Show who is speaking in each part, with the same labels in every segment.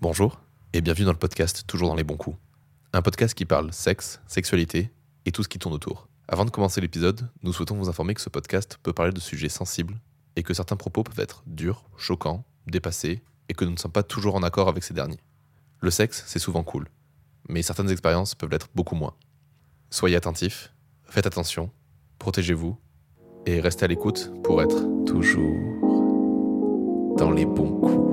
Speaker 1: Bonjour et bienvenue dans le podcast Toujours dans les bons coups. Un podcast qui parle sexe, sexualité et tout ce qui tourne autour. Avant de commencer l'épisode, nous souhaitons vous informer que ce podcast peut parler de sujets sensibles et que certains propos peuvent être durs, choquants, dépassés et que nous ne sommes pas toujours en accord avec ces derniers. Le sexe, c'est souvent cool, mais certaines expériences peuvent l'être beaucoup moins. Soyez attentifs, faites attention, protégez-vous et restez à l'écoute pour être toujours dans les bons coups.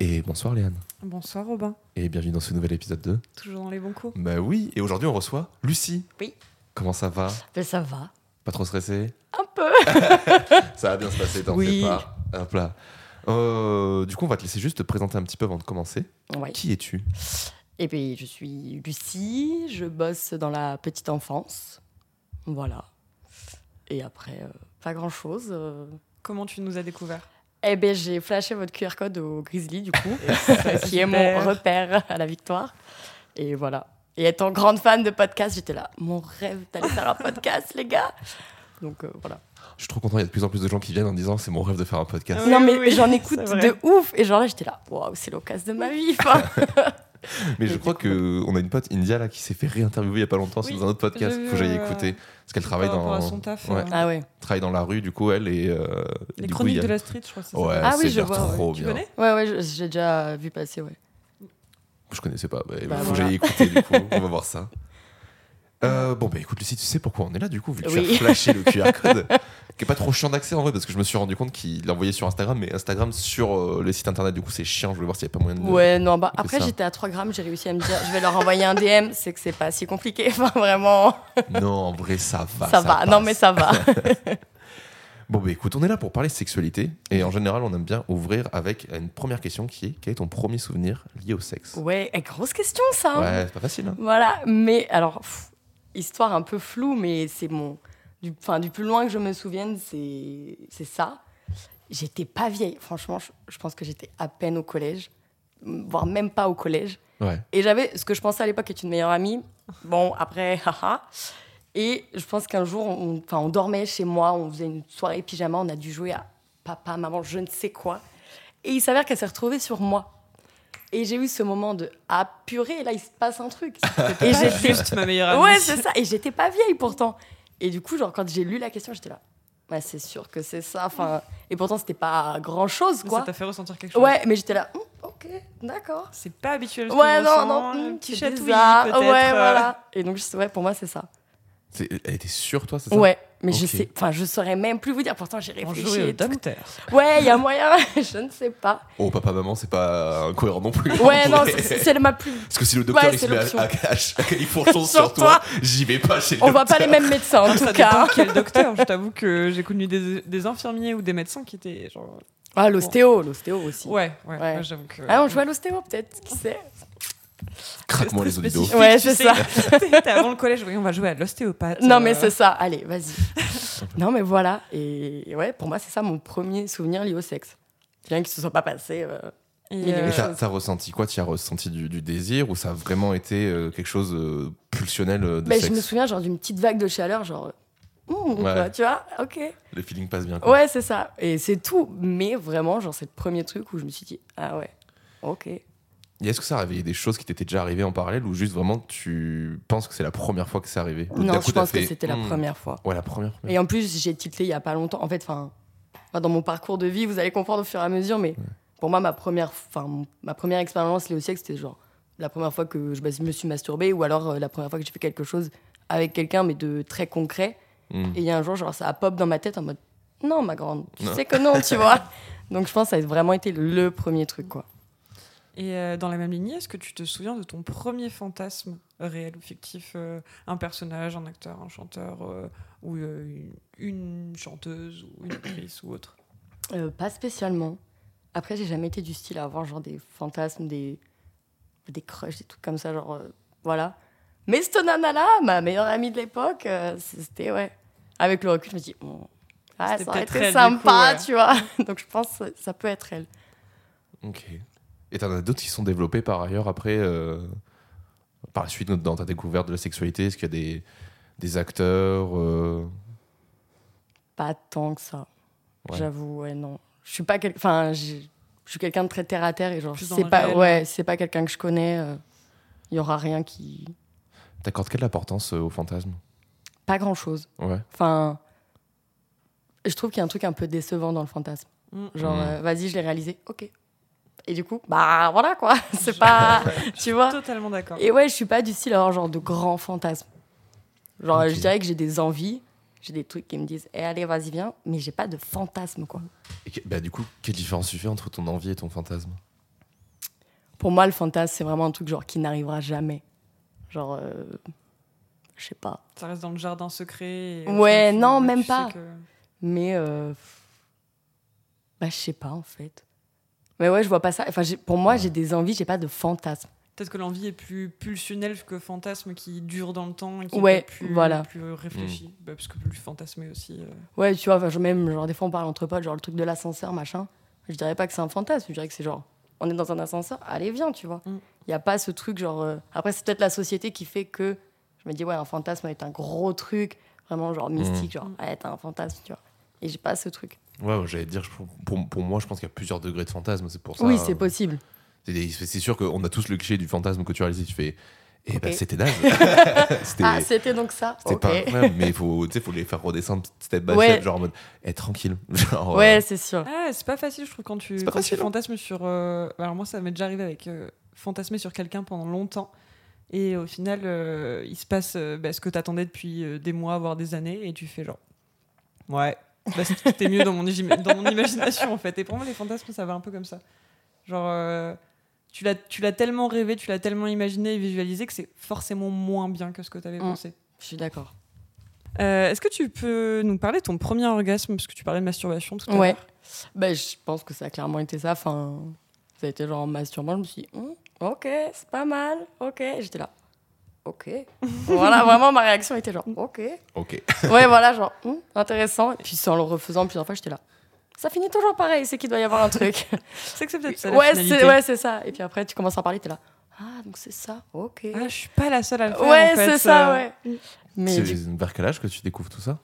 Speaker 1: Et bonsoir Léane.
Speaker 2: Bonsoir Robin,
Speaker 1: Et bienvenue dans ce nouvel épisode 2.
Speaker 2: toujours dans les bons coups.
Speaker 1: Bah oui, et aujourd'hui on reçoit Lucie.
Speaker 2: Oui.
Speaker 1: Comment ça va
Speaker 3: Ben, ça va.
Speaker 1: Pas trop stressé
Speaker 3: Un peu.
Speaker 1: Ça va bien se passer, t'en
Speaker 3: Oui.
Speaker 1: fais pas. Un plat. Euh, du coup, on va te laisser juste te présenter un petit peu avant de commencer.
Speaker 3: Ouais.
Speaker 1: Qui es-tu
Speaker 3: Et puis, je suis Lucie, je bosse dans la petite enfance. Voilà. Et après, euh, pas grand-chose. euh.
Speaker 2: Comment tu nous as découvert
Speaker 3: Eh ben, j'ai flashé votre QR code au Grizzly, du coup, qui est
Speaker 2: super.
Speaker 3: mon repère à la victoire. Et voilà. Et étant grande fan de podcast, j'étais là, mon rêve d'aller faire un podcast, les gars. Donc euh, voilà.
Speaker 1: Je suis trop content, il y a de plus en plus de gens qui viennent en disant c'est mon rêve de faire un podcast.
Speaker 2: Ah Oui,
Speaker 3: non, mais
Speaker 2: oui,
Speaker 3: j'en écoute
Speaker 2: c'est vrai.
Speaker 3: de ouf. Et genre là, j'étais là, waouh, c'est l'occasion de ma vie. enfin.
Speaker 1: Mais je
Speaker 3: Mais
Speaker 1: crois
Speaker 3: du coup,
Speaker 1: qu'on a une pote, India, là, qui s'est fait réinterviewer il y a pas longtemps
Speaker 2: Oui,
Speaker 1: sur un autre podcast.
Speaker 2: j'ai vu,
Speaker 1: Faut que j'aille
Speaker 2: euh,
Speaker 1: écouter. Parce qu'elle
Speaker 2: par
Speaker 1: travaille
Speaker 2: rapport
Speaker 1: dans,
Speaker 2: à son taf,
Speaker 1: ouais,
Speaker 2: euh,
Speaker 3: ah ouais.
Speaker 1: travaille dans la rue, du coup, elle et. euh,
Speaker 2: Les
Speaker 1: du coup,
Speaker 2: chroniques
Speaker 1: il y a-
Speaker 2: de la street, je crois. c'est ça
Speaker 1: Ouais,
Speaker 3: Ah oui,
Speaker 1: c'est
Speaker 3: je
Speaker 1: bien,
Speaker 3: vois,
Speaker 1: trop
Speaker 2: Tu
Speaker 1: bien.
Speaker 2: connais
Speaker 3: Ouais, ouais, je- j'ai déjà vu passer, ouais.
Speaker 1: Je connaissais pas. mais
Speaker 3: Bah,
Speaker 1: faut que
Speaker 3: voilà.
Speaker 1: j'aille écouter du coup. On va voir ça. Euh, bon, bah écoute, Lucie, tu sais pourquoi on est là du coup, vu que tu
Speaker 3: Oui.
Speaker 1: as flashé le QR code, qui est pas trop chiant d'accès en vrai, parce que je me suis rendu compte qu'il l'envoyait sur Instagram, mais Instagram sur euh, le site internet, du coup, c'est chiant. Je voulais voir s'il n'y a pas moyen de.
Speaker 3: Ouais, non, bah,
Speaker 1: c'est
Speaker 3: après
Speaker 1: ça.
Speaker 3: j'étais à 3 grammes, j'ai réussi à me dire, je vais leur envoyer un DM, c'est que c'est pas si compliqué, enfin vraiment,
Speaker 1: Non, en vrai, Bah, ça va.
Speaker 3: ça, va, non
Speaker 1: passe.
Speaker 3: mais ça va.
Speaker 1: Bon, bah écoute, on est là pour parler sexualité, et en général, on aime bien ouvrir avec une première question qui est quel est ton premier souvenir lié au sexe
Speaker 3: ouais, et grosse question ça. hein.
Speaker 1: Ouais, c'est pas facile. hein.
Speaker 3: Voilà, mais alors, pff, histoire un peu floue, mais c'est mon. Du, enfin, du plus loin que je me souvienne, c'est c'est ça. J'étais pas vieille, franchement, je, je pense que j'étais à peine au collège, voire même pas au collège.
Speaker 1: Ouais.
Speaker 3: Et j'avais ce que je pensais à l'époque être une meilleure amie. Bon, après, haha. Et je pense qu'un jour, on, enfin, on dormait chez moi, on faisait une soirée pyjama, on a dû jouer à papa, maman, je ne sais quoi. Et il s'avère qu'elle s'est retrouvée sur moi. Et j'ai eu ce moment de ah purée, là il se passe un truc. Et
Speaker 2: Pas
Speaker 3: j'étais
Speaker 2: juste ma meilleure amie.
Speaker 3: ouais c'est ça. Et j'étais pas vieille pourtant. Et du coup genre quand j'ai lu la question j'étais là, ouais c'est sûr que c'est ça. Enfin et pourtant c'était pas grand chose
Speaker 2: Mais
Speaker 3: quoi.
Speaker 2: Ça t'a fait ressentir quelque chose.
Speaker 3: Ouais mais j'étais là Hum, ok d'accord.
Speaker 2: C'est pas habituel. ce
Speaker 3: Ouais,
Speaker 2: qu'on
Speaker 3: non,
Speaker 2: ressent,
Speaker 3: non,
Speaker 2: euh,
Speaker 3: hum,
Speaker 2: Petit
Speaker 3: c'est
Speaker 2: chatouille,
Speaker 3: bizarre.
Speaker 2: peut-être.
Speaker 3: Ouais,
Speaker 2: euh,
Speaker 3: voilà. Et donc, je- ouais, pour moi, c'est ça.
Speaker 1: C'est- Elle était sûre, toi, c'est ça
Speaker 3: Ouais, mais je
Speaker 1: Ok.
Speaker 3: sais, enfin, je saurais même plus vous dire. Pourtant, j'ai
Speaker 2: Bonjour
Speaker 3: réfléchi.
Speaker 2: et au
Speaker 3: et tout.
Speaker 2: docteur.
Speaker 3: Ouais, il y a moyen, je ne sais pas.
Speaker 1: Oh, papa, maman, c'est pas incohérent non plus.
Speaker 3: Ouais, non,
Speaker 1: Ouais.
Speaker 3: c'est- c'est ma plus.
Speaker 1: Parce que si le docteur
Speaker 3: Ouais,
Speaker 1: il se
Speaker 3: c'est
Speaker 1: met à,
Speaker 3: l'option.
Speaker 1: à, à- à califourchon sur
Speaker 3: Sur
Speaker 1: toi,
Speaker 3: toi.
Speaker 1: j'y vais pas chez le
Speaker 3: On voit
Speaker 1: docteur.
Speaker 3: pas les mêmes médecins en
Speaker 2: Ah, Ça
Speaker 3: tout
Speaker 2: dépend
Speaker 3: cas.
Speaker 2: quel docteur. Je t'avoue que j'ai connu des, des infirmiers ou des médecins qui étaient genre.
Speaker 3: Ah, l'ostéo, l'ostéo aussi.
Speaker 2: Ouais, ouais,
Speaker 3: Ouais.
Speaker 2: moi, j'avoue que.
Speaker 3: Ah, on joue à l'ostéo peut-être, qui sait.
Speaker 1: Craque-moi les os du dos.
Speaker 2: Spécifique,
Speaker 3: Ouais,
Speaker 2: tu
Speaker 3: c'est
Speaker 2: sais.
Speaker 3: ça.
Speaker 2: T'es avant le collège, oui, on va jouer à l'ostéopathe.
Speaker 3: Non, mais
Speaker 2: euh,
Speaker 3: c'est ça. Allez, vas-y. non, mais voilà. Et ouais, pour moi, c'est ça mon premier souvenir lié au sexe. Rien qui se soit pas passé. euh,
Speaker 2: et,
Speaker 1: Et
Speaker 2: euh,
Speaker 1: t'as t'as ressenti quoi Tu as ressenti du, du désir ou ça a vraiment été euh, quelque chose euh, pulsionnel euh, de
Speaker 3: Ben,
Speaker 1: sexe
Speaker 3: je me souviens genre d'une petite vague de chaleur, genre. euh, Ouh,
Speaker 1: Ouais.
Speaker 3: quoi, tu vois, ok.
Speaker 1: Le feeling passe bien. quoi.
Speaker 3: Ouais, c'est ça. Et c'est tout. Mais vraiment, genre, c'est le premier truc où je me suis dit, ah ouais, ok.
Speaker 1: Et Est-ce que ça a réveillé des choses qui t'étaient déjà arrivées en parallèle ou juste vraiment tu penses que c'est la première fois que c'est arrivé Ou d'un
Speaker 3: Non,
Speaker 1: coup,
Speaker 3: je
Speaker 1: t'as
Speaker 3: pense que
Speaker 1: fait,
Speaker 3: c'était la
Speaker 1: hmm.
Speaker 3: première fois.
Speaker 1: Ouais, la première.
Speaker 3: Et en plus, j'ai tilté il y a pas longtemps. En fait, enfin, enfin, dans mon parcours de vie, vous allez comprendre au fur et à mesure, mais pour moi, ma première, enfin, mon- ma première expérience liée au sexe, c'était genre la première fois que je me suis masturbée ou alors euh, la première fois que j'ai fait quelque chose avec quelqu'un, mais de très concret.
Speaker 1: Hmm.
Speaker 3: Et il y a un jour, genre, ça pop dans ma tête en mode non, ma grande, tu
Speaker 1: Non.
Speaker 3: sais que non, tu vois. Donc je pense que ça a vraiment été le premier truc, quoi.
Speaker 2: et, euh, dans la même lignée, est-ce que tu te souviens de ton premier fantasme réel ou fictif euh, Un personnage, un acteur, un chanteur euh, ou euh, une, une chanteuse ou une actrice ou autre
Speaker 3: Euh, pas spécialement. Après, j'ai jamais été du style à avoir genre des fantasmes, des, des crushs, des trucs comme ça, genre euh, voilà. Mais cette nana là, ma meilleure amie de l'époque, euh, c'était ouais. Avec le recul, je me dis, bon, ah,
Speaker 2: C'était
Speaker 3: ça aurait
Speaker 2: peut-être
Speaker 3: été
Speaker 2: elle, du
Speaker 3: sympa,
Speaker 2: coup, ouais.
Speaker 3: tu vois. Donc je pense que ça peut être elle.
Speaker 1: Ok. Et t'en as d'autres qui sont développés par ailleurs après, euh, par la suite, dans ta découverte de la sexualité Est-ce qu'il y a des, des acteurs euh,
Speaker 3: Pas tant que ça.
Speaker 1: Ouais.
Speaker 3: J'avoue, ouais, non. Je suis pas quel- enfin, j'ai- je suis quelqu'un de très terre à terre et genre,
Speaker 2: Plus dans
Speaker 3: c'est
Speaker 2: le
Speaker 3: pas,
Speaker 2: réel.
Speaker 3: ouais, c'est pas quelqu'un que je connais. euh, Il y aura rien qui,
Speaker 1: T'accordes quelle importance euh, au fantasme
Speaker 3: pas grand chose.
Speaker 1: Ouais.
Speaker 3: Enfin, je trouve qu'il y a un truc un peu décevant dans le fantasme.
Speaker 2: Mm.
Speaker 3: Genre,
Speaker 1: Mm.
Speaker 3: euh, vas-y, je l'ai réalisé, ok. Et du coup, bah voilà quoi, c'est pas, tu vois.
Speaker 2: Totalement d'accord.
Speaker 3: Et ouais, je suis pas du style à avoir genre de grands fantasmes. Genre,
Speaker 1: Ok.
Speaker 3: je dirais que j'ai des envies, j'ai des trucs qui me disent, eh, allez, vas-y, viens, mais j'ai pas de fantasme quoi.
Speaker 1: Et que- bah, du coup, quelle différence tu fais entre ton envie et ton fantasme
Speaker 3: Pour moi, le fantasme, c'est vraiment un truc genre qui n'arrivera jamais. Genre, euh, je sais pas.
Speaker 2: Ça reste dans le jardin secret. et
Speaker 3: Ouais,
Speaker 2: au fond du
Speaker 3: non,
Speaker 2: film,
Speaker 3: même
Speaker 2: tu sais
Speaker 3: pas.
Speaker 2: que-
Speaker 3: Mais euh, bah, je sais pas en fait. Mais ouais, je vois pas ça. Enfin, j'ai- pour moi, j'ai des envies, j'ai pas de fantasme.
Speaker 2: Peut-être que l'envie est plus pulsionnelle que fantasme qui dure dans le temps et qui
Speaker 3: Ouais,
Speaker 2: est plus,
Speaker 3: voilà. Mm.
Speaker 2: plus réfléchi. Bah, parce que plus fantasmé aussi. euh,
Speaker 3: Ouais, tu vois, enfin, je- même genre des fois on parle entre potes, genre le truc de l'ascenseur, machin. Je dirais pas que c'est un fantasme, je dirais que c'est genre on est dans un ascenseur, allez viens, tu vois. Il
Speaker 2: Mm.
Speaker 3: y a pas ce truc genre euh, après c'est peut-être la société qui fait que je me dis ouais, un fantasme est un gros truc, vraiment genre mystique, genre
Speaker 2: Mm.
Speaker 3: ouais, t'as un fantasme, tu vois. Et j'ai pas ce truc.
Speaker 1: Ouais, ouais, j'allais te dire, je- pour, pour- pour moi, je pense qu'il y a plusieurs degrés de fantasme, c'est pour ça.
Speaker 3: oui,
Speaker 1: euh,
Speaker 3: c'est possible.
Speaker 1: c'est des- C'est c'est sûr qu'on a tous le cliché du fantasme que tu réalises et tu fais. Eh ben,
Speaker 3: Ok.
Speaker 1: c'était naze. C'était-
Speaker 3: Ah, c'était donc ça.
Speaker 1: C'était
Speaker 3: Ok.
Speaker 1: pas incroyable, mais il faut, tu sais, faut les faire redescendre step by
Speaker 3: Ouais.
Speaker 1: step, genre en mode, Eh, tranquille. Genre,
Speaker 3: Ouais, c'est sûr.
Speaker 2: Ah, c'est pas facile, je trouve, quand tu,
Speaker 1: C'est pas
Speaker 2: quand tu
Speaker 1: facile, hein.
Speaker 2: fantasmes sur. euh, Alors, moi, ça m'est déjà arrivé avec euh, fantasmer sur quelqu'un pendant longtemps. Et au final, euh, il se passe euh, bah, ce que t'attendais depuis euh, des mois, voire des années, et tu fais genre. Ouais, bah, c'était mieux dans mon, igi- dans mon imagination, en fait. Et pour moi, les fantasmes, ça va un peu comme ça. Genre. euh, tu l'as tu l'as tellement rêvé, tu l'as tellement imaginé et visualisé que c'est forcément moins bien que ce que t'avais
Speaker 3: Mm.
Speaker 2: pensé.
Speaker 3: Je suis d'accord.
Speaker 2: Euh, Est-ce que tu peux nous parler de ton premier orgasme Parce que tu parlais de masturbation tout à
Speaker 3: Ouais.
Speaker 2: l'heure.
Speaker 3: Ben, je pense que ça a clairement été ça. Enfin, ça a été genre en masturbant. Je me suis dit, Hum, ok, c'est pas mal. Ok. Et J'étais là, ok. voilà, vraiment, ma réaction était genre, ok.
Speaker 1: euh, Ok.
Speaker 3: Ouais, voilà, genre, Hum, intéressant. Et puis, en le refaisant plusieurs fois, j'étais là. Ça finit toujours pareil, c'est qu'il doit y avoir un truc.
Speaker 2: C'est que c'est peut-être ça la
Speaker 3: ouais,
Speaker 2: finalité.
Speaker 3: c'est ouais, c'est ça. Et puis après, tu commences à en parler, t'es là. Ah, donc c'est ça, ok.
Speaker 2: Ah, je suis pas la seule à le faire.
Speaker 3: ouais,
Speaker 2: en fait,
Speaker 3: c'est ça,
Speaker 2: euh,
Speaker 3: ouais. Mais
Speaker 1: C'est
Speaker 3: du
Speaker 1: vers quel âge que tu découvres tout ça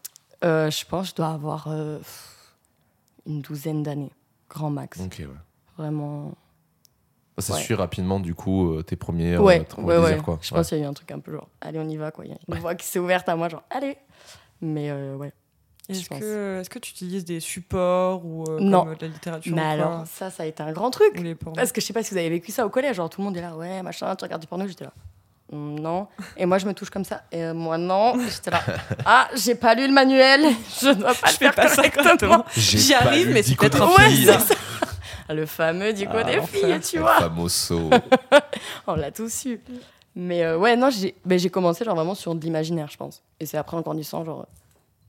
Speaker 3: Euh, je pense que je dois avoir euh, une douzaine d'années, grand max.
Speaker 1: Ok, ouais.
Speaker 3: Vraiment.
Speaker 1: Ça
Speaker 3: Ouais.
Speaker 1: suit rapidement, du coup, euh, tes premiers, euh,
Speaker 3: Ouais,
Speaker 1: tes premiers
Speaker 3: ouais, ouais.
Speaker 1: désirs, quoi.
Speaker 3: Je
Speaker 1: Ouais.
Speaker 3: pense qu'il y a eu un truc un peu genre, allez, on y va, quoi. Il y a une voix qui s'est ouverte à moi, genre, allez. Mais euh, ouais. je
Speaker 2: Est-ce
Speaker 3: pense.
Speaker 2: que, est-ce que tu utilises des supports ou euh,
Speaker 3: Non.
Speaker 2: comme, euh, de la littérature
Speaker 3: Mais
Speaker 2: ou quoi,
Speaker 3: alors, ça, ça a été un grand truc.
Speaker 2: ou les pornos
Speaker 3: Parce que je sais pas si vous avez vécu ça au collège, genre tout le monde est là, ouais, machin, tu regardes du porno, j'étais là. Hum, Non. Et moi, je me touche comme ça. Et euh, moi, non. J'étais là. Ah, j'ai pas lu le manuel. Je dois pas le
Speaker 2: Je fais
Speaker 3: faire
Speaker 2: pas ça
Speaker 3: correctement.
Speaker 2: correctement. J'y arrive, mais c'est peut-être
Speaker 3: un
Speaker 1: peu
Speaker 3: Ouais, c'est ça. Le fameux du coup
Speaker 2: Ah,
Speaker 3: des
Speaker 2: l'enfer.
Speaker 3: filles, tu vois.
Speaker 1: Famoso.
Speaker 3: On l'a tous eu. Mais euh, ouais, non, j'ai ben, j'ai commencé genre vraiment sur de l'imaginaire, je pense. Et c'est après en grandissant, genre, euh,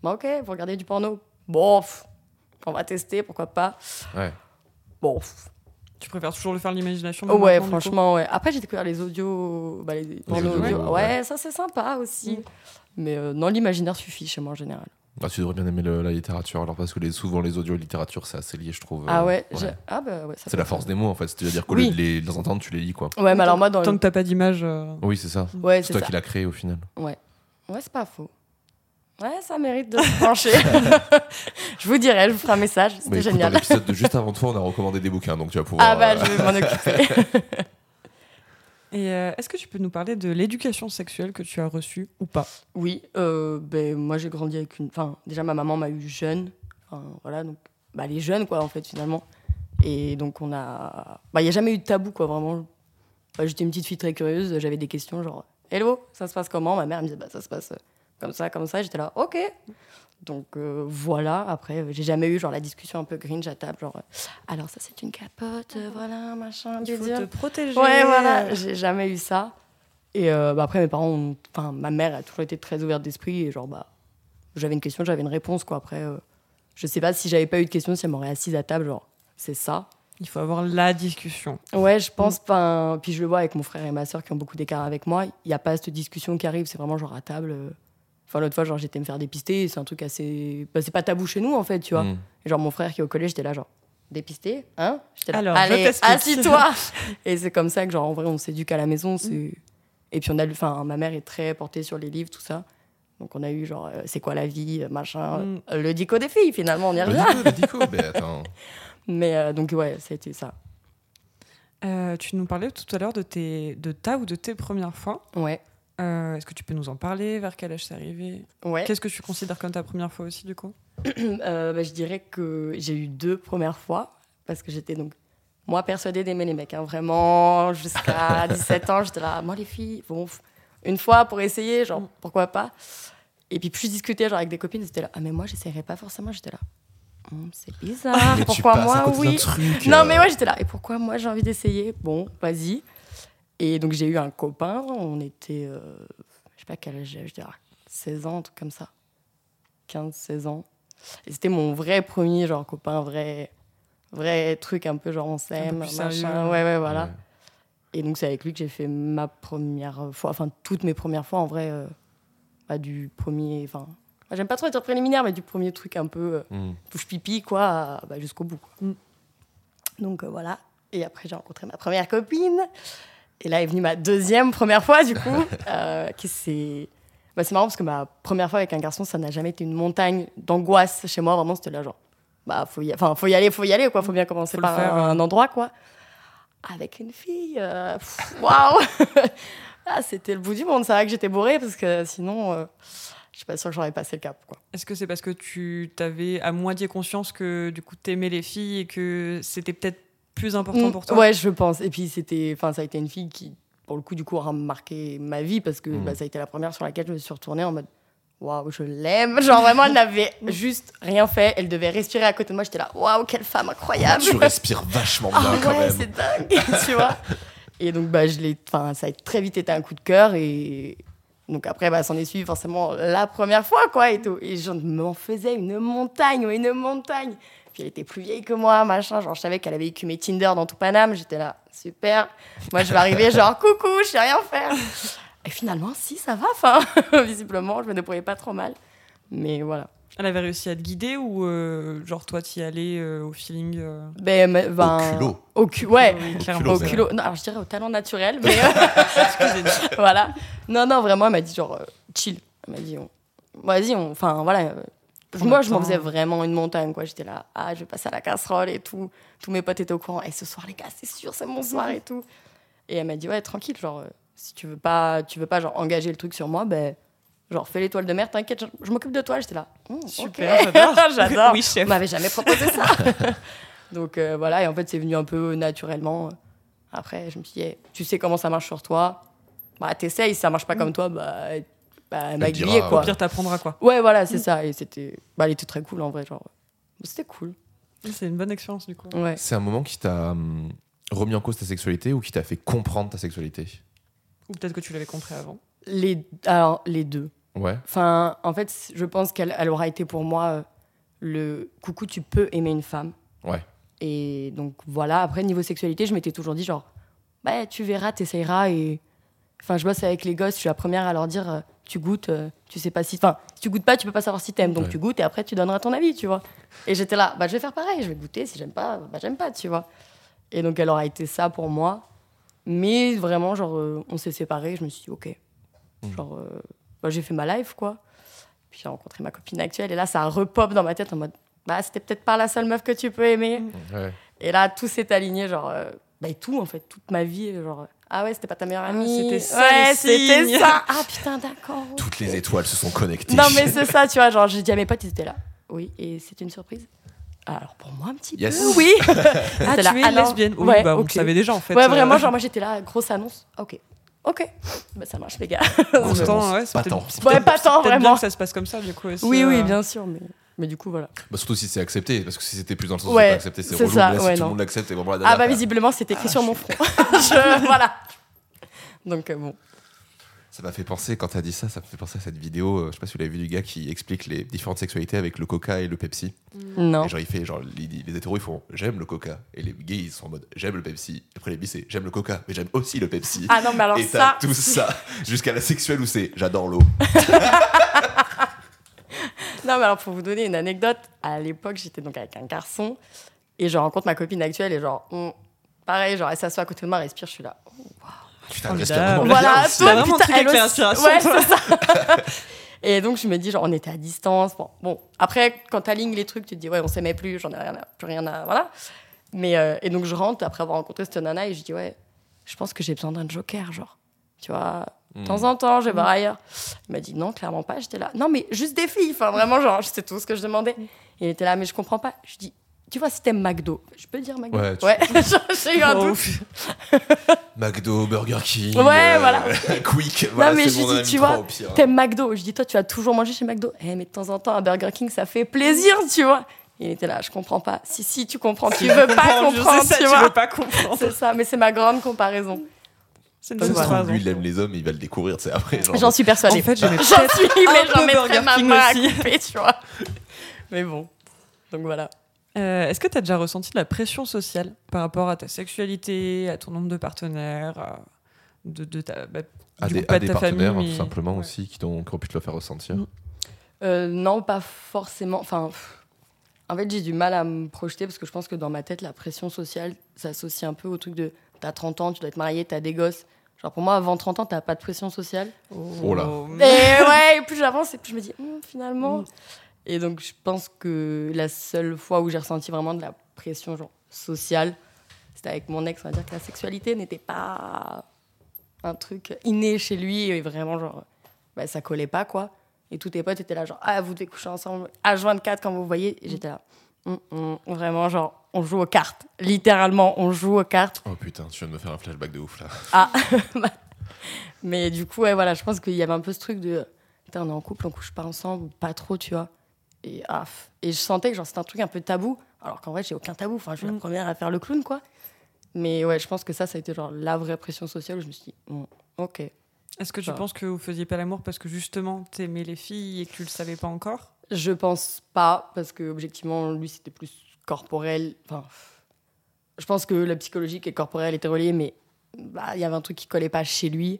Speaker 3: bah ok, vous regardez du porno. Bon, pff, on va tester, pourquoi pas.
Speaker 1: Ouais.
Speaker 3: Bon, pff.
Speaker 2: Tu préfères toujours le faire de l'imagination mais
Speaker 3: ouais,
Speaker 2: maintenant, du
Speaker 3: franchement, ouais. Après, j'ai découvert les audios, bah, les, pornos
Speaker 1: audios,
Speaker 3: audio.
Speaker 1: ouais.
Speaker 3: Ouais, ça c'est sympa aussi.
Speaker 2: Mm.
Speaker 3: Mais euh, non, l'imaginaire suffit chez moi en général.
Speaker 1: Ah, tu devrais bien aimer le- la littérature, alors parce que les, souvent les audios et littérature, c'est assez lié, je trouve.
Speaker 3: ah
Speaker 1: euh,
Speaker 3: ouais, j'ai- ah bah ouais, ça
Speaker 1: C'est
Speaker 3: peut
Speaker 1: la
Speaker 3: être-
Speaker 1: force des mots, en fait. C'est-à-dire qu'au
Speaker 3: Oui.
Speaker 1: lieu de les, de les entendre, tu les lis, quoi.
Speaker 3: Ouais, mais alors moi, dans
Speaker 2: coup. Tant
Speaker 3: le...
Speaker 2: que t'as pas d'image. euh,
Speaker 1: Oui, c'est ça.
Speaker 3: Ouais,
Speaker 1: C'est
Speaker 3: c'est
Speaker 1: toi
Speaker 3: ça.
Speaker 1: qui l'as créé au final.
Speaker 3: Ouais, c'est pas faux. Ouais, ça mérite de se pencher. je vous dirai, je vous ferai un message.
Speaker 1: Mais
Speaker 3: C'était
Speaker 1: écoute,
Speaker 3: génial.
Speaker 1: Dans l'épisode de juste avant toi, on a recommandé des bouquins, donc tu vas pouvoir.
Speaker 3: Ah bah,
Speaker 1: euh,
Speaker 3: je vais m'en occuper.
Speaker 2: Et euh, est-ce que tu peux nous parler de l'éducation sexuelle que tu as reçue ou pas
Speaker 3: oui, euh, ben, moi j'ai grandi avec une... Enfin, déjà ma maman m'a eu jeune. Enfin, voilà, donc... Bah, les jeunes, quoi, en fait, finalement. Et donc on a... Bah, il n'y a jamais eu de tabou, quoi, vraiment. Bah, J'étais une petite fille très curieuse, j'avais des questions genre... Hello, ça se passe comment Ma mère me disait, bah, ça se passe euh, comme ça, comme ça. Et J'étais là, ok. Donc euh, voilà, après, euh, j'ai jamais eu genre la discussion un peu cringe à table, genre... euh, Alors ça, c'est une capote, euh, voilà, machin,
Speaker 2: Il faut
Speaker 3: bidule.
Speaker 2: te protéger.
Speaker 3: Ouais, voilà, j'ai jamais eu ça. Et euh, bah, après, mes parents, ont- enfin, ma mère a toujours été très ouverte d'esprit. Et genre, bah, j'avais une question, j'avais une réponse, quoi. Après, euh, je sais pas si j'avais pas eu de question, si elle m'aurait assise à table, genre, c'est ça. Mm.
Speaker 2: Il faut avoir la discussion.
Speaker 3: Ouais, je pense. Enfin, puis je le vois avec mon frère et ma sœur qui ont beaucoup d'écart avec moi. Il n'y a pas cette discussion qui arrive. C'est vraiment genre à table. euh, Enfin, l'autre fois, genre, j'étais me faire dépister, c'est un truc assez. bah, c'est pas tabou chez nous, en fait, tu vois.
Speaker 1: Hmm.
Speaker 3: Et genre, mon frère qui est au collège, j'étais là, genre, dépisté, hein J'étais là,
Speaker 2: Alors, je
Speaker 3: allez,
Speaker 2: t'explique.
Speaker 3: assis-toi Et c'est comme ça que, genre, en vrai, on s'éduque à la maison. c'est- Et puis, on a lu, enfin, ma mère est très portée sur les livres, tout ça. Donc, on a eu, genre, euh, c'est quoi la vie, euh, machin,
Speaker 2: Mm.
Speaker 3: euh, le dico des filles, finalement, on y
Speaker 1: Bah,
Speaker 3: revient.
Speaker 1: dico, bah, dico, bah, attends.
Speaker 3: Mais euh, donc, ouais, c'était ça.
Speaker 2: Euh, tu nous parlais tout à l'heure de, tes, de ta ou de tes premières fois.
Speaker 3: Ouais.
Speaker 2: Euh, Est-ce que tu peux nous en parler Vers quel âge c'est arrivé
Speaker 3: Ouais.
Speaker 2: Qu'est-ce que tu considères comme ta première fois aussi, du coup
Speaker 3: Euh, bah, je dirais que j'ai eu deux premières fois parce que j'étais donc moi persuadée d'aimer les mecs hein, vraiment jusqu'à 17 ans j'étais là moi les filles bon f- une fois pour essayer genre
Speaker 2: Mm.
Speaker 3: pourquoi pas et puis plus je discutais genre avec des copines c'était là ah mais moi j'essayerai pas forcément j'étais là Hum, c'est bizarre
Speaker 1: Mais tu
Speaker 3: pourquoi
Speaker 1: passes à
Speaker 3: moi
Speaker 1: côté d'un
Speaker 3: oui
Speaker 1: truc, euh.
Speaker 3: non mais ouais j'étais là et pourquoi moi j'ai envie d'essayer bon vas-y et donc j'ai eu un copain on était euh, je sais pas quel âge j'avais, je dirais 16 ans un truc comme ça 15 16 ans et c'était mon vrai premier genre copain, vrai vrai truc un peu genre on s'aime,
Speaker 2: plus
Speaker 3: machin.
Speaker 2: sérieux.
Speaker 3: Ouais ouais voilà. Et donc c'est avec lui que j'ai fait ma première fois, enfin toutes mes premières fois en vrai euh, bah, du premier enfin moi, j'aime pas trop être préliminaire mais du premier truc un peu euh,
Speaker 1: Hmm.
Speaker 3: touche pipi quoi à- bah, jusqu'au bout quoi.
Speaker 2: Mm.
Speaker 3: Donc euh, voilà et après j'ai rencontré ma première copine et là est venue ma deuxième première fois du coup euh, qui c'est bah, c'est marrant parce que ma première fois avec un garçon, ça n'a jamais été une montagne d'angoisse chez moi. Vraiment, c'était là, genre, bah, faut y, enfin, faut y aller, faut y aller, quoi. Faut bien commencer
Speaker 2: Faut le
Speaker 3: par
Speaker 2: faire, hein.
Speaker 3: un, un endroit, quoi. Avec une fille, euh, pff, waouh! ah, c'était le bout du monde. Ça va que j'étais bourrée parce que sinon, euh, je suis pas sûre que j'aurais passé le cap, quoi.
Speaker 2: Est-ce que c'est parce que tu t'avais à moitié conscience que du coup t'aimais les filles et que c'était peut-être plus important
Speaker 3: Mm,
Speaker 2: pour toi
Speaker 3: Ouais, je pense. Et puis c'était, enfin, ça a été une fille qui, pour le coup, du coup, aura marqué ma vie parce que
Speaker 1: Mm.
Speaker 3: bah, ça a été la première sur laquelle je me suis retournée en mode. Waouh, je l'aime. Genre, vraiment, elle n'avait juste rien fait. Elle devait respirer à côté de moi. J'étais là, waouh, quelle femme incroyable.
Speaker 1: Tu respires vachement bien
Speaker 3: Ah
Speaker 1: quand
Speaker 3: ouais,
Speaker 1: même.
Speaker 3: c'est dingue, tu vois. Et donc, bah, je l'ai, enfin, ça a très vite été un coup de cœur. Et donc, après, bah, s'en est suivi forcément la première fois, quoi, et tout. Et je m'en faisais une montagne, ouais, une montagne. Puis elle était plus vieille que moi, machin. Genre, je savais qu'elle avait écumé Tinder dans tout Paname. J'étais là, super. Moi, je vais arriver, genre, coucou, je sais rien faire. Et finalement, si, ça va. Enfin, visiblement, je me débrouillais pas trop mal. Mais voilà.
Speaker 2: Elle avait réussi à te guider ou euh, genre toi t'y allais euh, au feeling euh,
Speaker 3: Ben, mais, ben,
Speaker 1: Au culot.
Speaker 3: Au cul, ouais.
Speaker 2: oui,
Speaker 1: Au
Speaker 2: clairement.
Speaker 1: culot,
Speaker 3: Au
Speaker 1: même.
Speaker 3: culot. Non, alors, je dirais au talent naturel, mais. euh,
Speaker 2: Excusez-nous.
Speaker 3: voilà. Non, non, vraiment, elle m'a dit genre euh, chill. Elle m'a dit on- vas-y, on- enfin voilà. euh,
Speaker 2: Prends
Speaker 3: Moi,
Speaker 2: notre
Speaker 3: je m'en
Speaker 2: temps.
Speaker 3: faisais vraiment une montagne, quoi. J'étais là, ah, je vais passer à la casserole et tout. Tous mes potes étaient au courant. Et ce soir, les gars, c'est sûr, c'est mon soir et tout. Et elle m'a dit ouais, tranquille, genre euh, si tu veux pas, tu veux pas genre engager le truc sur moi, ben genre fais l'étoile de mer, t'inquiète, je, je m'occupe de toi. J'étais là, Hmm,
Speaker 2: Super,
Speaker 3: ok.
Speaker 2: j'adore.
Speaker 3: j'adore.
Speaker 2: Oui, chef.
Speaker 3: On m'avait jamais proposé ça. Donc euh, voilà, et en fait, c'est venu un peu naturellement. Après, je me suis dit, eh, tu sais comment ça marche sur toi. Bah, t'essayes, si ça marche pas comme toi, bah, bah m'a
Speaker 1: dira,
Speaker 3: grillé,
Speaker 2: Au
Speaker 3: quoi.
Speaker 2: pire, t'apprendras quoi.
Speaker 3: Ouais, voilà, c'est ça. Et c'était. Bah, elle était très cool en vrai, genre. C'était cool.
Speaker 2: C'est une bonne expérience du coup.
Speaker 3: Ouais.
Speaker 1: C'est un moment qui t'a hum, remis en cause ta sexualité ou qui t'a fait comprendre ta sexualité
Speaker 2: Ou peut-être que tu l'avais compris avant.
Speaker 3: Les, alors, les deux.
Speaker 1: Ouais.
Speaker 3: Enfin, en fait, c- je pense qu'elle elle aura été pour moi euh, le coucou, tu peux aimer une femme.
Speaker 1: Ouais.
Speaker 3: Et donc voilà, après, niveau sexualité, je m'étais toujours dit genre, bah, tu verras, t'essayeras. Et. Enfin, je bosse avec les gosses, je suis la première à leur dire, euh, tu goûtes, euh, tu sais pas si. Enfin, si tu goûtes pas, tu peux pas savoir si t'aimes. Donc
Speaker 1: Ouais.
Speaker 3: tu goûtes et après, tu donneras ton avis, tu vois. Et j'étais là, bah, je vais faire pareil, je vais goûter, si j'aime pas, bah, j'aime pas, tu vois. Et donc, elle aura été ça pour moi. Mais vraiment, genre, euh, on s'est séparés, je me suis dit, ok.
Speaker 1: Mhm.
Speaker 3: Genre, euh, bah, j'ai fait ma life, quoi. Puis j'ai rencontré ma copine actuelle, et là, ça repop dans ma tête en mode, bah, c'était peut-être pas la seule meuf que tu peux aimer.
Speaker 2: Mm.
Speaker 1: Ouais.
Speaker 3: Et là, tout s'est aligné, genre, euh, bah, et tout, en fait, toute ma vie, genre, ah ouais, c'était pas ta meilleure
Speaker 2: Ah,
Speaker 3: amie.
Speaker 2: c'était ça,
Speaker 3: Ouais,
Speaker 2: les signes.
Speaker 3: c'était ça. Ah putain, d'accord.
Speaker 1: Toutes les étoiles se sont connectées.
Speaker 3: Non, mais c'est ça, tu vois, genre, j'ai dit à mes potes, ils étaient là. Oui, et c'est une surprise. Alors, pour moi, un petit
Speaker 1: Yes.
Speaker 3: peu, oui.
Speaker 2: Ah,
Speaker 3: C'est
Speaker 2: tu
Speaker 3: la-
Speaker 2: es
Speaker 3: ah non.
Speaker 2: lesbienne. Oui,
Speaker 3: Ouais,
Speaker 2: bah, on
Speaker 3: ok.
Speaker 2: le savait déjà en fait.
Speaker 3: Ouais,
Speaker 2: Euh,
Speaker 3: vraiment, genre, moi j'étais là, grosse annonce. Ah, Ok. Ok. Bah, ça marche, les gars.
Speaker 1: Bon, ça
Speaker 2: Pourtant,
Speaker 1: avance.
Speaker 2: ouais, c'est
Speaker 1: pas
Speaker 2: peut-être-
Speaker 1: tant.
Speaker 2: c'est
Speaker 3: Ouais,
Speaker 2: peut-être-
Speaker 3: pas
Speaker 2: c'est
Speaker 3: tant,
Speaker 2: peut-être bien
Speaker 3: vraiment.
Speaker 2: que ça se passe comme ça, du coup. aussi,
Speaker 3: Oui, oui,
Speaker 2: euh,
Speaker 3: bien sûr, mais, mais du coup, voilà.
Speaker 1: Bah, surtout si c'est accepté, parce que si c'était plus dans le sens
Speaker 3: Ouais,
Speaker 1: de pas accepter, c'est
Speaker 3: c'est
Speaker 1: relou.
Speaker 3: ça,
Speaker 1: mais là, si
Speaker 3: ouais,
Speaker 1: tout le
Speaker 3: non.
Speaker 1: monde l'accepte, et bon, voilà,
Speaker 3: Ah, bah,
Speaker 1: d'accord.
Speaker 3: visiblement, c'est écrit sur mon front. Je- voilà. Donc, euh, bon.
Speaker 1: Ça m'a fait penser, quand t'as dit ça, ça m'a fait penser à cette vidéo, euh, je sais pas si vous l'avez vu, du gars qui explique les différentes sexualités avec le coca et le Pepsi.
Speaker 3: Non.
Speaker 1: Et genre, il fait, genre, les, les hétéros, ils font j'aime le coca. Et les gays, ils sont en mode j'aime le Pepsi. Après, les bis, c'est j'aime le coca, mais j'aime aussi le Pepsi.
Speaker 3: Ah non, mais alors
Speaker 1: et
Speaker 3: ça.
Speaker 1: t'as tout ça, jusqu'à la sexuelle où c'est j'adore l'eau.
Speaker 3: Non, mais alors pour vous donner une anecdote, à l'époque, j'étais donc avec un garçon et je rencontre ma copine actuelle et genre, on- pareil, genre, elle s'assoit à côté de moi, elle respire, je suis là.
Speaker 1: Putain,
Speaker 2: Formidable.
Speaker 1: respire vraiment
Speaker 2: Voilà,
Speaker 1: bien aussi.
Speaker 2: toi, vraiment un truc avec
Speaker 3: elle aussi-
Speaker 2: l'inspiration,
Speaker 3: Ouais,
Speaker 2: toi.
Speaker 3: c'est ça. Et donc, je me dis, genre, on était à distance. Bon, bon. après, quand t'alignes les trucs, tu te dis, ouais, on s'aimait plus, j'en ai rien à, plus rien à. Voilà. Mais, euh, et donc, je rentre après avoir rencontré cette nana et je dis, ouais, je pense que j'ai besoin d'un joker, genre. Tu vois, de
Speaker 2: Hmm.
Speaker 3: temps en temps, je vais voir ailleurs. Il m'a dit non, clairement pas. J'étais là, non, mais juste des filles. Enfin, vraiment, genre, c'est tout ce que je demandais. Il était là, mais je comprends pas. Je dis, tu vois, si t'aimes McDo, je peux dire McDo.
Speaker 1: Ouais, tu-
Speaker 3: Genre, j'ai eu un
Speaker 2: Oh,
Speaker 3: doute.
Speaker 2: ouf.
Speaker 1: McDo, Burger King. euh,
Speaker 3: Ouais, voilà.
Speaker 1: Quick. voilà,
Speaker 3: mais
Speaker 1: c'est
Speaker 3: je
Speaker 1: bon, on en
Speaker 3: dis,
Speaker 1: a mis
Speaker 3: tu
Speaker 1: trois
Speaker 3: vois,
Speaker 1: au pire.
Speaker 3: T'aimes McDo. Je dis, toi, tu as toujours mangé chez McDo. Eh, mais de temps en temps, un Burger King, ça fait plaisir, tu vois. Il était là, je comprends pas. Si, si, tu comprends. Tu veux pas
Speaker 2: Bon, je sais
Speaker 3: comprendre,
Speaker 2: ça,
Speaker 3: tu vois.
Speaker 2: veux pas comprendre.
Speaker 3: C'est ça, mais c'est ma grande comparaison.
Speaker 2: C'est une
Speaker 3: Comme
Speaker 2: bonne
Speaker 3: ça.
Speaker 2: phrase. hein.
Speaker 1: Lui, il aime les hommes, il va le découvrir, tu sais, après. genre,
Speaker 3: J'en suis
Speaker 2: En
Speaker 3: persuadée.
Speaker 2: fait, j'aimais
Speaker 3: J'en suis, mais
Speaker 2: peu
Speaker 3: j'en mettrais
Speaker 2: Burger
Speaker 3: ma
Speaker 2: King
Speaker 3: main à
Speaker 2: aussi.
Speaker 3: couper, tu vois. Mais bon. Donc voilà.
Speaker 2: Euh, Est-ce que tu as déjà ressenti de la pression sociale par rapport à ta sexualité, à ton nombre de partenaires, à- de, de ta, bah,
Speaker 1: à
Speaker 2: du
Speaker 1: des,
Speaker 2: coup, pas
Speaker 1: à
Speaker 2: de
Speaker 1: des
Speaker 2: ta famille,
Speaker 1: partenaires, hein,
Speaker 2: mais-
Speaker 1: tout simplement
Speaker 2: ouais.
Speaker 1: aussi, qui, t'ont- qui ont pu te le faire ressentir.
Speaker 2: Mm.
Speaker 3: Euh, non, pas forcément. Enfin, pff. en fait, j'ai du mal à me projeter parce que je pense que dans ma tête, la pression sociale s'associe un peu au truc de t'as 30 ans, tu dois être marié, t'as des gosses. Genre pour moi, avant 30 ans, t'as pas de pression sociale.
Speaker 1: Oh là.
Speaker 3: Et ouais, et plus j'avance, et plus je me dis Hum, finalement.
Speaker 2: Mm.
Speaker 3: Et donc, je pense que la seule fois où j'ai ressenti vraiment de la pression genre, sociale, c'était avec mon ex. On va dire que la sexualité n'était pas un truc inné chez lui et vraiment genre bah, ça collait pas quoi. Et tous tes potes étaient là genre ah vous devez coucher ensemble H24 quand vous vous voyez. Et j'étais là Hum, hum, vraiment genre on joue aux cartes. Littéralement on joue aux cartes.
Speaker 1: Oh putain, tu viens de me faire un flashback de ouf là.
Speaker 3: Mais du coup, ouais, voilà, je pense qu'il y avait un peu ce truc de putain, on est en couple, on couche pas ensemble, ou pas trop, tu vois. Et, ah, pff. et je sentais que genre, c'était un truc un peu tabou, alors qu'en vrai, j'ai aucun tabou. Enfin, je suis
Speaker 2: Mm.
Speaker 3: la première à faire le clown, quoi. Mais ouais, je pense que ça, ça a été genre la vraie pression sociale où je me suis dit, bon, ok.
Speaker 2: Est-ce que tu
Speaker 3: Ça.
Speaker 2: penses que vous faisiez pas l'amour parce que justement t'aimais les filles et que tu le savais pas encore
Speaker 3: Je pense pas, parce que objectivement, lui, c'était plus corporel. Enfin, pff. je pense que la psychologique et le corporel étaient reliés, mais bah, il y avait un truc qui collait pas chez lui.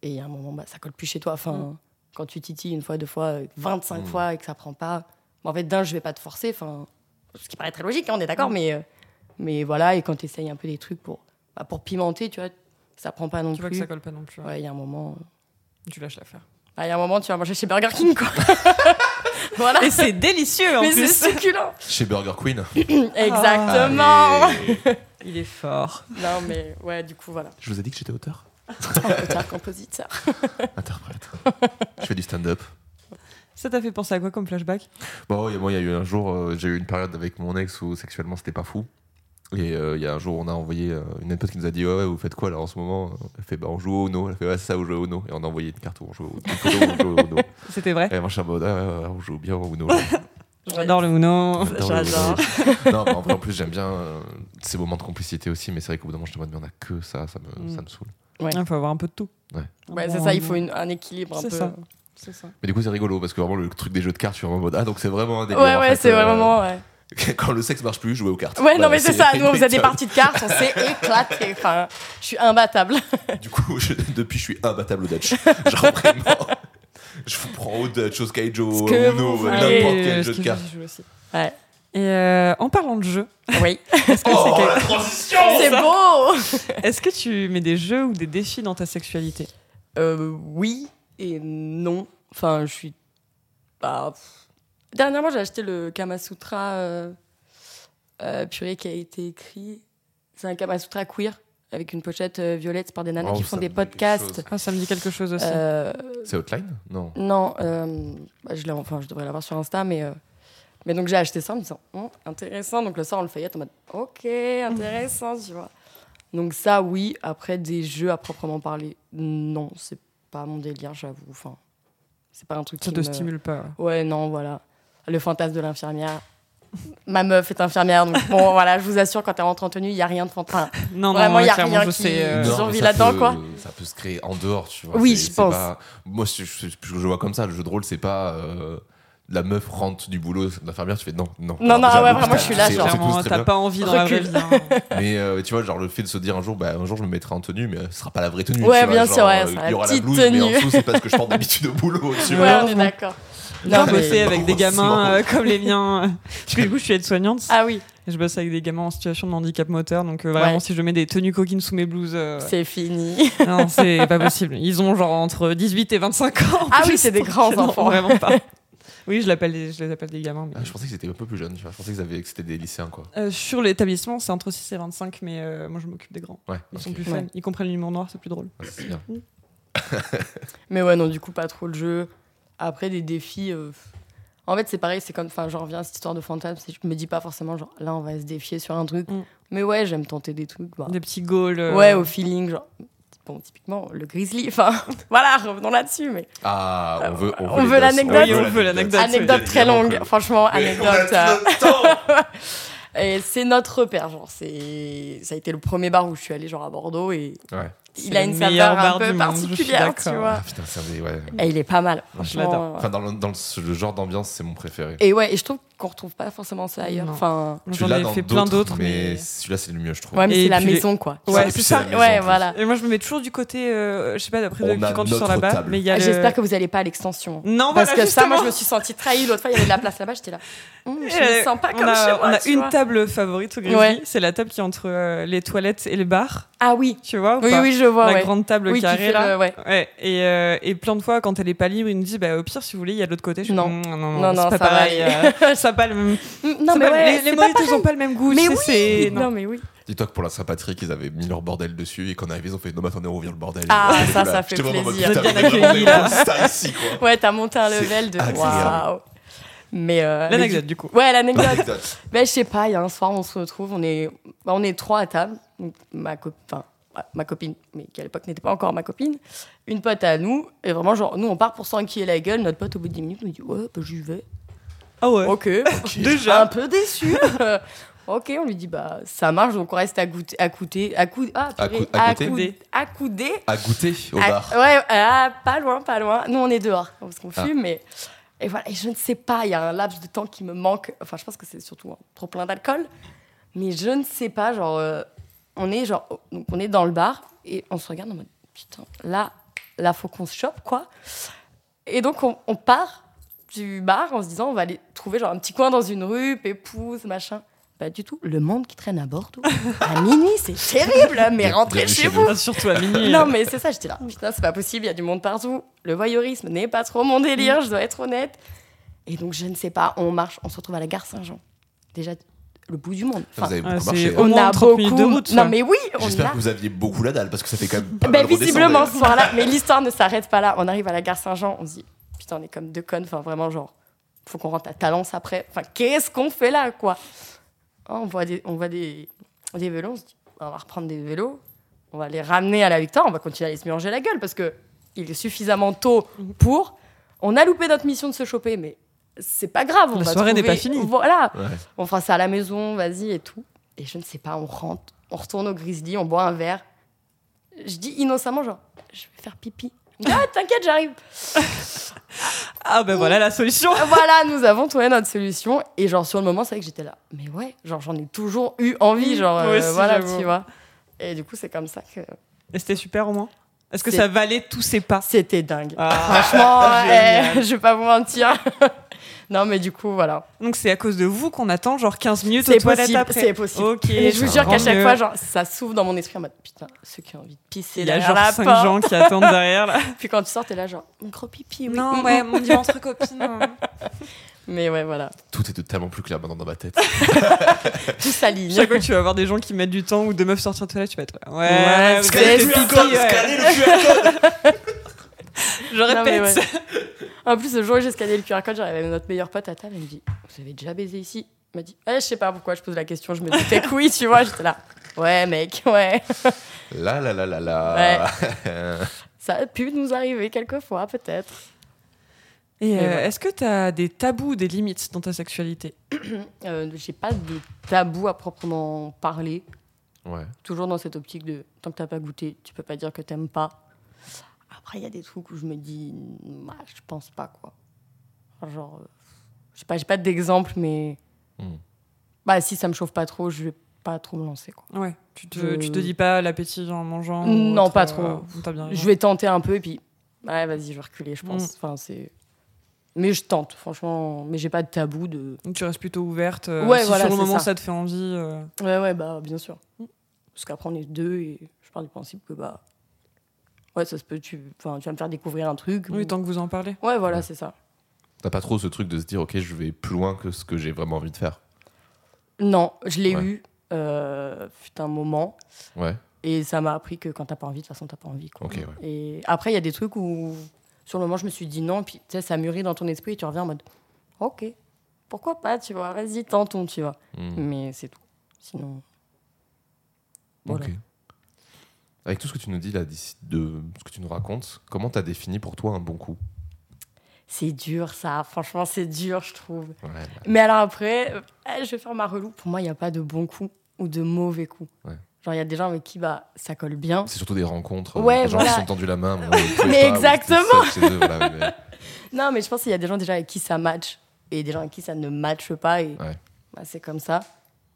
Speaker 3: Et à un moment, bah, ça colle plus chez toi. Enfin,
Speaker 2: Mm.
Speaker 3: quand tu titilles une fois, deux fois, euh, 25
Speaker 1: Mm.
Speaker 3: fois et que ça prend pas, bah, en fait, d'un, je vais pas te forcer. Enfin, ce qui paraît très logique, hein, on est d'accord,
Speaker 2: Mm.
Speaker 3: mais, euh, mais voilà. Et quand tu essayes un peu des trucs pour, bah, pour pimenter, tu vois, ça prend pas non
Speaker 2: Tu vois que
Speaker 3: plus.
Speaker 2: ça colle pas non plus. hein.
Speaker 3: Ouais, il y a un moment. euh,
Speaker 2: Tu lâches l'affaire.
Speaker 3: bah, Il y a un moment, tu vas manger chez Burger King, quoi. voilà.
Speaker 2: Et c'est délicieux en
Speaker 3: Mais c'est
Speaker 2: plus.
Speaker 3: succulent.
Speaker 1: Chez Burger Queen.
Speaker 3: Exactement.
Speaker 1: Allez.
Speaker 2: Il est fort.
Speaker 3: Non mais ouais, du coup voilà.
Speaker 1: Je vous ai dit que j'étais auteur,
Speaker 3: Auteur, compositeur.
Speaker 1: interprète. je fais du stand-up.
Speaker 2: Ça t'a fait penser à quoi comme flashback
Speaker 1: Bon, il y a- moi, il y a eu un jour, euh, j'ai eu une période avec mon ex où sexuellement c'était pas fou. Et euh, il y a un jour, on a envoyé euh, une autre pote qui nous a dit Ouais, ouais, vous faites quoi là en ce moment Elle fait Bah, on joue au Uno. Elle fait Ouais, c'est ça, on joue au Uno. Et on a envoyé une carte où on joue au une photo où on joue au Uno.
Speaker 2: C'était vrai
Speaker 1: Et moi, je suis en mode Ah, ouais, ouais, on joue bien au Uno.
Speaker 2: J'adore le Uno.
Speaker 1: J'adore le
Speaker 3: J'adore.
Speaker 1: Uno. non, mais en vrai, en plus, j'aime bien euh, ces moments de complicité aussi. Mais c'est vrai qu'au bout d'un moment, je suis en mode Mais on a que ça, ça me,
Speaker 2: Mm.
Speaker 1: ça me saoule.
Speaker 2: Il faut avoir un peu de tout.
Speaker 1: Ouais.
Speaker 3: Ouais, c'est ça, il faut une- un équilibre un
Speaker 2: C'est
Speaker 3: peu.
Speaker 2: ça. C'est ça.
Speaker 1: Mais du coup, c'est rigolo parce que vraiment, le truc des jeux de cartes, je suis vraiment en mode Ah, donc c'est vraiment un délire.
Speaker 3: Ouais
Speaker 1: en
Speaker 3: ouais,
Speaker 1: fait,
Speaker 3: c'est
Speaker 1: euh,
Speaker 3: vraiment ouais.
Speaker 1: Quand le sexe marche plus, jouer aux cartes.
Speaker 3: Ouais,
Speaker 1: Voilà,
Speaker 3: non mais c'est ça, nous on faisait des
Speaker 1: méthode.
Speaker 3: parties de cartes, on s'est éclatés. Enfin, je suis imbattable.
Speaker 1: Du coup, je- depuis, je suis imbattable au Dutch. Genre vraiment. Je vous prends au Dutch, au Skyjo,
Speaker 3: Ce
Speaker 1: au
Speaker 3: que
Speaker 1: Uno,
Speaker 3: vous
Speaker 1: euh,
Speaker 3: voulez,
Speaker 1: n'importe quel
Speaker 2: euh,
Speaker 1: jeu
Speaker 2: ce
Speaker 1: de
Speaker 2: que
Speaker 1: cartes.
Speaker 2: je joue aussi.
Speaker 3: Ouais.
Speaker 2: Et euh, en parlant de jeux,
Speaker 3: Oui.
Speaker 2: est-ce que,
Speaker 1: Oh,
Speaker 2: c'est
Speaker 1: la
Speaker 2: quel-
Speaker 1: transition
Speaker 3: c'est beau.
Speaker 2: est-ce que tu mets des jeux ou des défis dans ta sexualité
Speaker 3: Euh, oui et non. Enfin, je suis bah, pff. Dernièrement, j'ai acheté le Kama Sutra euh, euh, purée qui a été écrit. C'est un Kama Sutra queer avec une pochette euh, violette c'est par des nanas
Speaker 1: Oh,
Speaker 3: qui
Speaker 1: ça
Speaker 3: font
Speaker 1: me
Speaker 3: des
Speaker 1: dit quelque
Speaker 3: podcasts.
Speaker 1: chose.
Speaker 2: Ah, ça me dit quelque chose aussi.
Speaker 3: Euh,
Speaker 1: C'est Outline Non.
Speaker 3: Non, euh, bah, je l'ai, enfin, je devrais l'avoir sur Insta, mais, euh, mais donc j'ai acheté ça en me disant, Hum, intéressant. Donc le soir, on le feuillette en mode, ok, intéressant, tu vois. Donc ça, oui. Après, des jeux à proprement parler, non, c'est pas mon délire, j'avoue. Enfin, c'est pas un truc
Speaker 2: ça
Speaker 3: qui
Speaker 2: te
Speaker 3: me-
Speaker 2: stimule pas.
Speaker 3: Ouais, non, voilà. Le fantasme de l'infirmière, Ma meuf est infirmière, donc bon, voilà, je vous assure, quand elle rentre en tenue, il n'y a rien de fantasme.
Speaker 2: Non,
Speaker 3: Vraiment,
Speaker 2: non,
Speaker 3: y a
Speaker 2: clairement,
Speaker 3: rien
Speaker 2: je
Speaker 3: qui-
Speaker 2: sais. euh,
Speaker 3: Non. survie
Speaker 1: mais ça
Speaker 3: là-dedans,
Speaker 1: peut-
Speaker 3: quoi.
Speaker 1: Ça peut se créer en dehors, tu vois.
Speaker 3: Oui,
Speaker 1: C'est-
Speaker 3: je
Speaker 1: c'est
Speaker 3: pense.
Speaker 1: pas- Moi, je, je- je- je vois comme ça. Le jeu de rôle, c'est pas euh, la meuf rentre du boulot d'infirmière, tu fais non, non.
Speaker 3: Non, non,
Speaker 1: déjà,
Speaker 3: ouais,
Speaker 1: bon,
Speaker 3: vraiment, Ah, je
Speaker 1: c'est-
Speaker 3: suis là,
Speaker 1: c'est-
Speaker 3: genre,
Speaker 1: c'est tous
Speaker 2: Clairement,
Speaker 1: très
Speaker 2: t'as
Speaker 1: bien.
Speaker 2: pas envie dans la vraie
Speaker 3: Recule.
Speaker 2: vie. hein.
Speaker 1: Mais euh, tu vois, genre le fait de se dire un jour, bah, un jour je me mettrai en tenue, mais euh, ce sera pas la vraie tenue.
Speaker 3: Ouais,
Speaker 1: tu vois,
Speaker 3: bien
Speaker 1: genre,
Speaker 3: sûr, ouais,
Speaker 1: euh,
Speaker 3: ça sera
Speaker 1: Il y
Speaker 3: la
Speaker 1: aura la
Speaker 3: petite
Speaker 1: blouse, mais en
Speaker 3: tenue.
Speaker 1: dessous, c'est parce que je porte d'habitude au boulot. Tu
Speaker 3: Ouais,
Speaker 1: vois.
Speaker 3: on est d'accord.
Speaker 2: Bien
Speaker 3: Non, mais-
Speaker 2: bosser avec des gamins euh, comme les miens. euh, Parce que du coup, je suis aide-soignante.
Speaker 3: Ah oui,
Speaker 2: et Je bosse avec des gamins en situation de handicap moteur. Donc, euh, vraiment,
Speaker 3: Ouais.
Speaker 2: si je mets des tenues coquines sous mes blouses, euh,
Speaker 3: c'est fini.
Speaker 2: non, c'est pas possible. Ils ont genre entre 18 et 25 ans.
Speaker 3: Ah oui,
Speaker 2: Juste
Speaker 3: c'est des
Speaker 2: pour-
Speaker 3: grands
Speaker 2: non,
Speaker 3: enfants.
Speaker 2: Vraiment pas. Oui, je, l'appelle des- je les appelle des gamins. mais-
Speaker 1: Ah, je pensais que c'était un peu plus jeune, tu vois. Je pensais qu'ils avaient- que c'était des lycéens, quoi.
Speaker 2: Euh, sur l'établissement, c'est entre 6 et 25, mais euh, moi, je m'occupe des grands.
Speaker 1: Ouais,
Speaker 2: Ils
Speaker 1: ok.
Speaker 2: sont plus fun.
Speaker 3: Ouais.
Speaker 2: Ils comprennent l'humour noir, c'est plus drôle.
Speaker 1: Ah, c'est bien.
Speaker 3: Mais ouais, non, du coup, pas trop le jeu. Après, des défis. euh, En fait, c'est pareil, c'est comme. Enfin, j'en reviens à cette histoire de fantasme. c'est- Je me dis pas forcément, genre, là, on va se défier sur un truc.
Speaker 2: Mm.
Speaker 3: Mais ouais, j'aime tenter des trucs. bah.
Speaker 2: Des petits goals. euh,
Speaker 3: Ouais, au feeling, genre. Bon, typiquement, le grizzly. Enfin, voilà, revenons là-dessus. Mais
Speaker 1: Ah, on veut, on
Speaker 3: On
Speaker 1: veut les
Speaker 3: veut
Speaker 1: dates.
Speaker 3: l'anecdote.
Speaker 2: Oui, on veut l'anecdote. That's
Speaker 3: anecdote
Speaker 1: it.
Speaker 3: très longue. Franchement,
Speaker 1: Mais on a
Speaker 3: anecdote.
Speaker 1: tout
Speaker 3: euh,
Speaker 1: notre temps.
Speaker 3: Et c'est notre repère, genre. C'est... Ça a été le premier bar où je suis allée, genre, à Bordeaux. Et
Speaker 1: Ouais.
Speaker 3: il a
Speaker 2: le
Speaker 3: une
Speaker 2: meilleur
Speaker 3: saveur
Speaker 2: bar
Speaker 3: un
Speaker 2: du
Speaker 3: peu
Speaker 2: monde, je suis
Speaker 3: particulière, tu
Speaker 2: d'accord.
Speaker 1: Ah,
Speaker 3: vois.
Speaker 1: putain, c'est un des- ouais.
Speaker 3: Et il est pas mal,
Speaker 2: l'adore.
Speaker 3: franchement.
Speaker 1: Enfin, dans le, dans le- le genre d'ambiance, c'est mon préféré.
Speaker 3: Et ouais, et je trouve qu'on retrouve pas forcément ça ailleurs.
Speaker 2: Non.
Speaker 3: Enfin,
Speaker 1: Tu
Speaker 2: J'en
Speaker 1: l'as
Speaker 2: ai
Speaker 1: dans
Speaker 2: fait plein d'autres,
Speaker 1: mais
Speaker 2: mais.
Speaker 1: celui-là, c'est le mieux, je trouve.
Speaker 3: ouais, mais
Speaker 2: Et
Speaker 3: c'est la
Speaker 2: puis les-
Speaker 3: maison, quoi.
Speaker 2: Ouais,
Speaker 1: Ça,
Speaker 2: c'est
Speaker 1: puis
Speaker 2: ça.
Speaker 1: la maison, en
Speaker 3: Ouais,
Speaker 1: plus.
Speaker 3: voilà.
Speaker 2: Et moi, je me mets toujours du côté, euh, je sais pas, d'après
Speaker 1: On a
Speaker 2: depuis quand tu sors
Speaker 1: notre
Speaker 2: là-bas,
Speaker 1: table.
Speaker 2: mais il y a. le-
Speaker 3: Ah, J'espère que vous allez pas à l'extension.
Speaker 2: Non,
Speaker 3: Parce
Speaker 2: voilà,
Speaker 3: que ça, moi, je
Speaker 2: justement.
Speaker 3: me suis sentie trahie. L'autre fois, il y avait de la place là-bas, j'étais là. Hum, je
Speaker 2: Euh,
Speaker 3: me sens pas
Speaker 2: on
Speaker 3: comme
Speaker 2: a,
Speaker 3: chez moi.
Speaker 2: on a
Speaker 3: tu
Speaker 2: une
Speaker 3: vois.
Speaker 2: table favorite au Grizzly.
Speaker 3: Ouais.
Speaker 2: C'est la table qui est entre euh, les toilettes et le bar.
Speaker 3: Ah oui.
Speaker 2: Tu vois ou
Speaker 3: Oui,
Speaker 2: pas
Speaker 3: oui, je vois.
Speaker 2: La
Speaker 3: ouais.
Speaker 2: grande table
Speaker 3: Oui, qui
Speaker 2: carrée,
Speaker 3: fait
Speaker 2: là.
Speaker 3: le- ouais.
Speaker 2: Ouais. Et, euh, et plein de fois, quand elle est pas libre, ils nous disent bah, au pire, si vous voulez, il y a de l'autre côté. Je fais,
Speaker 3: Non.
Speaker 2: Mm, non, non,
Speaker 3: Non, non,
Speaker 2: c'est pas
Speaker 3: ça va
Speaker 2: pareil.
Speaker 3: aller.
Speaker 2: euh, ça a pas le même.
Speaker 3: Hum, Non,
Speaker 2: c'est
Speaker 3: mais
Speaker 2: pas-
Speaker 3: ouais,
Speaker 2: les, les
Speaker 3: c'est pas
Speaker 2: mojitos
Speaker 3: pareil.
Speaker 2: ont pas le même goût.
Speaker 3: Mais
Speaker 2: c'est-
Speaker 3: oui,
Speaker 2: c'est- non.
Speaker 3: Non, mais oui.
Speaker 1: Dis-toi que pour la Saint-Patrick, ils avaient mis leur bordel dessus et qu'on arrivait, ils ont fait Non, mais attendez, on revient le bordel.
Speaker 3: Ah,
Speaker 1: Et
Speaker 3: ça,
Speaker 1: voilà,
Speaker 3: ça fait
Speaker 1: j'étais vraiment en mode,
Speaker 3: plaisir.
Speaker 1: Putain,
Speaker 2: Bien
Speaker 1: mais vraiment,
Speaker 2: accueilli,
Speaker 1: on est
Speaker 2: là.
Speaker 1: ça ici, quoi.
Speaker 3: Ouais, t'as monté un
Speaker 1: C'est
Speaker 3: level de.
Speaker 1: agréable.
Speaker 3: Waouh. Mais. euh, mais
Speaker 2: L'anecdote, du coup.
Speaker 3: du- Ouais, l'anecdote.
Speaker 1: Anecdote.
Speaker 3: Ben, je sais pas, il y a un soir, on se retrouve, on est, bah, on est trois à table. Donc, ma, cop- enfin, ouais, ma copine, mais qui à l'époque n'était pas encore ma copine, une pote à nous, et vraiment, genre, nous, on part pour s'enquiller la gueule. Notre pote, au bout de 10 minutes, nous dit Ouais, bah, j'y vais.
Speaker 2: Ah ouais.
Speaker 3: Ok, un
Speaker 2: Déjà.
Speaker 3: peu déçu. ok, on lui dit Bah, ça marche, donc on reste à goûter, à coûter, à cou- ah,
Speaker 1: À
Speaker 3: purée,
Speaker 1: cou- à
Speaker 3: à
Speaker 1: goûter.
Speaker 3: coudé- à coudé.
Speaker 1: À goûter au
Speaker 3: Ah,
Speaker 2: oh.
Speaker 1: bar.
Speaker 3: Ouais, ah, pas loin, pas loin. Nous, on est dehors parce qu'on
Speaker 1: Ah.
Speaker 3: fume, mais. Et voilà, et je ne sais pas, il y a un laps de temps qui me manque. Enfin, je pense que c'est surtout hein, trop plein d'alcool. Mais je ne sais pas, genre, euh, on est genre, oh, donc on est dans le bar et on se regarde en mode putain, là, là, faut qu'on se chope, quoi. Et donc, on, on part du bar en se disant, on va aller trouver genre un petit coin dans une rue, pépouze, machin. Pas du tout. Le monde qui traîne à Bordeaux. À minuit, c'est terrible, hein, mais
Speaker 1: Bien-
Speaker 3: rentrez
Speaker 1: bienvenue
Speaker 3: chez
Speaker 1: chez
Speaker 3: vous.
Speaker 2: Ah, Surtout à minuit.
Speaker 3: Non, mais c'est ça, j'étais là. Putain, c'est pas possible, il y a du monde partout. Le voyeurisme n'est pas trop mon délire, je dois être honnête. Et donc, je ne sais pas, on marche, on se retrouve à la gare Saint-Jean. Déjà, le bout du monde.
Speaker 1: Vous
Speaker 3: Enfin,
Speaker 1: avez
Speaker 2: Ah,
Speaker 1: beaucoup
Speaker 2: c'est-
Speaker 1: marché.
Speaker 2: Au
Speaker 1: hein.
Speaker 3: on
Speaker 2: moins
Speaker 3: a
Speaker 2: 30
Speaker 3: beaucoup.
Speaker 2: minutes de route,
Speaker 3: non,
Speaker 2: ça.
Speaker 3: mais oui, on
Speaker 1: J'espère
Speaker 3: a.
Speaker 1: que vous aviez beaucoup la dalle parce que ça fait quand même pas
Speaker 2: Bah,
Speaker 3: Ben,
Speaker 1: mal redescendre.
Speaker 3: visiblement, ce soir-là. Mais l'histoire ne s'arrête pas là. On arrive à la gare Saint-Jean, on se dit, putain, on est comme deux connes. Enfin, vraiment, genre, faut qu'on rentre à Talence après. Enfin, qu'est-ce qu'on fait là, quoi Ah, On voit des, on voit des, des vélos, on se dit, on va reprendre des vélos, on va les ramener à la victoire, on va continuer à les se mélanger la gueule parce que il est suffisamment tôt pour. On a loupé notre mission de se choper, mais c'est pas grave. On
Speaker 2: La
Speaker 3: va
Speaker 2: soirée n'est
Speaker 3: trouver-
Speaker 2: pas finie.
Speaker 3: Voilà.
Speaker 1: Ouais.
Speaker 3: On fera ça à la maison, vas-y et tout. Et je ne sais pas, on rentre, on retourne au Grizzly, on boit un verre. Je dis innocemment, genre, je vais faire pipi. Il me dit, Ah, t'inquiète, j'arrive.
Speaker 2: Ah ben voilà la solution.
Speaker 3: voilà, nous avons trouvé notre solution. Et genre, sur le moment, c'est vrai que j'étais là. Mais ouais, genre, j'en ai toujours eu envie, genre,
Speaker 2: Moi
Speaker 3: euh,
Speaker 2: aussi,
Speaker 3: voilà,
Speaker 2: j'avoue.
Speaker 3: tu vois. Et du coup, c'est comme ça que
Speaker 2: Et c'était super au moins. Est-ce que
Speaker 3: C'est-
Speaker 2: ça valait tous ces pas
Speaker 3: c'était dingue.
Speaker 2: Ah.
Speaker 3: Franchement,
Speaker 2: Génial.
Speaker 3: eh, je vais pas vous mentir. non, mais du coup, voilà.
Speaker 2: Donc c'est à cause de vous qu'on attend genre 15 minutes aux
Speaker 3: C'est
Speaker 2: toilettes
Speaker 3: possible,
Speaker 2: après.
Speaker 3: c'est possible.
Speaker 2: Ok.
Speaker 3: Et je vous
Speaker 1: ça
Speaker 3: jure
Speaker 2: tant
Speaker 3: qu'à chaque
Speaker 2: mieux.
Speaker 3: fois, genre, ça s'ouvre dans mon esprit en mode putain, ceux qui ont envie de pisser
Speaker 2: il y a
Speaker 3: derrière
Speaker 2: genre
Speaker 3: la
Speaker 2: 5
Speaker 3: porte.
Speaker 2: gens qui attendent derrière là.
Speaker 3: Puis quand tu sors, t'es là, genre, mon gros pipi, oui. Mm, mm.
Speaker 2: mon dimanche entre
Speaker 3: hein.
Speaker 2: copines.
Speaker 3: Mais ouais, voilà.
Speaker 1: Tout est totalement plus clair maintenant dans ma tête.
Speaker 3: Tout s'aligne.
Speaker 2: Chaque fois que tu vas voir des gens qui mettent du temps ou deux meufs sortir de toilette, tu vas être ouais.
Speaker 3: Ouais,
Speaker 2: vous
Speaker 3: c'est-
Speaker 2: avez fait
Speaker 3: c'est-
Speaker 2: pipi, ouais. Je
Speaker 3: Non, mais
Speaker 2: répète.
Speaker 3: ouais. En plus, le jour où j'ai scanné le QR code, j'arrive avec notre meilleur pote à table, elle me dit Vous avez déjà baisé ici Elle m'a dit Eh, Je sais pas pourquoi je pose la question, je me dis que oui, tu vois, j'étais là. Ouais, mec, ouais.
Speaker 1: Là, là, là, là, là.
Speaker 3: Ça a pu nous arriver quelquefois, peut-être.
Speaker 2: Et euh,
Speaker 3: Et voilà.
Speaker 2: est-ce que t'as des tabous, des limites dans ta sexualité
Speaker 3: Euh, j'ai pas de tabou à proprement parler.
Speaker 1: Ouais.
Speaker 3: Toujours dans cette optique de tant que t'as pas goûté, tu peux pas dire que t'aimes pas. Après, il y a des trucs où je me dis, Mouah, je pense pas quoi. Enfin, Genre, euh, je sais pas, j'ai pas d'exemple, mais
Speaker 1: Hmm.
Speaker 3: bah si ça me chauffe pas trop, je vais pas trop me lancer quoi.
Speaker 2: Ouais, tu te,
Speaker 3: Je-
Speaker 2: tu te dis pas l'appétit en mangeant. ou
Speaker 3: Non,
Speaker 2: autre,
Speaker 3: pas
Speaker 2: euh,
Speaker 3: trop.
Speaker 2: t'as bien raison.
Speaker 3: Je vais tenter un peu et puis, ouais, vas-y, je vais reculer, je pense. Enfin, c'est. Mais je tente, franchement. Mais j'ai pas de tabou de.
Speaker 2: Donc tu restes plutôt ouverte. euh,
Speaker 3: Ouais,
Speaker 2: si
Speaker 3: voilà,
Speaker 2: sur le
Speaker 3: c'est
Speaker 2: moment
Speaker 3: ça.
Speaker 2: ça. te fait envie. euh,
Speaker 3: Ouais, ouais, bah, bien sûr.
Speaker 2: Mm.
Speaker 3: Parce qu'après, on est deux et je pars du principe que, bah. Ouais, ça se peut, tu, enfin, tu vas me faire découvrir un truc.
Speaker 2: Oui,
Speaker 3: ou-
Speaker 2: tant que vous en parlez.
Speaker 3: Ouais, voilà,
Speaker 1: Ouais.
Speaker 3: c'est ça.
Speaker 1: T'as pas trop ce truc de se dire, ok, je vais plus loin que ce que j'ai vraiment envie de faire.
Speaker 3: Non, je l'ai
Speaker 1: Ouais.
Speaker 3: eu. Euh, fut un moment.
Speaker 1: Ouais.
Speaker 3: Et ça m'a appris que quand t'as pas envie, de toute façon, t'as pas envie. Quoi.
Speaker 1: Ok, ouais.
Speaker 3: Et après, il y a des trucs où, sur le moment, je me suis dit non, puis tu sais, ça mûrit dans ton esprit et tu reviens en mode ok, pourquoi pas, tu vois, vas-y, tentons, tu vois.
Speaker 1: Hmm.
Speaker 3: Mais c'est tout. Sinon. Voilà.
Speaker 1: Ok. Avec tout ce que tu nous dis là, d'ici- de ce que tu nous racontes, comment t'as défini pour toi un bon coup
Speaker 3: C'est dur, ça. Franchement, c'est dur, je trouve.
Speaker 1: Ouais, ouais.
Speaker 3: Mais alors après, euh, eh, je vais faire ma relou. Pour moi, il n'y a pas de bon coup ou de mauvais coup.
Speaker 1: Ouais.
Speaker 3: Genre, il y a des gens avec qui bah, ça colle bien.
Speaker 1: C'est surtout des rencontres, euh,
Speaker 3: Ouais,
Speaker 1: des gens qui
Speaker 3: voilà.
Speaker 1: se sont tendus la main. Mais, on pouvait
Speaker 3: Mais
Speaker 1: pas, ou
Speaker 3: exactement.
Speaker 1: c'était seul chez eux, voilà, mais-
Speaker 3: Non, mais je pense qu'il y a des gens déjà avec qui ça match et des gens avec qui ça ne matche pas. Et
Speaker 1: Ouais.
Speaker 3: bah, c'est comme ça.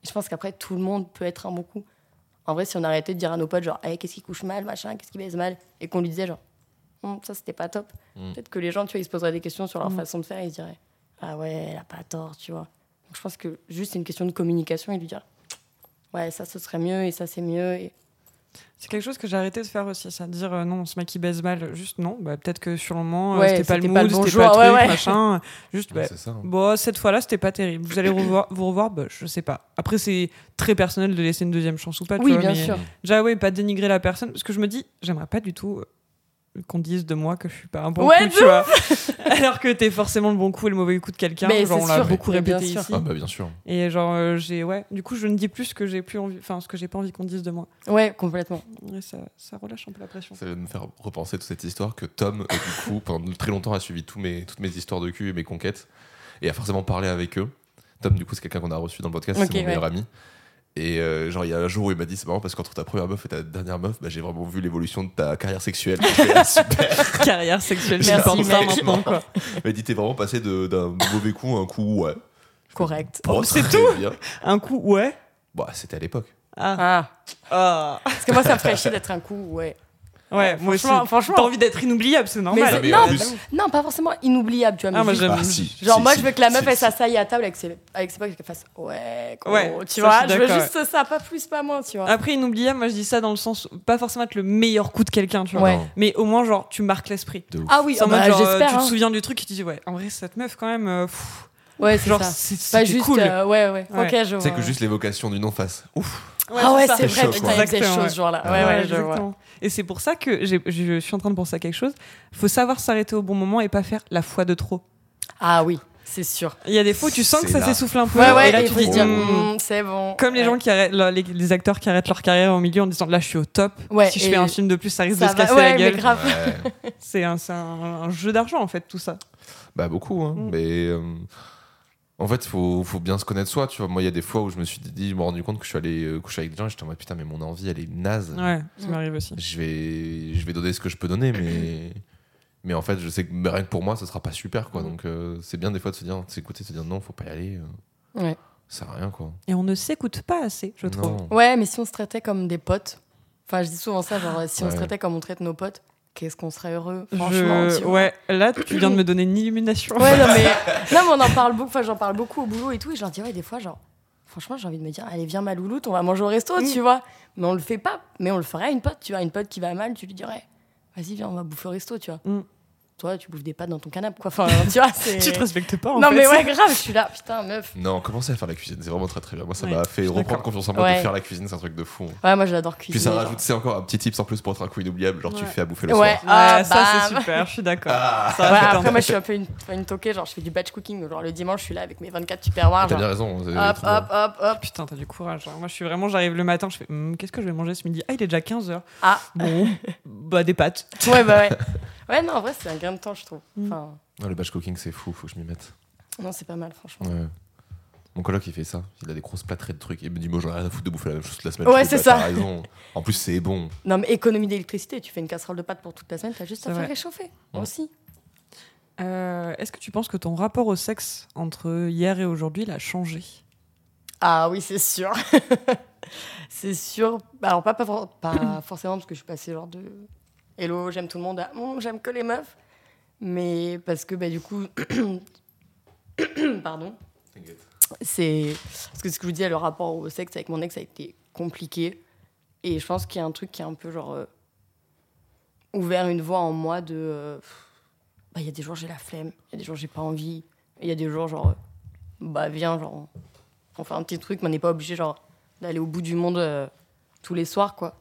Speaker 3: Et je pense qu'après, tout le monde peut être un bon coup. En vrai, si on arrêtait de dire à nos potes, genre, Hey, qu'est-ce qui couche mal, machin, qu'est-ce qui baise mal, et qu'on lui disait, genre, Hum, ça c'était pas top,
Speaker 1: Mm.
Speaker 3: peut-être que les gens, tu vois, ils se poseraient des questions sur leur
Speaker 2: Mm.
Speaker 3: façon de faire et ils se diraient, ah ouais, elle a pas tort, tu vois. Donc je pense que juste c'est une question de communication et lui dire, ouais, ça ce serait mieux et ça c'est mieux. Et...
Speaker 2: C'est quelque chose que j'ai arrêté de faire aussi, c'est à dire euh, non, ce mec qui baise mal, juste non, bah, peut-être que sur le moment, euh,
Speaker 3: Ouais,
Speaker 2: c'était pas le
Speaker 3: c'était
Speaker 2: mood,
Speaker 3: pas le bon
Speaker 2: c'était
Speaker 3: jour,
Speaker 2: pas le
Speaker 3: ouais,
Speaker 2: truc,
Speaker 3: ouais.
Speaker 2: machin. Juste, bah,
Speaker 1: Ouais, c'est ça. hein.
Speaker 2: bon, cette fois-là, c'était pas terrible. Vous allez revoir, vous revoir, bah, je sais pas. Après, c'est très personnel de laisser une deuxième chance ou pas. tu
Speaker 3: Oui,
Speaker 2: vois,
Speaker 3: bien
Speaker 2: mais-
Speaker 3: sûr.
Speaker 2: Déjà, oui, pas dénigrer la personne, parce que je me dis, j'aimerais pas du tout euh, qu'on dise de moi que je suis pas un bon
Speaker 3: Ouais,
Speaker 2: coup,
Speaker 3: de
Speaker 2: tu vois. Alors que t'es forcément le bon coup et le mauvais coup de quelqu'un.
Speaker 3: Mais
Speaker 2: Genre,
Speaker 3: c'est
Speaker 2: on l'a
Speaker 3: sûr,
Speaker 2: beaucoup
Speaker 3: mais bien
Speaker 2: répété
Speaker 3: sûr.
Speaker 2: ici.
Speaker 1: Ah bah bien sûr.
Speaker 2: Et genre, euh, j'ai, ouais, du coup, je ne dis plus ce que j'ai plus envie, enfin, ce que j'ai pas envie qu'on dise de moi.
Speaker 3: Ouais, complètement.
Speaker 2: Et ça, ça relâche un peu la pression.
Speaker 1: Ça va me faire repenser toute cette histoire que Tom, euh, du coup, pendant très longtemps, a suivi tous mes, toutes mes histoires de cul et mes conquêtes et a forcément parlé avec eux. Tom, du coup, c'est quelqu'un qu'on a reçu dans le podcast,
Speaker 3: Ok,
Speaker 1: c'est mon
Speaker 3: ouais.
Speaker 1: meilleur ami. Et euh, genre, il y a un jour où il m'a dit, c'est marrant parce qu'entre ta première meuf et ta dernière meuf, bah, j'ai vraiment vu l'évolution de ta carrière sexuelle. Je fais, Ah, super.
Speaker 2: Carrière sexuelle,
Speaker 1: Merci,
Speaker 2: je pense ça
Speaker 1: mec.
Speaker 2: maintenant, quoi.
Speaker 1: Il m'a dit, t'es vraiment passé de- d'un mauvais coup à un coup,
Speaker 3: Oh,
Speaker 1: ouais.
Speaker 3: Correct.
Speaker 1: Bon,
Speaker 2: c'est
Speaker 1: très
Speaker 2: tout
Speaker 1: bien.
Speaker 2: Un coup, ouais.
Speaker 1: Bah, c'était à l'époque.
Speaker 2: Ah.
Speaker 3: Ah.
Speaker 2: Ah.
Speaker 3: Parce que moi, ça me ferait chier d'être un coup, ouais.
Speaker 2: Ouais, moi aussi.
Speaker 3: franchement, franchement.
Speaker 2: T'as envie d'être inoubliable, c'est normal.
Speaker 1: c'est-
Speaker 3: non,
Speaker 1: en plus-
Speaker 3: non, pas forcément inoubliable, tu vois.
Speaker 2: Ah,
Speaker 3: mais
Speaker 2: moi,
Speaker 3: juste-
Speaker 2: j'aime.
Speaker 1: Ah, si,
Speaker 3: Genre,
Speaker 1: si,
Speaker 3: moi,
Speaker 1: si,
Speaker 3: je veux que la meuf,
Speaker 1: si,
Speaker 3: elle
Speaker 1: si.
Speaker 3: s'asseille à table avec ses, avec ses potes et qu'elle fasse Ouais, gros,
Speaker 2: Ouais, ça, je
Speaker 3: tu vois.
Speaker 2: suis
Speaker 3: Je veux
Speaker 2: d'accord, Ah,
Speaker 3: juste ça, pas plus, pas moins, tu vois.
Speaker 2: Après, inoubliable, moi je dis ça dans le sens, pas forcément être le meilleur coup de quelqu'un, tu vois.
Speaker 3: Ouais.
Speaker 1: Non,
Speaker 2: Mais au moins, genre, tu marques l'esprit.
Speaker 1: de ouf.
Speaker 3: Ah oui,
Speaker 2: C'est en
Speaker 3: ah bah,
Speaker 2: mode, genre, euh,
Speaker 3: j'espère.
Speaker 2: tu te
Speaker 3: hein.
Speaker 2: souviens du truc et tu dis, ouais, en vrai, cette meuf, quand même, euh, pff,
Speaker 3: Ouais, c'est
Speaker 2: genre,
Speaker 3: ça.
Speaker 2: c'est
Speaker 3: Pas
Speaker 2: c'était
Speaker 3: juste.
Speaker 2: cool.
Speaker 3: euh, ouais, ouais,
Speaker 2: Ouais.
Speaker 3: Ok, je
Speaker 1: Tu
Speaker 3: vois.
Speaker 1: sais que juste l'évocation du nom face. Ouf.
Speaker 2: Ouais,
Speaker 3: ah ouais,
Speaker 2: ça.
Speaker 3: c'est vrai,
Speaker 1: chaud,
Speaker 3: putain,
Speaker 1: quoi.
Speaker 3: il faisait
Speaker 2: Exactement,
Speaker 3: chaud
Speaker 2: ouais.
Speaker 3: ce jour-là. Ouais,
Speaker 1: Ouais,
Speaker 3: ouais, je vois.
Speaker 2: exactement. Et c'est pour ça que j'ai- je suis en train de penser à quelque chose. Faut savoir s'arrêter au bon moment et pas faire la foi de trop.
Speaker 3: Ah oui, c'est sûr.
Speaker 2: Il y a des fois où tu sens que
Speaker 1: C'est
Speaker 2: ça
Speaker 1: là.
Speaker 2: s'essouffle un peu.
Speaker 3: Ouais, ouais,
Speaker 2: et là,
Speaker 3: et
Speaker 2: tu te
Speaker 3: puis
Speaker 2: dis,
Speaker 3: dire
Speaker 2: hmm.
Speaker 3: Hum, C'est bon.
Speaker 2: Comme les
Speaker 3: Ouais.
Speaker 2: gens qui arrêtent, là, les, les acteurs qui arrêtent leur carrière au milieu en disant là je suis au top,
Speaker 3: Ouais,
Speaker 2: si je
Speaker 3: et-
Speaker 2: fais un film de plus ça risque
Speaker 3: ça
Speaker 2: de se
Speaker 3: va-
Speaker 2: casser
Speaker 3: ouais,
Speaker 2: la
Speaker 3: mais
Speaker 2: gueule.
Speaker 3: grave.
Speaker 1: Ouais.
Speaker 2: C'est un, c'est un- un jeu d'argent en fait tout ça.
Speaker 1: Bah beaucoup, hein.
Speaker 2: Mm.
Speaker 1: mais euh, en fait, faut, faut bien se connaître soi. Tu vois, moi, il y a des fois où je me suis dit, je me suis rendu compte que je suis allé euh, coucher avec des gens et j'étais en mode putain, mais mon envie, elle est naze.
Speaker 2: Ouais, ça
Speaker 3: Mm.
Speaker 2: m'arrive aussi.
Speaker 1: Je vais, je vais donner ce que je peux donner, mais mais en fait, je sais que mais rien que pour moi, ça sera pas super, quoi.
Speaker 2: Mm.
Speaker 1: Donc euh, c'est bien des fois de se dire, de s'écouter, de se dire non, faut pas y aller. euh,
Speaker 3: Ouais.
Speaker 1: Ça sert à rien, quoi.
Speaker 2: Et on ne s'écoute pas assez, je trouve.
Speaker 1: Non.
Speaker 3: Ouais, mais si on se traitait comme des potes, enfin, je dis souvent ça, genre, euh, si on se
Speaker 1: Ouais.
Speaker 3: traitait comme on traite nos potes, qu'est-ce qu'on serait heureux,
Speaker 2: Je-
Speaker 3: franchement. tu vois.
Speaker 2: ouais, là tu viens de me donner une illumination.
Speaker 3: Ouais, non, mais, non, mais on en parle beaucoup. Enfin, j'en parle beaucoup au boulot et tout. Et je leur dis, ouais, des fois, genre, franchement, j'ai envie de me dire, allez, viens, ma louloute, on va manger au resto,
Speaker 2: Mm.
Speaker 3: tu vois. Mais on le fait pas. Mais on le ferait à une pote, tu vois. Une pote qui va mal, tu lui dirais, vas-y, viens, on va bouffer au resto, tu vois.
Speaker 2: Mm.
Speaker 3: Toi, tu bouffes des pâtes dans ton canapé, quoi. Enfin, tu vois, c'est.
Speaker 2: tu te respectes pas en
Speaker 3: non,
Speaker 2: fait.
Speaker 3: mais ouais, grave, je suis là, putain, meuf.
Speaker 1: Non, commencez à faire la cuisine, c'est vraiment très très bien. Moi, ça
Speaker 2: Ouais,
Speaker 1: m'a
Speaker 2: je
Speaker 1: fait
Speaker 2: suis
Speaker 1: reprendre
Speaker 2: d'accord.
Speaker 1: confiance en moi de
Speaker 3: Ouais.
Speaker 1: faire la cuisine, c'est un truc de fou.
Speaker 3: Ouais, moi, j'adore
Speaker 1: Puis
Speaker 3: cuisiner.
Speaker 1: ça
Speaker 3: genre.
Speaker 1: rajoute, c'est encore un petit tips en plus pour être un coup inoubliable. Genre, tu
Speaker 2: Ouais.
Speaker 1: fais à bouffer le soir.
Speaker 3: Ouais,
Speaker 2: Ouais,
Speaker 3: ah,
Speaker 2: ça c'est
Speaker 3: bah.
Speaker 2: super, je suis d'accord. Ça va,
Speaker 3: Voilà,
Speaker 2: putain.
Speaker 3: après, moi, je suis un peu une, une toquée, genre, je fais du batch cooking. Genre, le dimanche, je suis là avec mes 24 superwars.
Speaker 2: Ah,
Speaker 1: Ah, T'as bien
Speaker 3: Hop,
Speaker 1: raison. hein, c'est
Speaker 3: hop,
Speaker 1: trop bien.
Speaker 3: hop, hop, hop.
Speaker 2: Putain, t'as du courage. hein. Moi, je suis vraiment, j'arrive le matin, je fais, Hum, qu'est-ce que je vais manger ce midi Ah, il est déjà 15h.
Speaker 3: Ah,
Speaker 2: Bon, bah des pâtes.
Speaker 3: ouais, bah ouais. Ouais, non, en vrai, c'est un gain de temps, je trouve.
Speaker 2: Mm.
Speaker 3: Enfin,
Speaker 1: Ah, le batch cooking, c'est fou, faut que je m'y mette.
Speaker 3: non, c'est pas mal, franchement.
Speaker 1: Ouais. Mon coloc, il fait ça. Il a des grosses plâtrées de trucs. Il me dit, moi, j'en ai rien à foutre de bouffer la même chose toute la semaine.
Speaker 3: Ouais,
Speaker 1: Je fais,
Speaker 3: c'est
Speaker 1: bah,
Speaker 3: ça.
Speaker 1: t'as raison. En plus, c'est bon.
Speaker 3: Non, mais économie d'électricité, tu fais une casserole de pâtes pour toute la semaine, t'as juste
Speaker 2: C'est
Speaker 3: à
Speaker 2: vrai.
Speaker 3: faire réchauffer. Moi
Speaker 1: Mm.
Speaker 3: aussi.
Speaker 2: Euh, Est-ce que tu penses que ton rapport au sexe entre hier et aujourd'hui il a changé
Speaker 3: Ah oui, c'est sûr. c'est sûr. Alors, pas, pas, for- pas forcément parce que je suis passée genre de Hello, j'aime tout le monde à Hum, j'aime que les meufs. Mais parce que bah, du coup. Pardon. C'est. Parce que ce que je vous dis, le rapport au sexe avec mon ex ça a été compliqué. Et je pense qu'il y a un truc qui a un peu genre. euh, ouvert une voie en moi de. euh, bah, il y a des jours, j'ai la flemme. Il y a des jours, j'ai pas envie. Et Il y a des jours, genre. euh, bah, viens, genre on fait un petit truc, mais on n'est pas obligé genre d'aller au bout du monde euh, tous les soirs, quoi.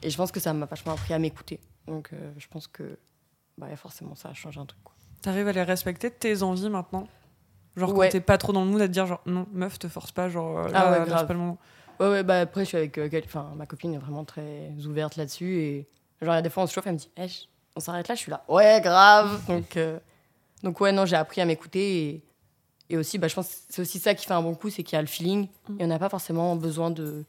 Speaker 3: Et je pense que ça m'a vachement appris à m'écouter. Donc euh, je pense que bah, forcément ça a changé un truc. Quoi.
Speaker 2: T'arrives à les respecter tes envies maintenant Genre
Speaker 3: Ouais.
Speaker 2: quand t'es pas trop dans le mood à te dire genre non meuf te force pas genre euh, là,
Speaker 3: Ah ouais,
Speaker 2: là, c'est
Speaker 3: grave.
Speaker 2: pas le moment.
Speaker 3: Ouais, ouais, bah après je suis avec euh, quel- enfin ma copine est vraiment très ouverte là-dessus et genre il y a des fois on se chauffe, elle me dit Eh, ch- on s'arrête là, je suis là. Ouais, grave. Donc euh, donc ouais non, j'ai appris à m'écouter et et aussi bah je pense que c'est aussi ça qui fait un bon coup, c'est qu'il y a le feeling
Speaker 2: Mm.
Speaker 3: et on n'a pas forcément besoin de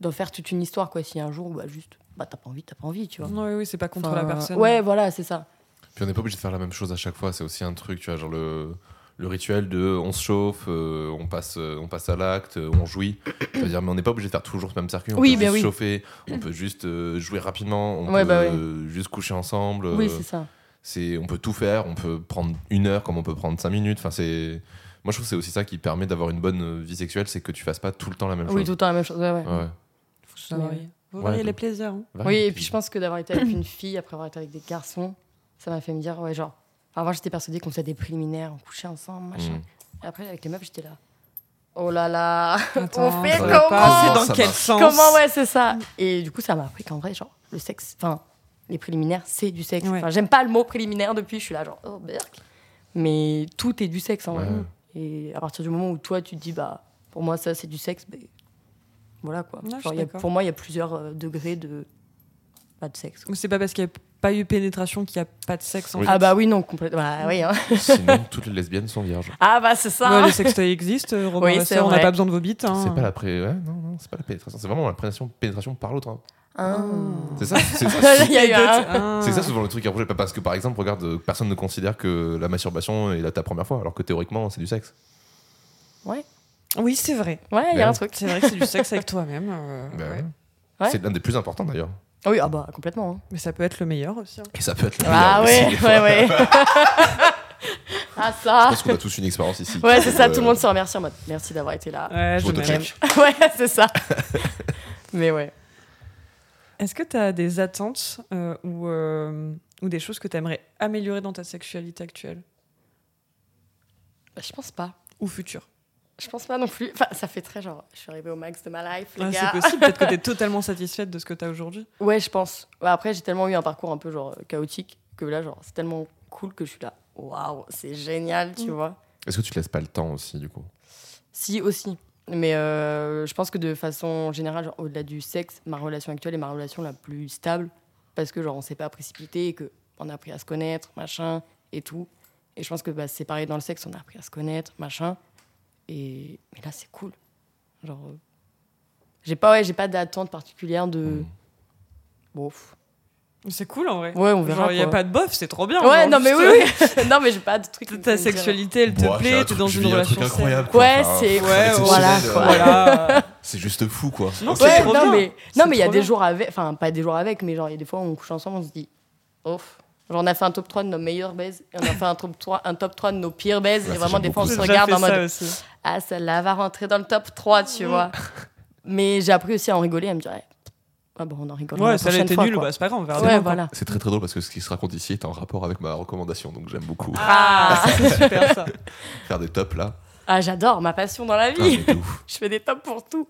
Speaker 3: d'en faire toute une histoire quoi. Si un jour bah juste bah t'as pas envie, t'as pas envie, tu vois.
Speaker 2: Non oui oui c'est pas contre la
Speaker 3: Enfin,
Speaker 2: personne.
Speaker 3: Ouais, voilà, c'est ça.
Speaker 1: Puis on n'est pas obligé de faire la même chose à chaque fois. C'est aussi un truc, tu vois, genre le, le rituel de on se chauffe, euh, on, passe, euh, on passe à l'acte, euh, on jouit. C'est-à-dire, mais on n'est pas obligé de faire toujours le même circuit. On
Speaker 3: Oui,
Speaker 1: peut
Speaker 3: ben
Speaker 1: juste
Speaker 3: oui.
Speaker 1: chauffer, on peut juste euh, jouer rapidement, on
Speaker 3: Ouais,
Speaker 1: peut
Speaker 3: bah ouais.
Speaker 1: euh, juste coucher ensemble. euh,
Speaker 3: Oui, c'est ça.
Speaker 1: c'est on peut tout faire on peut prendre une heure comme on peut prendre cinq minutes enfin c'est moi je trouve que c'est aussi ça qui permet d'avoir une bonne euh, vie sexuelle c'est que tu fasses pas tout le temps la même
Speaker 3: Oui, tout
Speaker 1: chose
Speaker 3: le temps la même chose. ouais, ouais.
Speaker 1: Ouais.
Speaker 2: Faut que ça
Speaker 3: Mais-
Speaker 2: varie. Vous
Speaker 1: Ouais,
Speaker 2: variez
Speaker 1: de-
Speaker 2: les plaisirs. hein.
Speaker 3: Oui, et puis je pense que d'avoir été avec une fille après avoir été avec des garçons, ça m'a fait me dire, ouais, genre. enfin, avant, j'étais persuadée qu'on faisait des préliminaires, on couchait ensemble, machin.
Speaker 1: Mm.
Speaker 3: Et après, avec les meufs, j'étais là. Oh là là
Speaker 2: Attends,
Speaker 3: fait
Speaker 2: je
Speaker 1: comment
Speaker 2: sais pas,
Speaker 1: Ça
Speaker 2: C'est dans quel
Speaker 1: marche.
Speaker 2: sens
Speaker 3: Comment, ouais, c'est ça Et du coup, ça m'a appris qu'en vrai, genre, le sexe. Enfin, les préliminaires, c'est du sexe.
Speaker 2: Ouais.
Speaker 3: Enfin, j'aime pas le mot préliminaire depuis, je suis là, genre, oh, berk. Mais tout est du sexe en vrai.
Speaker 1: Ouais.
Speaker 3: Et à partir du moment où toi, tu te dis, bah, pour moi, ça, c'est du sexe, ben, voilà quoi.
Speaker 2: Ouais, je
Speaker 3: Genre,
Speaker 2: suis
Speaker 3: il y a-
Speaker 2: d'accord.
Speaker 3: pour moi, il y a plusieurs euh, degrés de. Pas de sexe.
Speaker 2: Ou c'est pas parce qu'il n'y a pas eu pénétration qu'il n'y a pas de sexe en
Speaker 1: Oui.
Speaker 2: fait
Speaker 3: Ah bah oui, non, complètement. Bah, oui, hein.
Speaker 1: Hmm. sinon toutes les lesbiennes sont vierges
Speaker 3: Ah bah c'est ça.
Speaker 2: Ouais, le sextoy existe, euh, Romain
Speaker 3: Oui,
Speaker 2: Vasseur,
Speaker 3: c'est
Speaker 2: on n'a
Speaker 3: vrai.
Speaker 2: pas besoin de vos bites. hein.
Speaker 1: c'est pas la pré... ouais, non non c'est pas la pénétration c'est vraiment la pénétration, pénétration par l'autre hein.
Speaker 3: Ah.
Speaker 1: c'est ça c'est ça
Speaker 3: Là, il y a eu un-
Speaker 2: Ah.
Speaker 1: c'est ça souvent le truc à rejeter. parce que par exemple regarde euh, personne ne considère que la masturbation est là ta première fois alors que théoriquement c'est du sexe
Speaker 2: Oui, c'est vrai.
Speaker 3: Ouais, il y a
Speaker 1: Ouais.
Speaker 3: un truc.
Speaker 2: C'est vrai que c'est du sexe avec toi-même. euh,
Speaker 1: Ben,
Speaker 2: ouais.
Speaker 3: Bah Ouais.
Speaker 1: c'est l'un des plus importants d'ailleurs
Speaker 3: Ah oui, ah bah complètement. hein.
Speaker 2: Mais ça peut être le meilleur aussi. hein.
Speaker 1: et ça peut être le
Speaker 3: Ah
Speaker 1: meilleur
Speaker 3: ouais,
Speaker 1: aussi, des fois.
Speaker 3: ouais, ouais. ah
Speaker 1: je
Speaker 3: ça.
Speaker 1: pense qu'on a tous une expérience ici
Speaker 3: Ouais, c'est ça, tout le
Speaker 1: Euh,
Speaker 3: monde se remercie en mode merci d'avoir été là.
Speaker 2: Ouais,
Speaker 1: je
Speaker 2: je m'aime.
Speaker 1: m'auto-check.
Speaker 3: Ouais, c'est ça. Mais ouais.
Speaker 2: Est-ce que tu as des attentes euh, ou, euh, ou des choses que tu aimerais améliorer dans ta sexualité actuelle
Speaker 3: Bah, je pense pas.
Speaker 2: ou future
Speaker 3: Je pense pas non plus. Enfin, ça fait très genre, je suis arrivée au max de ma life, les
Speaker 2: Ah, C'est
Speaker 3: gars.
Speaker 2: possible, peut-être que tu es totalement satisfaite de ce que tu as aujourd'hui.
Speaker 3: Ouais, je pense. Bah, après, j'ai tellement eu un parcours un peu genre chaotique que là, genre, c'est tellement cool que je suis là. Waouh, c'est génial, tu
Speaker 2: Mm.
Speaker 3: vois.
Speaker 1: est-ce que tu te laisses pas le temps aussi du coup
Speaker 3: Si, aussi. Mais euh, je pense que de façon générale, genre, au-delà du sexe, ma relation actuelle est ma relation la plus stable. Parce que, genre, on s'est pas précipité et que on a appris à se connaître, machin, et tout. Et je pense que bah, c'est pareil dans le sexe, on a appris à se connaître, machin. Et mais là, c'est cool. Genre, euh, j'ai pas, ouais, j'ai pas d'attente particulière de.
Speaker 1: Mm.
Speaker 3: Bon, pff.
Speaker 2: C'est cool en vrai.
Speaker 3: ouais, on verra.
Speaker 2: Genre, il n'y a
Speaker 3: quoi.
Speaker 2: pas de bof, c'est trop bien.
Speaker 3: Ouais,
Speaker 2: genre,
Speaker 3: non, mais
Speaker 2: juste,
Speaker 3: oui, oui. non, mais j'ai pas de truc. qui
Speaker 2: euh,
Speaker 3: me
Speaker 2: Ta
Speaker 3: fait me dire-
Speaker 2: sexualité, elle te
Speaker 1: Moi, j'ai un
Speaker 2: plaît, tu es
Speaker 1: truc-
Speaker 2: dans
Speaker 1: je
Speaker 2: une
Speaker 1: vis un
Speaker 2: relation
Speaker 1: truc incroyable, quoi.
Speaker 3: Ouais,
Speaker 1: Enfin,
Speaker 3: c'est.
Speaker 2: Ouais,
Speaker 1: Exceptionnel,
Speaker 2: voilà.
Speaker 1: euh,
Speaker 2: voilà.
Speaker 1: C'est juste fou, quoi.
Speaker 2: Non,
Speaker 1: Ok.
Speaker 2: c'est
Speaker 3: Ouais,
Speaker 2: trop
Speaker 3: non,
Speaker 2: bien.
Speaker 3: mais
Speaker 2: C'est
Speaker 3: non, mais il y a
Speaker 2: trop
Speaker 3: des
Speaker 2: bien.
Speaker 3: jours avec, enfin pas des jours avec, mais genre il y a des fois où on couche ensemble, on se dit, ouf. Genre on a fait un top 3 de nos meilleures baises et on a fait un top 3, un top 3 de nos pires baises
Speaker 1: Ouais,
Speaker 3: et
Speaker 1: ça,
Speaker 3: vraiment
Speaker 1: j'aime
Speaker 3: des fois on
Speaker 1: beaucoup
Speaker 3: se
Speaker 2: J'ai
Speaker 3: regarde
Speaker 2: fait
Speaker 3: en mode
Speaker 2: ça Mm. aussi.
Speaker 3: ah celle-là va rentrer dans le top 3, tu vois. Mais j'ai appris aussi à en rigoler, à me dire eh, ah bon on en rigole la
Speaker 2: Ouais, ça a
Speaker 3: prochaine
Speaker 2: été
Speaker 3: fois.
Speaker 2: nul,
Speaker 3: quoi.
Speaker 2: bah, c'est pas grave, on verra
Speaker 3: ouais,
Speaker 2: demain, quoi.
Speaker 3: voilà.
Speaker 1: C'est très très drôle parce que ce qui se raconte ici est en rapport avec ma recommandation, donc j'aime beaucoup
Speaker 2: Ah, ça, c'est super ça.
Speaker 1: faire des tops là.
Speaker 3: Ah j'adore ma passion dans la
Speaker 1: Ah,
Speaker 3: vie.
Speaker 1: mais de ouf.
Speaker 3: Je fais des tops pour tout.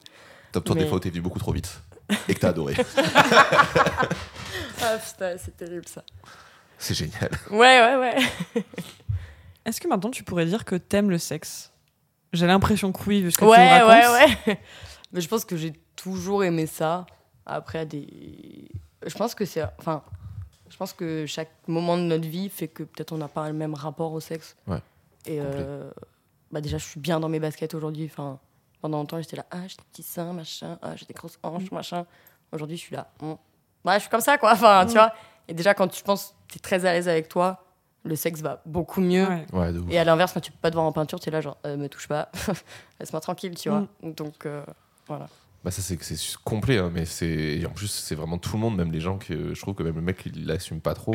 Speaker 1: Top 3 des
Speaker 3: Mais-
Speaker 1: fois où t'es venu beaucoup trop vite et que t'as adoré.
Speaker 3: Ah putain, c'est terrible ça.
Speaker 1: C'est génial.
Speaker 3: Ouais, ouais, ouais.
Speaker 2: Est-ce que maintenant tu pourrais dire que t'aimes le sexe J'ai l'impression que oui, vu ce que tu me
Speaker 3: ouais,
Speaker 2: racontes.
Speaker 3: ouais, ouais. Mais je pense que j'ai toujours aimé ça. Après, à des. Je pense que c'est. Enfin, je pense que chaque moment de notre vie fait que peut-être on n'a pas le même rapport au sexe.
Speaker 1: Ouais.
Speaker 3: Et
Speaker 1: Complet.
Speaker 3: euh, bah déjà, je suis bien dans mes baskets aujourd'hui. Enfin, pendant longtemps, j'étais là, ah, j'ai des petits seins, machin, ah, j'ai des grosses
Speaker 1: Mm.
Speaker 3: hanches, machin. Aujourd'hui, je suis là, hmm. ouais, je suis comme ça, quoi. Enfin, tu
Speaker 2: Mm.
Speaker 3: vois. Et déjà, quand tu penses, t'es très à l'aise avec toi, le sexe va beaucoup mieux.
Speaker 2: Ouais.
Speaker 1: Ouais, de ouf.
Speaker 3: Et à l'inverse, quand tu peux pas te voir en peinture, t'es là, genre, euh, me touche pas, laisse-moi tranquille, tu vois.
Speaker 2: Mm.
Speaker 3: Donc, euh, voilà.
Speaker 1: Bah ça c'est c'est su- complet, hein, mais c'est et en plus c'est vraiment tout le monde, même les gens que je trouve que même le mec il l'assume pas trop.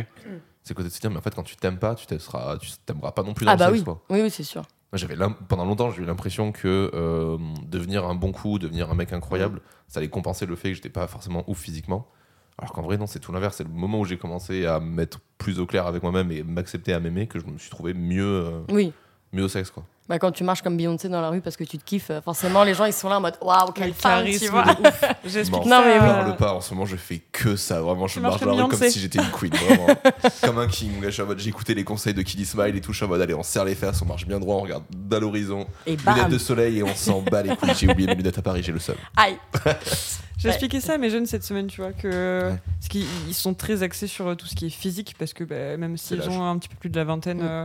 Speaker 1: C'est le côté de se dire mais en fait quand tu t'aimes pas, tu t'aimeras, tu t'aimeras pas non plus dans
Speaker 3: Ah,
Speaker 1: le
Speaker 3: bah
Speaker 1: sexe,
Speaker 3: oui.
Speaker 1: quoi.
Speaker 3: Oui, oui, c'est sûr.
Speaker 1: Moi, j'avais l'im- pendant longtemps j'ai eu l'impression que euh, devenir un bon coup, devenir un mec
Speaker 2: Mm.
Speaker 1: incroyable, ça allait compenser le fait que j'étais pas forcément ouf physiquement. Alors qu'en vrai non c'est tout l'inverse. C'est le moment où j'ai commencé à me mettre plus au clair avec moi-même et m'accepter à m'aimer que je me suis trouvé mieux, euh,
Speaker 3: Oui.
Speaker 1: mieux au sexe quoi.
Speaker 3: Bah, quand tu marches comme Beyoncé dans la rue parce que tu te kiffes, euh, forcément, les gens, ils sont là en mode, waouh,
Speaker 2: Quel
Speaker 3: quelle femme, tu
Speaker 2: charisme
Speaker 3: vois.
Speaker 2: de ouf. J'explique
Speaker 1: Bon.
Speaker 3: Non,
Speaker 2: ça.
Speaker 3: mais oui.
Speaker 2: euh,
Speaker 1: parle pas, en ce moment je fais que ça, vraiment je
Speaker 2: Tu
Speaker 1: marche
Speaker 2: marches
Speaker 1: dans la
Speaker 2: comme
Speaker 1: rue comme
Speaker 2: Beyoncé.
Speaker 1: si j'étais une queen, vraiment. comme un king, je suis en mode, j'ai écouté les conseils de Killy Smile et tout, je suis en mode allez on serre les fesses, on marche bien droit, on regarde dans l'horizon,
Speaker 3: Et
Speaker 2: Bah,
Speaker 1: lunettes
Speaker 3: bam.
Speaker 2: euh,
Speaker 1: de soleil et on s'en bat les couilles, j'ai oublié mes lunettes à Paris, j'ai le seul.
Speaker 3: Aïe.
Speaker 2: J'ai
Speaker 3: Ouais.
Speaker 2: expliqué ça à mes jeunes cette semaine, tu vois, que
Speaker 1: Ouais.
Speaker 2: parce qu'ils ils sont très axés sur euh, tout ce qui est physique, parce que bah, même
Speaker 1: C'est
Speaker 2: s'ils
Speaker 1: l'âge.
Speaker 2: ont un petit peu plus de la vingtaine,
Speaker 3: Mm.
Speaker 2: euh,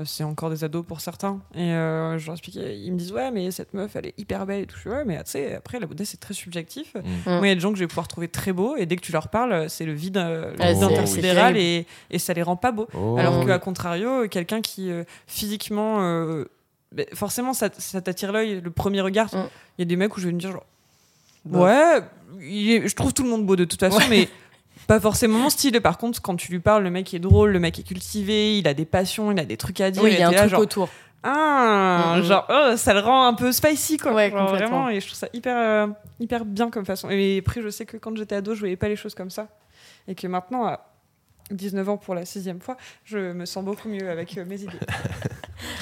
Speaker 2: euh, c'est encore des ados pour certains. Et euh, je leur expliquais, ils me disent ouais, mais cette meuf, elle est hyper belle et tout. Je fais, ouais, mais tu sais, après la beauté, c'est très subjectif.
Speaker 1: Mm.
Speaker 2: Moi, il y a des gens que je vais pouvoir trouver très beaux, et dès que tu leur parles, c'est le vide, euh, le
Speaker 1: Ouais,
Speaker 2: vide
Speaker 1: c'est-
Speaker 2: intersidéral,
Speaker 3: c'est
Speaker 2: et, et ça les rend pas beaux.
Speaker 1: Oh.
Speaker 2: Alors
Speaker 3: oui.
Speaker 2: qu'à contrario, quelqu'un qui euh, physiquement. euh, ben, forcément, ça, ça t'attire l'œil, le premier regard. Il
Speaker 3: Mm.
Speaker 2: y a des mecs où je vais me dire genre,
Speaker 3: Bof.
Speaker 2: Ouais, il est- je trouve tout le monde beau de toute façon,
Speaker 3: Ouais.
Speaker 2: mais pas forcément mon style. Et Par contre, quand tu lui parles, le mec est drôle, le mec est cultivé, il a des passions, il a des trucs à dire.
Speaker 3: Oui, il y a un
Speaker 2: était là,
Speaker 3: truc
Speaker 2: genre,
Speaker 3: autour.
Speaker 2: Ah,
Speaker 3: Mhm.
Speaker 2: genre, oh, ça le rend un peu spicy, quoi.
Speaker 3: Ouais,
Speaker 2: Genre,
Speaker 3: complètement.
Speaker 2: vraiment, et je trouve ça hyper, euh, hyper bien comme façon. Et après, je sais que quand j'étais ado, je voyais pas les choses comme ça. Et que maintenant, à 19 ans pour la sixième fois, je me sens beaucoup mieux avec euh, mes idées.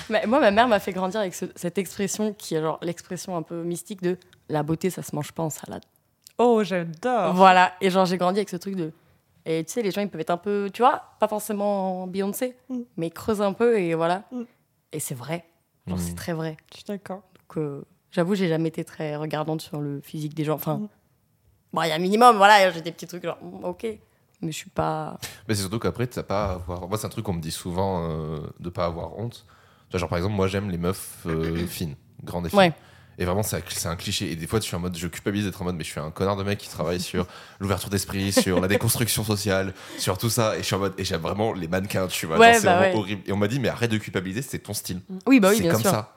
Speaker 3: Mais moi, ma mère m'a fait grandir avec ce- cette expression qui est genre l'expression un peu mystique de la beauté, ça se mange pas en salade.
Speaker 2: Oh, j'adore.
Speaker 3: Voilà. Et genre, j'ai grandi avec ce truc de. Et tu sais, les gens, ils peuvent être un peu, tu vois, pas forcément en Beyoncé,
Speaker 2: Mm.
Speaker 3: mais creuse un peu et voilà.
Speaker 2: Mm.
Speaker 3: Et c'est vrai.
Speaker 1: Mm.
Speaker 3: Genre, c'est très vrai.
Speaker 2: Je suis d'accord.
Speaker 3: Donc, euh, j'avoue, j'ai jamais été très regardante sur le physique des gens. Enfin,
Speaker 2: Mm.
Speaker 3: bon, il y a un minimum, voilà, j'ai des petits trucs genre, mm, ok. Mais je suis pas.
Speaker 1: Mais c'est surtout qu'après, t'as pas à avoir. Moi, c'est un truc qu'on me dit souvent euh, de pas avoir honte. Tu vois, genre, par exemple, moi, j'aime les meufs euh, fines, grandes et fines.
Speaker 3: Ouais.
Speaker 1: Et vraiment, c'est un cli- c'est un cliché. Et des fois, je suis en mode, je culpabilise d'être en mode, mais je suis un connard de mec qui travaille sur l'ouverture d'esprit, sur la déconstruction sociale, sur tout ça. Et je suis en mode, et j'aime vraiment les mannequins, tu vois.
Speaker 3: Ouais,
Speaker 1: Genre, c'est
Speaker 3: bah
Speaker 1: vraiment
Speaker 3: ouais.
Speaker 1: horrible. Et on m'a dit, mais arrête de culpabiliser, c'est ton style.
Speaker 2: Mm.
Speaker 3: Oui, bah oui,
Speaker 1: c'est
Speaker 3: bien
Speaker 1: comme
Speaker 3: sûr.
Speaker 1: ça.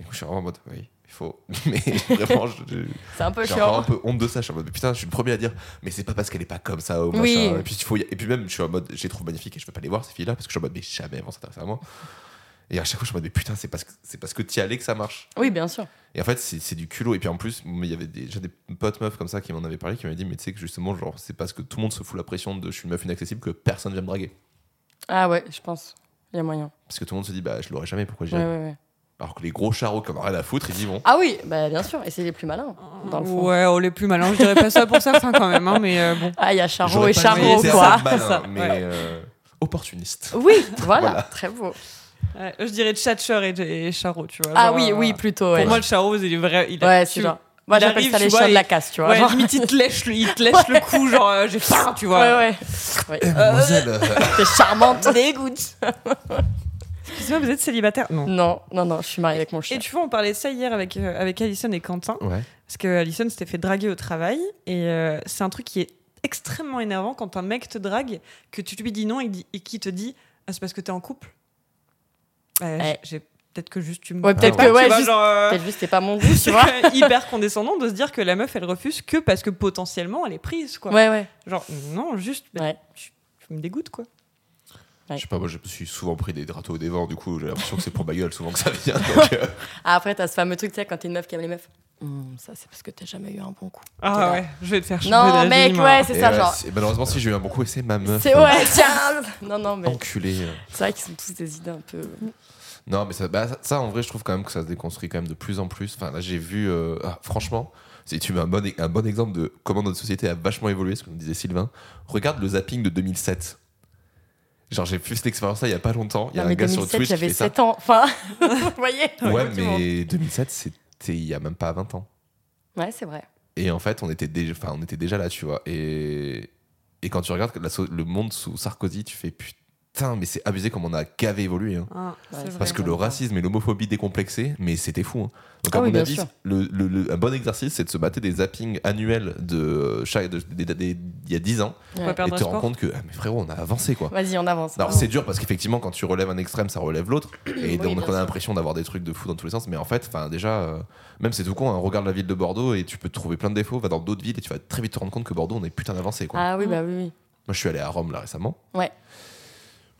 Speaker 1: Et du coup, je suis vraiment en mode, oui, il faut. Mais vraiment, je- je-
Speaker 3: C'est un peu
Speaker 1: j'ai encore
Speaker 3: chiant.
Speaker 1: un peu honte de ça. Je suis en mode, mais putain, je suis le premier à dire, mais c'est pas parce qu'elle est pas comme ça ou
Speaker 3: Oui.
Speaker 1: machin. Et puis, il faut y- et puis même, je suis en mode, je les trouve magnifiques et je peux pas les voir, ces filles-là, parce que je suis en mode, mais jamais elles vont s'intéresser à moi. Et à chaque fois, je suis en mode, mais putain, c'est parce que, c'est parce que t'y allais que ça marche.
Speaker 3: Oui, bien sûr.
Speaker 1: Et en fait, c'est, c'est du culot. Et puis en plus, mais il y avait déjà des potes meufs comme ça qui m'en avaient parlé, qui m'avaient dit, mais tu sais que justement, genre, c'est parce que tout le monde se fout la pression de je suis une meuf inaccessible que personne vient me draguer.
Speaker 3: Ah ouais, je pense. Il y a moyen.
Speaker 1: Parce que tout le monde se dit, bah, je l'aurais jamais, pourquoi
Speaker 3: Ouais,
Speaker 1: j'irais
Speaker 3: ouais, ouais.
Speaker 1: Alors que les gros charros qui en ont rien à foutre, ils y vont.
Speaker 3: Ah oui, bah bien sûr, et c'est les plus malins, dans le fond.
Speaker 2: Ouais, on les plus malins, je dirais pas ça pour certains quand même, hein, mais euh, bon.
Speaker 3: Ah, il y a Charo
Speaker 1: J'aurais
Speaker 3: et
Speaker 1: pas
Speaker 3: Charo,
Speaker 1: dit, c'est
Speaker 3: quoi.
Speaker 1: assez malin,
Speaker 2: Ça,
Speaker 1: mais
Speaker 2: ouais.
Speaker 1: euh, opportuniste.
Speaker 3: Oui, voilà,
Speaker 1: Voilà.
Speaker 3: très beau.
Speaker 2: Ouais, je dirais Thatcher et, et Charo, tu vois.
Speaker 3: Ah
Speaker 2: Ah, genre,
Speaker 3: oui,
Speaker 2: euh,
Speaker 3: oui, plutôt,
Speaker 2: Pour
Speaker 3: ouais.
Speaker 2: moi, le Charo, il est vrai. Il a-
Speaker 3: ouais, c'est
Speaker 2: tu-
Speaker 3: genre. Moi,
Speaker 2: il
Speaker 3: j'appelle
Speaker 2: arrive,
Speaker 3: ça
Speaker 2: tu
Speaker 3: les
Speaker 2: vois,
Speaker 3: chiens de
Speaker 2: il-
Speaker 3: la casse, tu vois.
Speaker 2: Ouais,
Speaker 3: genre.
Speaker 2: limite, il te lèche, le- il te lèche le cou, genre, euh, j'ai faim, tu vois.
Speaker 3: Ouais, ouais. Ouais.
Speaker 1: Eh, mademoiselle, euh,
Speaker 3: T'es charmante, dégoûte.
Speaker 2: Excusez-moi, vous êtes célibataire Non.
Speaker 3: Non, non, non, je suis mariée avec mon chien.
Speaker 2: Et tu vois, on parlait de ça hier avec, euh, avec Alison et Quentin,
Speaker 1: Ouais.
Speaker 2: parce que Alison s'était fait draguer au travail, et euh, c'est un truc qui est extrêmement énervant quand un mec te drague, que tu lui dis non et, qu'il dit- et qui te dit Ah, c'est parce que t'es en couple Ouais,
Speaker 3: Ouais.
Speaker 2: j'ai peut-être que juste tu me.
Speaker 3: Ouais, peut-être
Speaker 1: Ah
Speaker 2: Tu
Speaker 3: que, ouais,
Speaker 2: vois,
Speaker 3: juste,
Speaker 2: genre, euh,
Speaker 3: peut-être juste, c'est pas mon goût, tu
Speaker 2: c'est
Speaker 3: vois.
Speaker 2: quand même hyper condescendant de se dire que la meuf elle refuse que parce que potentiellement elle est prise quoi.
Speaker 3: Ouais, ouais.
Speaker 2: Genre non, juste bah,
Speaker 3: Ouais.
Speaker 2: tu, tu me dégoûtes quoi.
Speaker 1: Je sais pas, moi je me suis souvent pris des râteaux au dévent, du coup j'ai l'impression que c'est pour ma gueule souvent que ça vient.
Speaker 3: Ah, Après, t'as ce fameux truc, tu sais, quand t'es une meuf qui aime les meufs. Hum, ça, c'est parce que t'as jamais eu un bon coup.
Speaker 2: Ah
Speaker 3: Voilà.
Speaker 2: ouais, je vais te faire changer
Speaker 3: Non,
Speaker 2: d'avis,
Speaker 3: mec,
Speaker 2: moi.
Speaker 1: euh,
Speaker 3: ouais, c'est ça, genre.
Speaker 1: malheureusement, si j'ai eu un bon coup, et c'est ma meuf. euh, hein.
Speaker 3: C'est ouais, tiens. Non, non, mais
Speaker 1: Enculé.
Speaker 3: c'est vrai qu'ils sont tous des idées un peu.
Speaker 1: Non, mais ça, bah, ça, ça, en vrai, je trouve quand même que ça se déconstruit quand même de plus en plus. Enfin, là, j'ai vu. euh, ah, franchement, si tu veux un bon, un bon exemple de comment notre société a vachement évolué, ce que nous disait Sylvain, regarde le zapping de 2007. Genre, j'ai fait cette expérience-là il y a pas longtemps. Il y a
Speaker 3: Non,
Speaker 1: un
Speaker 3: mais
Speaker 1: gars sur
Speaker 3: 2007,
Speaker 1: Twitch qui
Speaker 3: j'avais
Speaker 1: fait ça.
Speaker 3: 7 ans. Enfin, vous voyez
Speaker 1: Ouais,
Speaker 2: Ouais,
Speaker 1: mais 2007, c'était il y a même pas 20 ans.
Speaker 3: Ouais, c'est vrai.
Speaker 1: Et en fait, on était déjà, enfin, on était déjà là, tu vois. Et, et quand tu regardes la so- le monde sous Sarkozy, tu fais putain. Putain, mais c'est abusé comme on a gavé évolué. hein.
Speaker 2: Hein,
Speaker 3: Ouais,
Speaker 2: c'est
Speaker 3: c'est
Speaker 2: vrai.
Speaker 1: Parce que le racisme et l'homophobie décomplexée, mais c'était fou. hein. Donc,
Speaker 3: Ah
Speaker 1: à
Speaker 3: oui,
Speaker 1: mon
Speaker 3: bien
Speaker 1: avis,
Speaker 3: sûr.
Speaker 1: le- le- le- un bon exercice, c'est de se mater des zappings annuels de euh, chaque- de- des- des- des- il y a 10 ans
Speaker 2: On
Speaker 3: Ouais.
Speaker 2: va
Speaker 1: et
Speaker 2: perdre
Speaker 1: te rends
Speaker 2: sport.
Speaker 1: compte que, ah, mais frérot, on a avancé quoi.
Speaker 3: Vas-y, on avance.
Speaker 1: Alors
Speaker 3: Ah.
Speaker 1: c'est dur parce qu'effectivement quand tu relèves un extrême ça relève l'autre et
Speaker 3: Oui,
Speaker 1: donc
Speaker 3: bien
Speaker 1: on
Speaker 3: sûr.
Speaker 1: a l'impression d'avoir des trucs de fou dans tous les sens mais en fait enfin déjà euh, même c'est tout con hein, regarde la ville de Bordeaux et tu peux te trouver plein de défauts va dans d'autres villes et tu vas très vite te rendre compte que Bordeaux on est putain avancé quoi.
Speaker 3: Ah oui, bah oui, oui.
Speaker 1: Moi je suis allé à Rome là récemment.
Speaker 3: Ouais.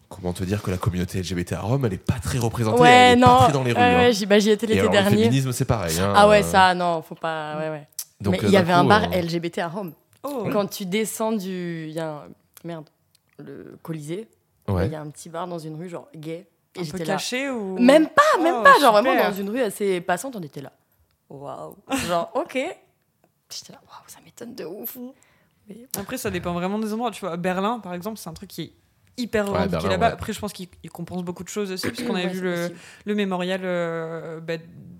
Speaker 1: Comment te dire que la communauté LGBT à Rome elle est pas très représentée
Speaker 3: Ouais,
Speaker 1: elle est
Speaker 3: non.
Speaker 1: pas très dans les rues.
Speaker 3: ouais,
Speaker 1: hein.
Speaker 3: ouais, j'y bah, j'y étais
Speaker 1: et
Speaker 3: l'été
Speaker 1: alors, le
Speaker 3: dernier.
Speaker 1: féminisme c'est pareil hein,
Speaker 3: Ah ouais,
Speaker 1: euh,
Speaker 3: ça, non, faut pas. Ouais, ouais.
Speaker 1: donc,
Speaker 3: Mais
Speaker 1: euh,
Speaker 3: il y
Speaker 1: d'un
Speaker 3: avait un
Speaker 1: coup,
Speaker 3: bar
Speaker 1: euh,
Speaker 3: LGBT à Rome.
Speaker 2: Oh,
Speaker 3: Quand tu descends du. Il y a un. Merde. Le Colisée. et Il
Speaker 1: ouais.
Speaker 3: y a un petit bar dans une rue, genre gay. Et
Speaker 2: un peu
Speaker 3: j'étais là.
Speaker 2: caché ou
Speaker 3: Même pas, même
Speaker 2: Oh,
Speaker 3: pas. Genre
Speaker 2: super.
Speaker 3: vraiment dans une rue assez passante, on était là. Waouh. Genre, ok. J'étais là, waouh, ça m'étonne de ouf.
Speaker 2: Après, ça dépend vraiment des endroits. Tu vois, à Berlin, par exemple, c'est un truc qui est hyper
Speaker 1: Ouais,
Speaker 2: revendiqué
Speaker 1: Berlin,
Speaker 2: là-bas.
Speaker 1: ouais.
Speaker 2: Après, je pense qu'ils ils compensent beaucoup de choses aussi, parce qu'on
Speaker 3: Ouais,
Speaker 2: avait vu
Speaker 3: c'est
Speaker 2: le,
Speaker 3: possible.
Speaker 2: le mémorial euh, bah,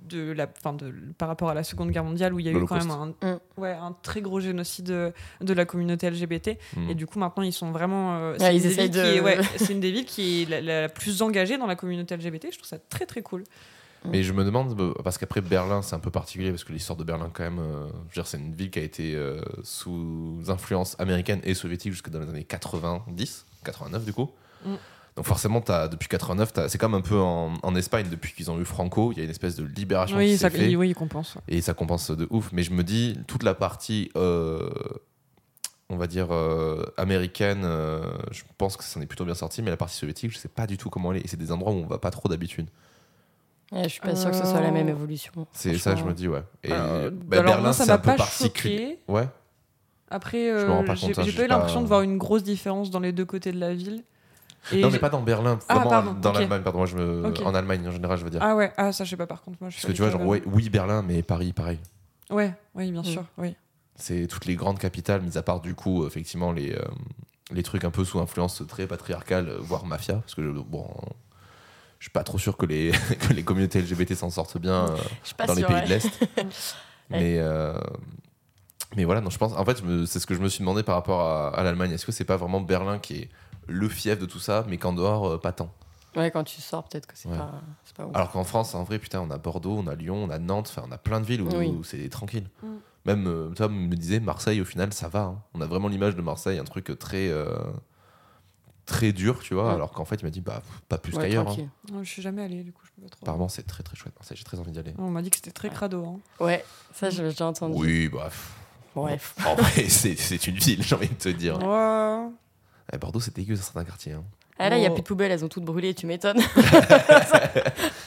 Speaker 2: de la, fin de, par rapport à la Seconde Guerre mondiale, où il y a eu quand même un,
Speaker 3: Mm.
Speaker 2: ouais, un très gros génocide de, de la communauté LGBT.
Speaker 1: Mm.
Speaker 2: Et du coup, maintenant, ils sont vraiment. euh,
Speaker 3: Ouais,
Speaker 2: c'est
Speaker 3: ils
Speaker 2: une des
Speaker 3: essayent
Speaker 2: villes qui est-
Speaker 3: de-
Speaker 2: ouais, c'est une des villes qui est la, la plus engagée dans la communauté LGBT. Je trouve ça très très cool. Mm.
Speaker 1: Mais je me demande, euh, parce qu'après Berlin, c'est un peu particulier, parce que l'histoire de Berlin, quand même, euh, je veux dire, c'est une ville qui a été euh, sous influence américaine et soviétique jusque dans les années 90, 89 du coup.
Speaker 2: Mm.
Speaker 1: Donc forcément, as, depuis 89, t'as- c'est comme un peu en, en Espagne, depuis qu'ils ont eu Franco, il y a une espèce de libération qui
Speaker 2: Oui,
Speaker 1: s'est
Speaker 2: ça,
Speaker 1: fait,
Speaker 2: ils- oui, ils compensent.
Speaker 1: et ça compense de ouf. Mais je me dis, toute la partie, euh, on va dire, euh, américaine, euh, je pense que ça en est plutôt bien sorti, mais la partie soviétique, je sais pas du tout comment elle est. Et c'est des endroits où on va pas trop d'habitude.
Speaker 3: Ouais, je suis pas sûre que ce soit la même évolution.
Speaker 1: C'est ça, je
Speaker 3: franchement.
Speaker 1: me dis, ouais. Et
Speaker 2: Euh,
Speaker 1: bah,
Speaker 2: alors,
Speaker 1: Berlin,
Speaker 2: moi, ça
Speaker 1: c'est un
Speaker 2: m'a
Speaker 1: peu
Speaker 2: pas
Speaker 1: particulier.
Speaker 2: choqué.
Speaker 1: Ouais.
Speaker 2: Après,
Speaker 1: me
Speaker 2: euh,
Speaker 1: rends pas
Speaker 2: j'ai
Speaker 1: compte, hein,
Speaker 2: j'ai
Speaker 1: j'ai
Speaker 2: pas eu
Speaker 1: pas-
Speaker 2: l'impression de voir une grosse différence dans les deux côtés de la ville. Et
Speaker 1: non,
Speaker 2: j'ai-
Speaker 1: mais pas dans Berlin,
Speaker 2: Ah,
Speaker 1: vraiment
Speaker 2: pardon,
Speaker 1: dans
Speaker 2: ok.
Speaker 1: l'Allemagne, pardon. Moi, je me...
Speaker 2: Ok.
Speaker 1: En Allemagne, en général, je veux dire.
Speaker 2: Ah ouais, ah ça je sais pas par contre moi. Je suis
Speaker 1: Parce que tu vois,
Speaker 2: allée
Speaker 1: genre,
Speaker 2: qu'à
Speaker 1: ouais, oui, Berlin, mais Paris, pareil.
Speaker 2: Berlin. Ouais, oui, bien
Speaker 3: Mm.
Speaker 2: sûr, oui.
Speaker 1: C'est toutes les grandes capitales, mis à part, du coup, effectivement, les, euh, les trucs un peu sous influence très patriarcale, euh, voire mafia. Parce que, euh, bon, je suis pas trop sûr que les, que les communautés LGBT s'en sortent bien. euh,
Speaker 3: Je suis pas
Speaker 1: dans les
Speaker 3: sûre.
Speaker 1: pays
Speaker 3: ouais.
Speaker 1: de l'Est. mais, euh, mais voilà, non, je pense. En fait, je me- c'est ce que je me suis demandé par rapport à, à l'Allemagne. Est-ce que c'est pas vraiment Berlin qui est le fief de tout ça, mais qu'en dehors, euh, pas tant
Speaker 3: Ouais, quand tu sors, peut-être que c'est
Speaker 1: Ouais.
Speaker 3: pas, c'est pas ouf.
Speaker 1: Alors qu'en France, en vrai, putain, on a Bordeaux, on a Lyon, on a Nantes, enfin, on a plein de villes où,
Speaker 3: Oui.
Speaker 1: où c'est tranquille.
Speaker 2: Mm.
Speaker 1: Même, euh, toi, me disais, Marseille, au final, ça va. hein. On a vraiment l'image de Marseille, un truc très. euh, très dur, tu vois,
Speaker 3: Mm.
Speaker 1: alors qu'en fait, il m'a dit, bah, pas plus
Speaker 3: Ouais,
Speaker 1: qu'ailleurs. hein.
Speaker 3: tranquille.
Speaker 2: Non, je suis jamais allée du coup, je peux pas trop.
Speaker 1: Apparemment, c'est très très chouette, Marseille, j'ai très envie d'y aller.
Speaker 2: On m'a dit que c'était très crado. Hein.
Speaker 3: Ouais, ça, je- j'ai entendu.
Speaker 1: Oui, bref.
Speaker 3: Bref.
Speaker 1: En vrai, c'est c'est une ville, j'ai envie de te dire.
Speaker 2: Ouais.
Speaker 1: Eh, Bordeaux, c'est dégueu dans certains quartiers. hein.
Speaker 3: Ah, là, il n'y a
Speaker 2: Oh.
Speaker 3: plus de poubelles, elles ont toutes brûlées, tu m'étonnes.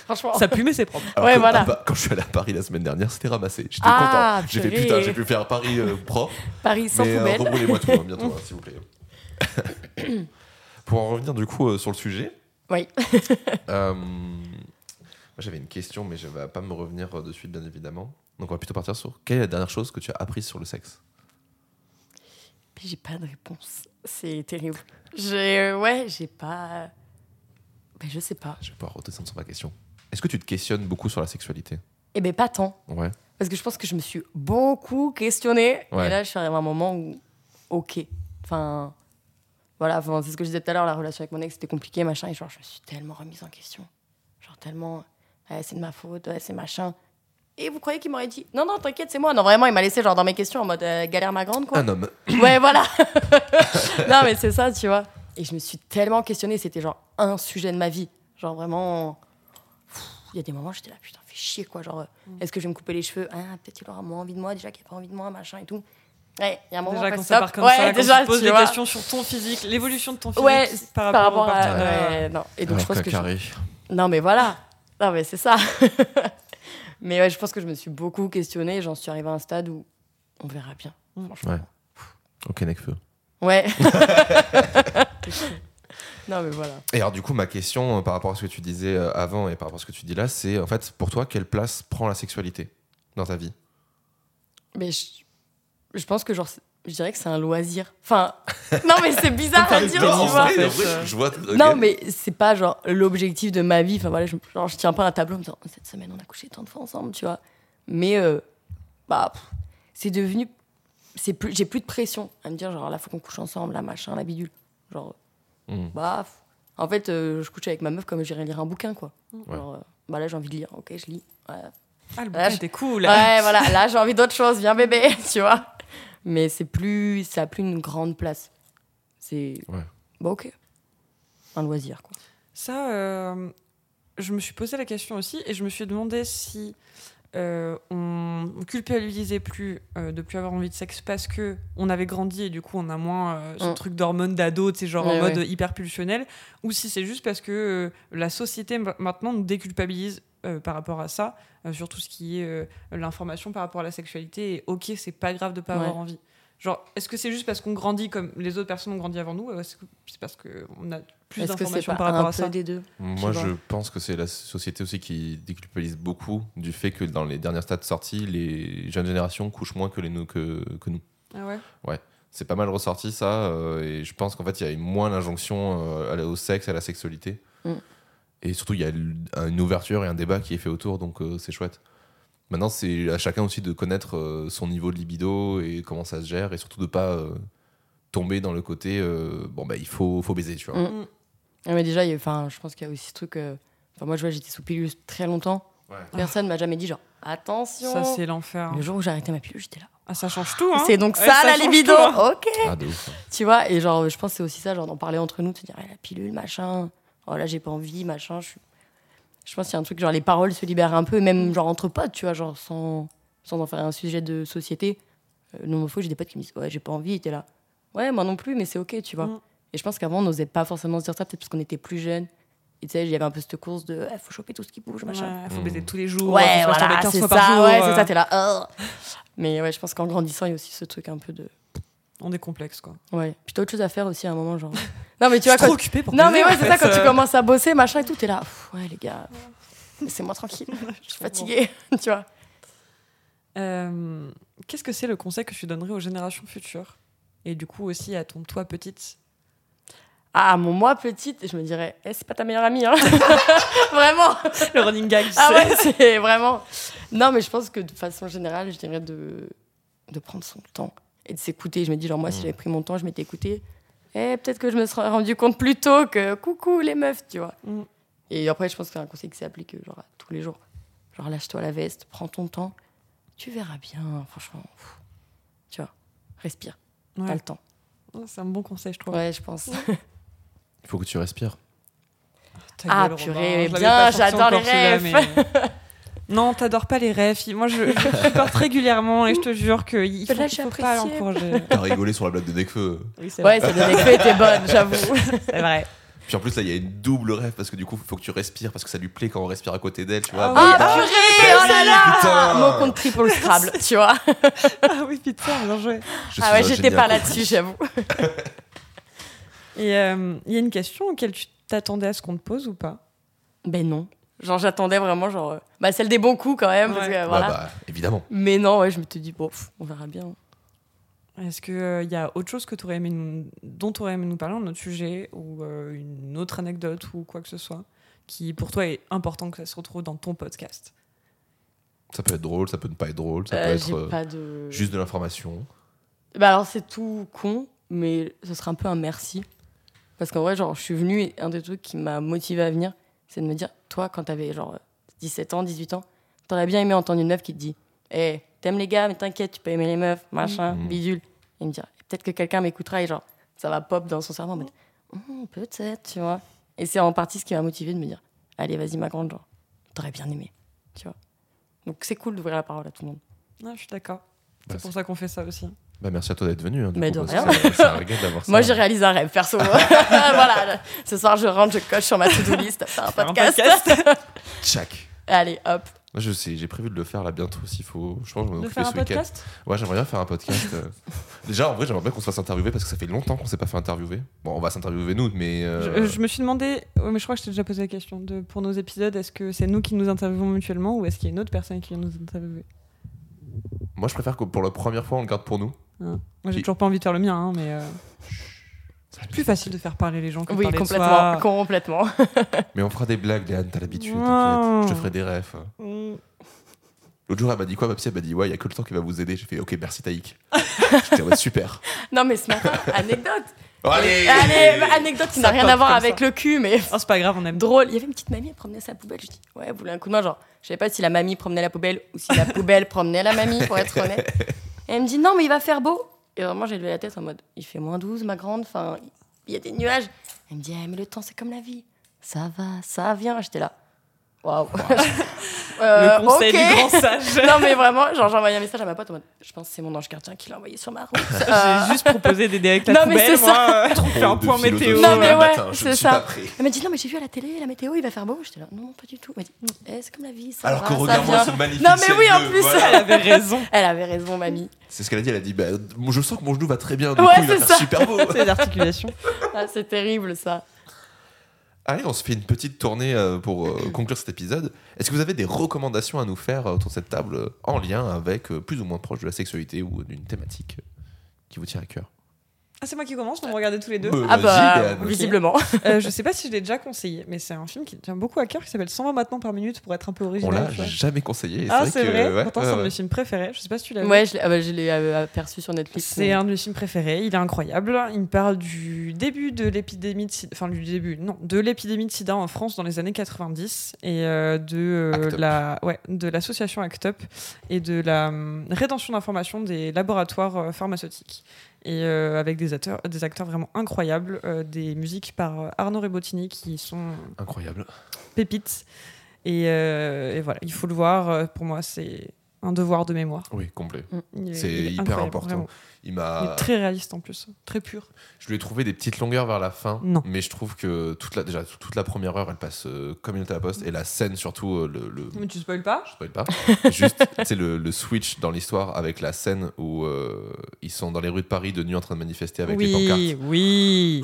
Speaker 3: Franchement.
Speaker 2: Ça pue mais c'est propre.
Speaker 1: Alors
Speaker 3: Ouais,
Speaker 1: que,
Speaker 3: voilà.
Speaker 1: à Pa- quand je suis allé à Paris la semaine dernière, c'était ramassé. J'étais
Speaker 3: Ah,
Speaker 1: content. J'ai fait
Speaker 3: purée.
Speaker 1: putain, j'ai pu faire Paris euh, propre.
Speaker 3: Paris sans
Speaker 1: mais euh,
Speaker 3: poubelle.
Speaker 1: rebroulez-moi tout hein, bientôt, hein, s'il vous plaît. Pour en revenir du coup euh, sur le sujet.
Speaker 3: Oui.
Speaker 1: euh, moi, j'avais une question, mais je vais pas me revenir euh, de suite, bien évidemment. Donc, on va plutôt partir sur quelle est la dernière chose que tu as apprise sur le sexe
Speaker 3: Puis J'ai pas de réponse. C'est terrible. J'ai, euh, ouais, j'ai pas. Ben, je sais pas.
Speaker 1: Ah, Je vais pouvoir redescendre sur ma question. Est-ce que tu te questionnes beaucoup sur la sexualité
Speaker 3: Eh ben, pas tant.
Speaker 1: Ouais.
Speaker 3: Parce que je pense que je me suis beaucoup questionnée.
Speaker 1: Ouais.
Speaker 3: Et là, je suis arrivée à un moment où, ok. Enfin, voilà, enfin, c'est ce que je disais tout à l'heure, la relation avec mon ex, c'était compliqué, machin. Et genre, je me suis tellement remise en question. Genre, tellement, Ouais, c'est de ma faute, ouais, c'est machin. Et vous croyez qu'il m'aurait dit, non, non, t'inquiète, c'est moi. Non, vraiment, il m'a laissé genre dans mes questions en mode euh, galère ma grande, quoi.
Speaker 1: Un homme.
Speaker 3: Ouais, voilà. non, mais c'est ça, tu vois. Et je me suis tellement questionnée. C'était genre un sujet de ma vie. Genre vraiment. pff, Il y a des moments, j'étais là, putain, fais chier, quoi. Genre, euh, est-ce que je vais me couper les cheveux Ah, peut-être qu'il aura moins envie de moi, déjà qu'il n'a pas envie de moi, machin et tout. Ouais, il y a un moment,
Speaker 2: Déjà quand
Speaker 3: après, bah, stop.
Speaker 2: ça part comme
Speaker 3: ouais,
Speaker 2: ça, quand
Speaker 3: déjà,
Speaker 2: tu poses
Speaker 3: tu
Speaker 2: des
Speaker 3: vois.
Speaker 2: questions sur ton physique, l'évolution de ton physique
Speaker 3: Ouais,
Speaker 2: par,
Speaker 3: par
Speaker 2: rapport
Speaker 3: rapport
Speaker 2: au
Speaker 3: à.
Speaker 2: partenaire.
Speaker 3: ouais, non. Et donc, je
Speaker 1: Alors
Speaker 3: pense
Speaker 1: qu'un
Speaker 3: que. je-
Speaker 1: carré.
Speaker 3: Non, mais voilà. Non, mais c'est ça. mais ouais, je pense que je me suis beaucoup questionnée. J'en suis arrivée à un stade où on verra bien.
Speaker 2: Mm.
Speaker 3: Franchement.
Speaker 1: Ouais. Ok, Necfeu.
Speaker 3: Ouais. non, mais voilà.
Speaker 1: Et alors du coup, ma question euh, par rapport à ce que tu disais euh, avant et par rapport à ce que tu dis là, c'est en fait pour toi, quelle place prend la sexualité dans ta vie
Speaker 3: Mais je, je pense que genre, c'est- je dirais que c'est un loisir. Enfin, non mais c'est bizarre à
Speaker 2: Enfin,
Speaker 3: dire,
Speaker 2: non,
Speaker 3: tu
Speaker 2: en
Speaker 3: vois. euh,
Speaker 2: fait,
Speaker 1: je, je vois.
Speaker 3: Non
Speaker 1: ok.
Speaker 3: mais c'est pas genre l'objectif de ma vie. Enfin voilà, je, genre, je tiens pas un tableau en me disant cette semaine on a couché tant de fois ensemble, tu vois. Mais euh, bah pff, c'est devenu, c'est plus, j'ai plus de pression à me dire genre là faut qu'on couche ensemble, là machin, la bidule. Genre
Speaker 1: Mm.
Speaker 3: bah pff, En fait, euh, je couche avec ma meuf comme j'irais lire un bouquin, quoi.
Speaker 1: Ouais.
Speaker 3: Genre, euh, bah là, j'ai envie de lire. Ok, je lis. Ouais,
Speaker 2: Ah, le
Speaker 3: Voilà,
Speaker 2: bouquin
Speaker 3: je-
Speaker 2: était cool.
Speaker 3: Ouais, voilà, là j'ai envie d'autre chose, viens bébé, tu vois. Mais c'est plus, ça a plus une grande place. C'est.
Speaker 1: Ouais.
Speaker 3: Bon, ok. Un loisir, quoi.
Speaker 2: Ça, euh, je me suis posé la question aussi et je me suis demandé si euh, on culpabilisait plus euh, de plus avoir envie de sexe parce que on avait grandi et du coup on a moins euh, ce
Speaker 3: Mm.
Speaker 2: truc d'hormones d'ado, tu sais, genre
Speaker 3: Ouais,
Speaker 2: en mode
Speaker 3: ouais.
Speaker 2: hyper pulsionnel, ou si c'est juste parce que euh, la société ma- maintenant nous déculpabilise. euh, par rapport à ça, euh, sur tout ce qui est euh, l'information par rapport à la sexualité, et ok, c'est pas grave de pas avoir
Speaker 3: Ouais.
Speaker 2: envie. Genre, est-ce que c'est juste parce qu'on grandit comme les autres personnes ont grandi avant nous, ou est-ce que c'est parce qu'on a plus
Speaker 3: Est-ce que c'est
Speaker 2: d'informations
Speaker 3: pas
Speaker 2: par
Speaker 3: un
Speaker 2: rapport
Speaker 3: peu
Speaker 2: à ça
Speaker 3: des deux
Speaker 1: Moi,
Speaker 3: vois.
Speaker 1: je pense que c'est la société aussi qui déculpabilise beaucoup du fait que dans les dernières stats sorties, les jeunes générations couchent moins que, les, nous- que, que nous.
Speaker 2: Ah ouais
Speaker 1: C'est pas mal ressorti ça, euh, et je pense qu'en fait, il y a eu moins l'injonction euh, à la- au sexe, à la sexualité.
Speaker 3: Mm.
Speaker 1: Et surtout, il y a l- une ouverture et un débat qui est fait autour, donc euh, c'est chouette. Maintenant, c'est à chacun aussi de connaître euh, son niveau de libido et comment ça se gère, et surtout de pas euh, tomber dans le côté euh, bon, bah, il faut, faut baiser, tu vois.
Speaker 3: Mm. Ouais, mais déjà, il y a- enfin, je pense qu'il y a aussi ce truc. euh, Enfin, moi, je vois, j'étais sous pilule très longtemps.
Speaker 1: Ouais.
Speaker 3: Personne m'a jamais dit, genre, attention.
Speaker 2: Ah. Ça, c'est l'enfer. hein.
Speaker 3: Le jour où j'ai arrêté ma pilule, j'étais là.
Speaker 2: Ah, ça change tout, hein
Speaker 3: C'est donc
Speaker 2: Ouais,
Speaker 3: ça, la
Speaker 2: change
Speaker 3: libido.
Speaker 2: tout, hein.
Speaker 3: Ok.
Speaker 1: Ah, de ouf.
Speaker 3: Tu vois, et genre, je pense que c'est aussi ça, genre d'en parler entre nous, de se dire, Ah, la pilule, machin, oh là, j'ai pas envie, machin. Je, suis- je pense qu'il y a un truc, genre, les paroles se libèrent un peu, même genre entre potes, tu vois, genre sans, sans en faire un sujet de société. Euh, non, mais faut, j'ai des potes qui me disent, ouais, j'ai pas envie, et t'es là. Ouais, moi non plus, mais c'est ok, tu vois.
Speaker 2: Mm.
Speaker 3: Et je pense qu'avant, on n'osait pas forcément se dire ça, peut-être parce qu'on était plus jeunes. Et tu sais, il y avait un peu cette course de, il faut choper tout ce qui bouge, machin.
Speaker 2: Ouais, faut
Speaker 1: Mm.
Speaker 2: baiser tous les jours. euh,
Speaker 3: Ouais,
Speaker 2: faut se masturber
Speaker 3: voilà,
Speaker 2: 15
Speaker 3: c'est
Speaker 2: fois
Speaker 3: ça,
Speaker 2: par jour,
Speaker 3: ouais,
Speaker 2: euh,
Speaker 3: c'est ça, t'es là. Ah. Mais ouais, je pense qu'en grandissant, il y a aussi ce truc un peu de.
Speaker 2: On est complexe, quoi.
Speaker 3: Ouais, puis t'as autre chose à faire aussi à un moment, genre. Non, mais
Speaker 2: Je
Speaker 3: tu vois,
Speaker 2: suis
Speaker 3: quand
Speaker 2: trop occupé pour
Speaker 3: non,
Speaker 2: baiser,
Speaker 3: mais ouais,
Speaker 2: en
Speaker 3: c'est ça,
Speaker 2: fait,
Speaker 3: quand tu
Speaker 2: euh,
Speaker 3: commences à bosser, machin et tout, t'es là. Pff, ouais, les gars, laissez-moi tranquille, je suis fatiguée, tu vois.
Speaker 2: euh, Qu'est-ce que c'est le conseil que tu donnerais aux générations futures Et du coup aussi à ton toi petite
Speaker 3: Ah, mon moi petite, je me dirais, eh, c'est pas ta meilleure amie, hein. vraiment.
Speaker 2: Le running gag, tu
Speaker 3: Ah
Speaker 2: sais.
Speaker 3: ouais, c'est vraiment. Non, mais je pense que de façon générale, je dirais de, de prendre son temps et de s'écouter. Je me dis, genre, moi, si
Speaker 1: Mm.
Speaker 3: j'avais pris mon temps, je m'étais écoutée. Eh, peut-être que je me serais rendu compte plus tôt que coucou les meufs, tu vois.
Speaker 2: Mm.
Speaker 3: Et après, je pense qu'un conseil qui s'applique genre à tous les jours. Genre, lâche-toi la veste, prends ton temps, tu verras bien, franchement. pff. Tu vois, respire,
Speaker 2: Ouais.
Speaker 3: t'as le temps.
Speaker 2: Oh, C'est un bon conseil, je trouve.
Speaker 3: Ouais, je pense.
Speaker 1: Il faut que tu respires.
Speaker 2: Ta
Speaker 3: Ah,
Speaker 2: gueule, Robin,
Speaker 3: purée,
Speaker 2: je l'avais
Speaker 3: bien,
Speaker 2: pas sorti
Speaker 3: j'adore
Speaker 2: encore,
Speaker 3: les
Speaker 2: celui-là, mais- euh. Non, t'adores pas les refs. Moi, je, je supporte régulièrement et je te jure qu'il
Speaker 3: Mais
Speaker 2: faut,
Speaker 3: là,
Speaker 2: il
Speaker 3: j'ai
Speaker 2: faut pas
Speaker 3: apprécié.
Speaker 2: l'encourager.
Speaker 1: T'as rigolé sur la blague de Necfeu.
Speaker 2: Oui, c'est
Speaker 3: Ouais, ça donnait que était bonne, j'avoue.
Speaker 2: c'est vrai.
Speaker 1: Puis en plus, là, il y a une double rêve parce que du coup, faut que tu respires parce que ça lui plaît quand on respire à côté d'elle, tu vois.
Speaker 2: Ah
Speaker 3: Ah,
Speaker 1: bah,
Speaker 2: oui.
Speaker 3: purée, oh là là
Speaker 1: putain.
Speaker 3: Mon compte triple Scrabble, tu vois.
Speaker 2: Ah oui, putain, bien joué.
Speaker 1: je
Speaker 3: Ah ouais,
Speaker 1: suis un
Speaker 3: j'étais
Speaker 1: génie
Speaker 3: pas
Speaker 1: accompli.
Speaker 3: là-dessus, j'avoue.
Speaker 2: Et euh, il y a une question auquel tu t'attendais à ce qu'on te pose ou pas
Speaker 3: Ben non. Genre, j'attendais vraiment, genre, euh, bah, celle des bons coups quand même, parce
Speaker 2: Ouais.
Speaker 3: que euh,
Speaker 1: Bah,
Speaker 3: voilà.
Speaker 1: bah, évidemment.
Speaker 3: Mais non, ouais, je me suis dit, bon, pff, on verra bien.
Speaker 2: Est-ce qu'il y a autre chose que t'aurais aimé nous- dont tu aurais aimé nous parler, un autre sujet ou euh, une autre anecdote ou quoi que ce soit qui pour toi est important que ça se retrouve dans ton podcast
Speaker 1: Ça peut être drôle, ça peut ne pas être drôle, ça
Speaker 3: Euh,
Speaker 1: peut
Speaker 3: j'ai
Speaker 1: être euh,
Speaker 3: pas de.
Speaker 1: juste de l'information.
Speaker 3: Bah, alors, c'est tout con, mais ce sera un peu un merci. Parce qu'en vrai, genre, je suis venue et un des trucs qui m'a motivée à venir, c'est de me dire, toi, quand t'avais genre euh, 17 ans, 18 ans, t'aurais bien aimé entendre une meuf qui te dit, hé, t'aimes les gars, mais t'inquiète, tu peux aimer les meufs, machin,
Speaker 1: Mhm.
Speaker 3: bidule. Et me dire, peut-être que quelqu'un m'écoutera et genre, ça va pop dans son cerveau en mode, Hum, peut-être, tu vois. Et c'est en partie ce qui m'a motivée de me dire, allez, vas-y, ma grande, genre, t'aurais bien aimé, tu vois. Donc, c'est cool d'ouvrir la parole à tout le monde.
Speaker 2: Ah, Je suis d'accord.
Speaker 1: Bah,
Speaker 2: C'est pour ça qu'on fait ça aussi.
Speaker 1: Bah, merci à toi d'être venu. hein, du
Speaker 3: Mais
Speaker 1: coup,
Speaker 3: de
Speaker 1: parce que
Speaker 3: rien.
Speaker 1: C'est c'est un régal d'avoir ça.
Speaker 3: Moi, j'ai réalisé un rêve, perso. voilà, ce soir, je rentre, je coche sur ma to-do list, faire un
Speaker 2: Faire un
Speaker 3: podcast.
Speaker 1: Tchac.
Speaker 3: Allez, hop.
Speaker 1: Moi, je sais, j'ai prévu de le faire là bientôt s'il faut. Je pense que je vais
Speaker 2: De
Speaker 1: m'occuper
Speaker 2: faire un
Speaker 1: ce week-end.
Speaker 2: podcast
Speaker 1: Ouais, j'aimerais bien faire un podcast. euh. Déjà, en vrai, j'aimerais bien qu'on se fasse interviewer parce que ça fait longtemps qu'on s'est pas fait interviewer. Bon, on va s'interviewer nous, mais. euh,
Speaker 2: je, euh, je me suis demandé, ouais, mais je crois que je t'ai déjà posé la question de, pour nos épisodes, est-ce que c'est nous qui nous interviewons mutuellement ou est-ce qu'il y a une autre personne qui vient nous interviewer
Speaker 1: Moi, je préfère que pour la première fois, on le garde pour nous.
Speaker 2: Moi,
Speaker 1: Qui-
Speaker 2: j'ai toujours pas envie de faire le mien, hein, mais euh,
Speaker 1: Ça va
Speaker 2: plus facile de faire parler les gens que de
Speaker 3: Oui,
Speaker 2: parler de
Speaker 3: complètement.
Speaker 2: soi.
Speaker 3: Complètement.
Speaker 1: Mais on fera des blagues, Léane, t'as l'habitude.
Speaker 2: Wow.
Speaker 1: t'inquiète. Je te ferai des refs.
Speaker 2: Mm.
Speaker 1: L'autre jour, elle m'a dit quoi, ma psy Elle m'a dit Ouais, il y a que le temps qui va vous aider. J'ai fait Ok, merci Taïk. J'étais en mode super.
Speaker 3: Non, mais ce matin, anecdote.
Speaker 1: Oh, allez
Speaker 3: Allez, anecdote qui n'a
Speaker 2: Ça
Speaker 3: rien
Speaker 2: pop
Speaker 3: à voir
Speaker 2: comme
Speaker 3: avec le cul, mais
Speaker 2: Oh, c'est pas grave, on aime drôle.
Speaker 3: drôle. Il y avait une petite mamie, elle promenait sa poubelle. Je dis, ouais, vous voulez un coup de main Genre, je savais pas si la mamie promenait la poubelle ou si la poubelle promenait la mamie, pour être honnête. Et elle me dit, non, mais il va faire beau. Et vraiment, j'ai levé la tête en mode, il fait moins 12, ma grande, enfin, il y a des nuages. Elle me dit, Ah, mais le temps, c'est comme la vie. Ça va, ça vient. J'étais là. Waouh. Euh,
Speaker 2: Le conseil
Speaker 3: ok.
Speaker 2: du grand sage.
Speaker 3: Non, mais vraiment, genre, j'ai envoyé un message à ma pote en mode, je pense que c'est mon ange gardien qui l'a envoyé sur ma route. Euh,
Speaker 2: J'ai juste proposé d'aider avec la
Speaker 3: Non, mais
Speaker 2: poubelle.
Speaker 3: c'est
Speaker 2: moi, euh, on fait un
Speaker 1: de
Speaker 2: point
Speaker 1: philosophie
Speaker 2: météo.
Speaker 3: Non, mais
Speaker 1: euh, le
Speaker 3: ouais,
Speaker 1: matin, je
Speaker 3: c'est
Speaker 1: ne suis
Speaker 3: ça.
Speaker 1: pas prêt.
Speaker 3: Elle m'a dit non mais j'ai vu à la télé la météo il va faire beau. J'étais là non pas du tout. Elle m'a dit
Speaker 2: Mm.
Speaker 3: Eh, c'est comme la vie. Ça
Speaker 1: Alors
Speaker 3: va,
Speaker 1: que
Speaker 3: ça
Speaker 1: regarde-moi
Speaker 3: vient.
Speaker 1: ce magnifique
Speaker 3: Non, mais
Speaker 1: ciel
Speaker 3: oui, en
Speaker 1: bleu,
Speaker 3: plus.
Speaker 1: voilà.
Speaker 2: Elle avait raison.
Speaker 3: Elle avait raison mamie.
Speaker 1: C'est ce qu'elle a dit. Elle a dit bah, Je sens que mon genou va très bien. Du
Speaker 3: Ouais,
Speaker 1: coup, il va
Speaker 3: c'est
Speaker 1: faire
Speaker 3: ça.
Speaker 1: super beau.
Speaker 2: C'est les articulations.
Speaker 3: Ah, c'est terrible ça.
Speaker 1: Allez, on se fait une petite tournée euh, pour euh, conclure cet épisode. Est-ce que vous avez des recommandations à nous faire euh, autour de cette table euh, en lien avec euh, plus ou moins proche de la sexualité ou d'une thématique euh, qui vous tient à cœur
Speaker 2: Ah, c'est moi qui commence, vous me regardez tous les deux.
Speaker 1: Euh,
Speaker 3: Ah
Speaker 1: vas-y,
Speaker 3: bah
Speaker 1: Léane.
Speaker 3: visiblement.
Speaker 2: Euh, je sais pas si je l'ai déjà conseillé, mais c'est un film qui me tient beaucoup à cœur qui s'appelle 120 battements par minute pour être un peu
Speaker 1: On
Speaker 2: original.
Speaker 1: l'a
Speaker 2: tu vois.
Speaker 1: jamais conseillé.
Speaker 2: Ah, c'est
Speaker 1: que,
Speaker 2: vrai.
Speaker 1: ouais,
Speaker 2: Pourtant,
Speaker 1: ouais,
Speaker 2: c'est un de
Speaker 1: ouais.
Speaker 2: mes films préférés. Je sais pas si tu l'as vu.
Speaker 3: Ouais je, l'ai- ah bah, je l'ai euh, aperçu sur Netflix.
Speaker 2: C'est un de mes films préférés. Il est incroyable. Il me parle du début de l'épidémie de sida, enfin du début, non, de l'épidémie de sida en France dans les années 90 et euh, de euh,
Speaker 1: Act Up.
Speaker 2: la, ouais, de l'association ACT UP et de la hum, rétention d'informations des laboratoires euh, pharmaceutiques. Et euh, avec des acteurs, des acteurs vraiment incroyables, euh, des musiques par euh, Arnaud Rebottini qui sont
Speaker 1: Incroyable.
Speaker 2: pépites. Et, euh, et voilà, il faut le voir. Euh, Pour moi, c'est un devoir de mémoire.
Speaker 1: Oui, complet.
Speaker 2: Il est-
Speaker 1: C'est
Speaker 2: il est
Speaker 1: hyper
Speaker 2: incroyable,
Speaker 1: important.
Speaker 2: vraiment.
Speaker 1: Il
Speaker 2: Il est
Speaker 1: m'a.
Speaker 2: très réaliste en plus, très pur.
Speaker 1: Je lui ai trouvé des petites longueurs vers la fin,
Speaker 2: Non.
Speaker 1: mais je trouve que toute la déjà toute la première heure, elle passe euh, comme une lettre à la poste et la scène surtout euh, le, le-
Speaker 2: Mais tu spoil pas
Speaker 1: Je spoil pas. Juste, c'est le, le switch dans l'histoire avec la scène où euh, ils sont dans les rues de Paris de nuit en train de manifester avec les pancartes.
Speaker 2: Oui, oui,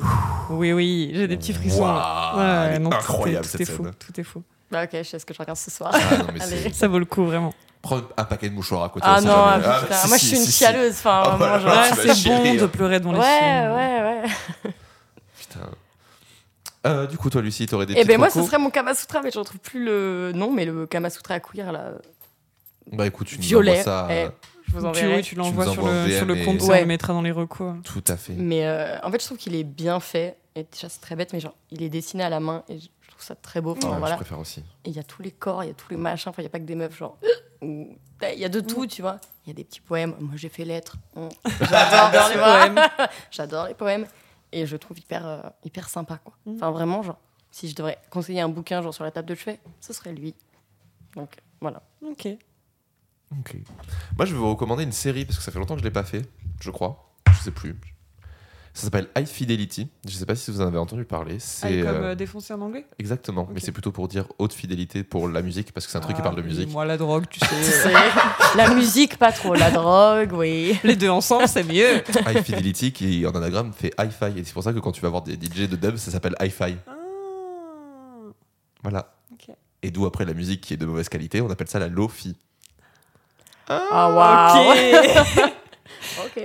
Speaker 2: oui, oui, j'ai des petits frissons.
Speaker 1: Waouh,
Speaker 2: Ouais,
Speaker 1: elle est
Speaker 2: non, tout est-
Speaker 1: incroyable
Speaker 2: tout
Speaker 1: cette
Speaker 2: est
Speaker 1: scène.
Speaker 2: faux, tout est faux.
Speaker 3: Bah, ok je sais ce que je regarde ce soir.
Speaker 1: Ah, non, mais c'est-
Speaker 3: Allez.
Speaker 2: Ça vaut le coup vraiment.
Speaker 1: Prends un paquet de mouchoirs à côté.
Speaker 3: Ah
Speaker 1: on sait
Speaker 3: non ah,
Speaker 1: jamais.
Speaker 3: putain.
Speaker 1: si,
Speaker 3: moi
Speaker 1: si,
Speaker 3: je suis une
Speaker 1: si, si.
Speaker 3: chialeuse enfin
Speaker 1: Ah,
Speaker 3: vraiment,
Speaker 1: voilà.
Speaker 3: genre-
Speaker 1: Ah, tu
Speaker 2: Ouais,
Speaker 1: vas
Speaker 2: c'est bon
Speaker 1: chialer, hein.
Speaker 2: de pleurer devant
Speaker 3: Ouais
Speaker 2: les films.
Speaker 3: ouais ouais.
Speaker 1: Putain. Euh, du coup, toi, Lucie, t'aurais des
Speaker 3: Et ben
Speaker 1: petites
Speaker 3: moi ce
Speaker 1: recos
Speaker 3: serait mon Kama Sutra mais je retrouve plus le nom mais le Kama Sutra à cuire là.
Speaker 1: Bah écoute, tu nous envoies
Speaker 3: Violet.
Speaker 1: ça
Speaker 3: Eh,
Speaker 1: euh,
Speaker 3: Je vous
Speaker 2: Tu,
Speaker 3: enverrai.
Speaker 2: oui, tu l'envoies
Speaker 1: Tu nous
Speaker 2: sur,
Speaker 1: envoies en
Speaker 2: le, sur le
Speaker 1: DM et-
Speaker 2: compte, ça, on
Speaker 3: Ouais.
Speaker 2: le mettra dans les recos.
Speaker 1: tout à fait.
Speaker 3: Mais euh, en fait, je trouve qu'il est bien fait. Et déjà, c'est très bête, mais genre, il est dessiné à la main et je je trouve ça très beau. Enfin,
Speaker 1: Ouais,
Speaker 3: voilà.
Speaker 1: Je préfère aussi.
Speaker 3: Et il y a tous les corps, il y a tous les machins. Enfin, il n'y a pas que des meufs, genre. ou- Il y a de tout, tu vois. Il y a des petits poèmes. Moi, j'ai fait lettres. Hum. J'adore tu
Speaker 2: les
Speaker 3: vois.
Speaker 2: poèmes.
Speaker 3: J'adore les poèmes. Et je trouve hyper, euh, hyper sympa, quoi.
Speaker 2: Mm.
Speaker 3: Enfin, vraiment, genre, si je devrais conseiller un bouquin, genre, sur la table de chevet, ce serait lui. Donc, voilà.
Speaker 2: Ok.
Speaker 1: Ok. Moi, je vais vous recommander une série parce que ça fait longtemps que je l'ai pas fait, je crois. Je sais plus. Ça s'appelle High Fidelity. Je sais pas si vous en avez entendu parler. C'est
Speaker 2: Allez, comme
Speaker 1: euh,
Speaker 2: euh, défoncer en anglais.
Speaker 1: exactement, mais
Speaker 2: ok.
Speaker 1: c'est plutôt pour dire haute fidélité pour la musique parce que c'est un truc qui
Speaker 2: Ah,
Speaker 1: parle de musique.
Speaker 2: Moi, la drogue, tu sais.
Speaker 3: C'est la musique, pas trop. La drogue, oui.
Speaker 2: les deux ensemble, c'est mieux.
Speaker 1: High Fidelity qui en anagramme fait Hi-Fi et c'est pour ça que quand tu vas voir des DJ de dub, ça s'appelle Hi-Fi.
Speaker 2: Ah.
Speaker 1: Voilà.
Speaker 2: Ok.
Speaker 1: Et d'où après la musique qui est de mauvaise qualité, on appelle ça la lofi.
Speaker 3: Ah, waouh.
Speaker 2: Ok.
Speaker 3: Ok.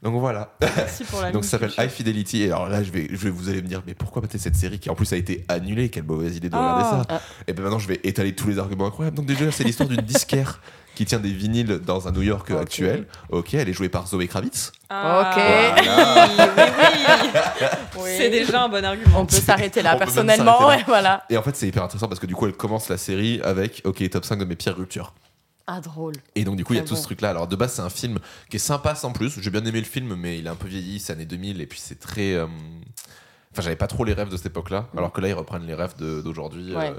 Speaker 1: Donc voilà.
Speaker 2: Merci pour
Speaker 3: Ah,
Speaker 2: la
Speaker 1: Donc ça s'appelle
Speaker 2: culture.
Speaker 1: High Fidelity. Et alors là, je vais, je vais- vous allez me dire, mais pourquoi mater cette série qui en plus a été annulée Quelle mauvaise idée de regarder
Speaker 2: Ah.
Speaker 1: ça. Et bien maintenant, je vais étaler tous les arguments incroyables. Donc déjà, c'est l'histoire d'une disquaire qui tient des vinyles dans un New York
Speaker 3: Ok.
Speaker 1: actuel. Ok, elle est jouée par Zoé Kravitz.
Speaker 2: Ah, oui, oui,
Speaker 3: Ok.
Speaker 2: oui.
Speaker 3: Oui.
Speaker 2: C'est déjà un bon argument.
Speaker 3: On peut s'arrêter là,
Speaker 1: On peut même
Speaker 3: personnellement,
Speaker 1: s'arrêter là.
Speaker 3: ouais, voilà.
Speaker 1: Et en fait, c'est hyper intéressant parce que du coup, elle commence la série avec OK, top 5 de mes pires ruptures.
Speaker 3: Ah, drôle.
Speaker 1: Et donc, du coup, il y a
Speaker 3: Très
Speaker 1: tout
Speaker 3: bon.
Speaker 1: ce truc-là. Alors, de base, c'est un film qui est sympa sans plus. J'ai bien aimé le film, mais il est un peu vieilli, c'est année 2000, et puis c'est très. euh, Enfin, j'avais pas trop les rêves de cette époque-là, alors que là, ils reprennent les rêves de- d'aujourd'hui.
Speaker 3: Ouais.
Speaker 1: euh,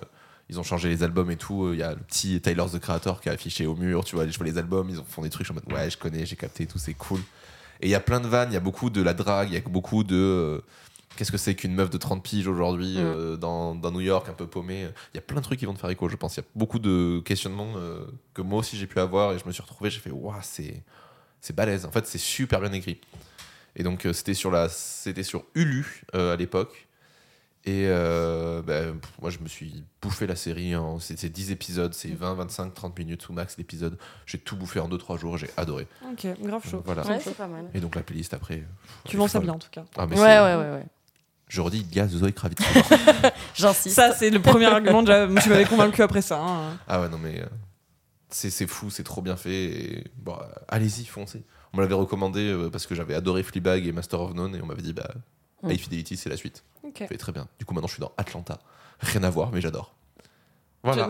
Speaker 1: Ils ont changé les albums et tout. euh, Il y a le petit Tyler the Creator qui est affiché au mur. Tu vois, je vois les albums, ils ont- font des trucs. Je suis en mode, ouais, je connais, j'ai capté et tout, c'est cool. Et il y a plein de vannes, il y a beaucoup de la drague, il y a beaucoup de. euh, Qu'est-ce que c'est qu'une meuf de 30 piges aujourd'hui
Speaker 3: Mm.
Speaker 1: euh, dans, dans New York, un peu paumée Il y a plein de trucs qui vont te faire écho, je pense. Il y a beaucoup de questionnements euh, que moi aussi j'ai pu avoir et je me suis retrouvé, j'ai fait, waouh, c'est c'est balèze. En fait, c'est super bien écrit. Et donc, euh, c'était sur, la, c'était sur Hulu euh, à l'époque. Et euh, ben, pff, moi, je me suis bouffé la série. En, c'est, c'est 10 épisodes, c'est 20, 25, 30 minutes au max l'épisode. J'ai tout bouffé en 2-3 jours, j'ai adoré.
Speaker 2: Ok, grave chaud.
Speaker 1: Voilà.
Speaker 3: Ouais, c'est pas mal.
Speaker 1: Et donc, la playlist après. pff, elle
Speaker 2: Tu
Speaker 1: est
Speaker 2: vends ça
Speaker 1: folle.
Speaker 2: bien en tout cas.
Speaker 1: Ah, mais
Speaker 3: Ouais,
Speaker 1: c'est-
Speaker 3: ouais, ouais, ouais.
Speaker 1: Je redis, gaz, Zoé Kravitz.
Speaker 3: J'insiste.
Speaker 2: Ça, c'est le premier argument. Déjà, tu m'avais convaincu après ça. hein.
Speaker 1: ah ouais, non, mais. euh, C'est c'est fou, c'est trop bien fait. et, bon, euh, Allez-y, foncez. On me l'avait recommandé euh, parce que j'avais adoré Fleabag et Master of None et on m'avait dit, bah,
Speaker 3: Mm.
Speaker 1: High Fidelity, c'est la suite.
Speaker 2: Ok.
Speaker 1: Fait très bien. Du coup, maintenant, je suis dans Atlanta. Rien à voir, mais j'adore. Voilà.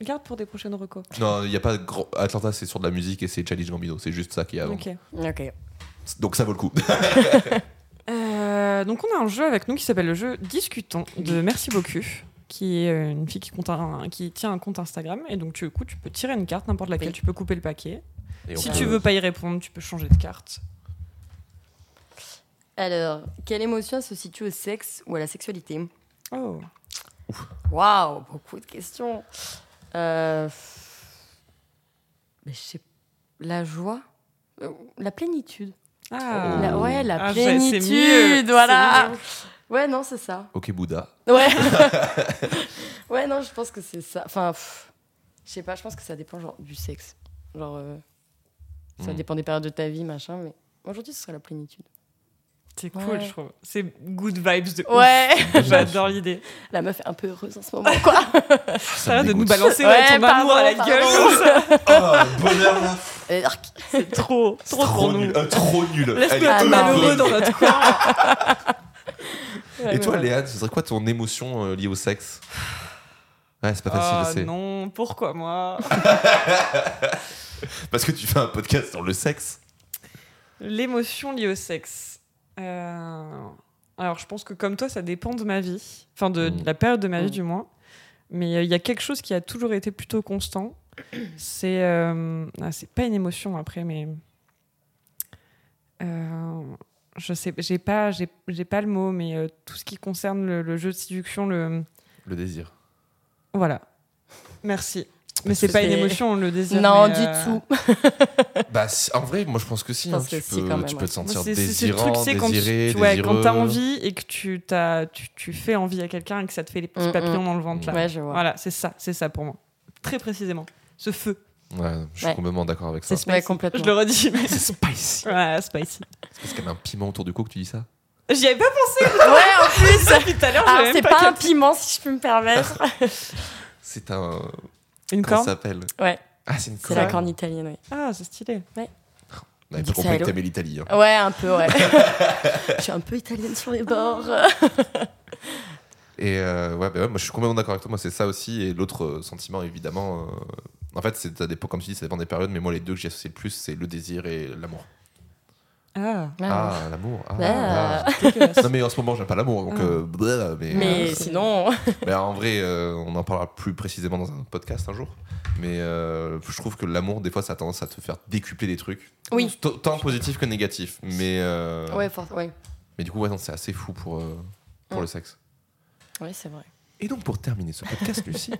Speaker 2: Je- Garde pour des prochaines recos.
Speaker 1: Non, il n'y a pas de gros. Atlanta, c'est sur de la musique et c'est Challenge Gambino. C'est juste ça qu'il y a avant.
Speaker 2: Ok.
Speaker 3: Ok.
Speaker 1: Donc ça vaut le coup.
Speaker 2: Euh, donc on a un jeu avec nous qui s'appelle le jeu Discutons de Merci beaucoup qui est euh, une fille qui, compte un- qui tient un compte Instagram et donc du coup tu peux tirer une carte n'importe laquelle
Speaker 3: Oui.
Speaker 2: tu peux couper le paquet
Speaker 1: Et on
Speaker 2: si
Speaker 1: peut-
Speaker 2: tu veux pas y répondre tu peux changer de carte
Speaker 3: Alors, quelle émotion se situe au sexe ou à la sexualité
Speaker 2: oh
Speaker 3: Waouh, beaucoup de questions. Euh, mais je sais, la joie, Euh, la plénitude.
Speaker 2: ah
Speaker 1: Oh.
Speaker 3: La- ouais, la
Speaker 2: Ah, j'ai- c'est
Speaker 3: plénitude,
Speaker 2: mieux, c'est
Speaker 3: voilà.
Speaker 2: mieux.
Speaker 3: Ouais, non, c'est ça.
Speaker 1: Ok, Bouddha.
Speaker 3: Ouais. ouais, non, je pense que c'est ça. Enfin, pff, je sais pas, je pense que ça dépend genre, du sexe. Genre, euh, ça
Speaker 2: Hmm.
Speaker 1: Mm.
Speaker 3: dépend des périodes de ta vie, machin, mais aujourd'hui, ce serait la plénitude.
Speaker 2: c'est cool
Speaker 3: Ouais.
Speaker 2: je trouve c'est good vibes de ouf.
Speaker 3: Ouais,
Speaker 2: j'adore l'idée
Speaker 3: la meuf est un peu heureuse en ce moment, quoi.
Speaker 2: ça va de nous
Speaker 1: dégoûte.
Speaker 2: balancer
Speaker 3: Ouais,
Speaker 2: ton
Speaker 3: pardon,
Speaker 2: amour à la
Speaker 3: pardon.
Speaker 2: gueule comme ça.
Speaker 1: Ah, bonheur là.
Speaker 3: Euh, arc.
Speaker 2: c'est trop trop
Speaker 1: trop
Speaker 2: pour nous
Speaker 1: nul. Euh, trop nul. Elle
Speaker 2: laisse-nous
Speaker 1: est
Speaker 2: un peu
Speaker 3: non.
Speaker 1: bonne.
Speaker 2: malheureux dans notre coin
Speaker 3: Ouais,
Speaker 1: Et toi,
Speaker 3: ouais.
Speaker 1: Léa, ce serait quoi ton émotion euh, liée au sexe Ouais, c'est pas
Speaker 2: ah
Speaker 1: facile, je
Speaker 2: non pourquoi moi
Speaker 1: sais. Parce que tu fais un podcast sur le sexe.
Speaker 2: L'émotion liée au sexe. Euh, Alors, je pense que comme toi, ça dépend de ma vie, enfin de, de
Speaker 1: Mm.
Speaker 2: la période de ma vie
Speaker 3: Mm.
Speaker 2: du moins. Mais euh, il y a quelque chose qui a toujours été plutôt constant. C'est, euh, ah, c'est pas une émotion après, mais euh, je sais, j'ai pas, j'ai, j'ai pas le mot, mais euh, tout ce qui concerne le, le jeu de séduction, le
Speaker 1: Le désir.
Speaker 2: voilà. Merci. Mais c'est
Speaker 3: C'est-
Speaker 2: pas une émotion, le désir.
Speaker 3: Non,
Speaker 2: mais,
Speaker 3: du
Speaker 2: euh,
Speaker 3: tout.
Speaker 1: Bah, si- en vrai, moi je pense que si.
Speaker 3: Je pense
Speaker 1: hein,
Speaker 3: que
Speaker 1: tu,
Speaker 3: si,
Speaker 1: peux,
Speaker 3: quand même,
Speaker 1: tu peux
Speaker 3: ouais.
Speaker 1: te sentir
Speaker 2: C'est- c'est le
Speaker 1: désirant,
Speaker 2: truc, c'est quand tu
Speaker 1: désiré,
Speaker 2: ouais, quand t'as
Speaker 1: désireux.
Speaker 2: envie et que tu, t'as, tu, tu fais envie à quelqu'un et que ça te fait les petits
Speaker 3: Mm,
Speaker 2: papillons dans le ventre. Là.
Speaker 3: Ouais, je vois.
Speaker 2: Voilà, c'est ça, c'est ça pour moi. Très précisément. Ce feu,
Speaker 1: Ouais, je suis
Speaker 3: Ouais.
Speaker 1: complètement d'accord avec ça.
Speaker 2: c'est
Speaker 1: C'est
Speaker 2: spicy.
Speaker 3: Ouais, complètement.
Speaker 2: Je le redis, mais
Speaker 1: spicy.
Speaker 2: ouais, spicy.
Speaker 1: C'est parce qu'elle a un piment autour du cou que tu dis ça
Speaker 2: J'y avais pas
Speaker 3: Ouais, en plus.
Speaker 2: pensé depuis tout à l'heure. j'avais
Speaker 3: Alors,
Speaker 2: même
Speaker 3: Ah, c'est
Speaker 2: pas
Speaker 3: pas un
Speaker 2: capté.
Speaker 3: piment, si je peux me permettre.
Speaker 1: C'est un.
Speaker 2: une
Speaker 1: Comment ça
Speaker 2: corne.
Speaker 1: s'appelle
Speaker 3: Ouais,
Speaker 1: Ah, c'est une
Speaker 3: c'est
Speaker 1: corne.
Speaker 3: la corne italienne, oui.
Speaker 2: Ah, c'est stylé.
Speaker 1: On avait
Speaker 3: Dit
Speaker 1: pas
Speaker 3: que ça
Speaker 1: compris que
Speaker 3: allait-
Speaker 1: t'aimais l'Italie. hein.
Speaker 3: Ouais, un peu, ouais. Ah. je suis un peu italienne sur les bords.
Speaker 1: Et euh, ouais, bah ouais, moi je suis complètement d'accord avec toi. Moi, c'est ça aussi. Et l'autre euh, sentiment, évidemment, euh, en fait, c'est ça dépend, comme tu dis, ça dépend des périodes. Mais moi, les deux que j'associe le plus, c'est le désir et l'amour.
Speaker 2: Ah,
Speaker 1: Ah, l'amour. Ah,
Speaker 3: Ah.
Speaker 1: ah.
Speaker 2: dégueulasse.
Speaker 1: Non, mais en ce moment, j'aime pas l'amour. Donc,
Speaker 2: Ah.
Speaker 1: euh, bleh, mais,
Speaker 3: Mais
Speaker 1: euh,
Speaker 3: sinon,
Speaker 1: mais en vrai, euh, on en parlera plus précisément dans un podcast un jour. Mais euh, je trouve que l'amour, des fois, ça a tendance à te faire décupler des trucs.
Speaker 3: Oui.
Speaker 1: T- Tant positif que négatif. Mais, euh,
Speaker 3: ouais, for- ouais.
Speaker 1: mais du coup, ouais, non, c'est assez fou pour, euh, pour
Speaker 3: Mm.
Speaker 1: le sexe.
Speaker 3: Ouais, c'est vrai.
Speaker 1: Et donc pour terminer ce podcast, Lucie,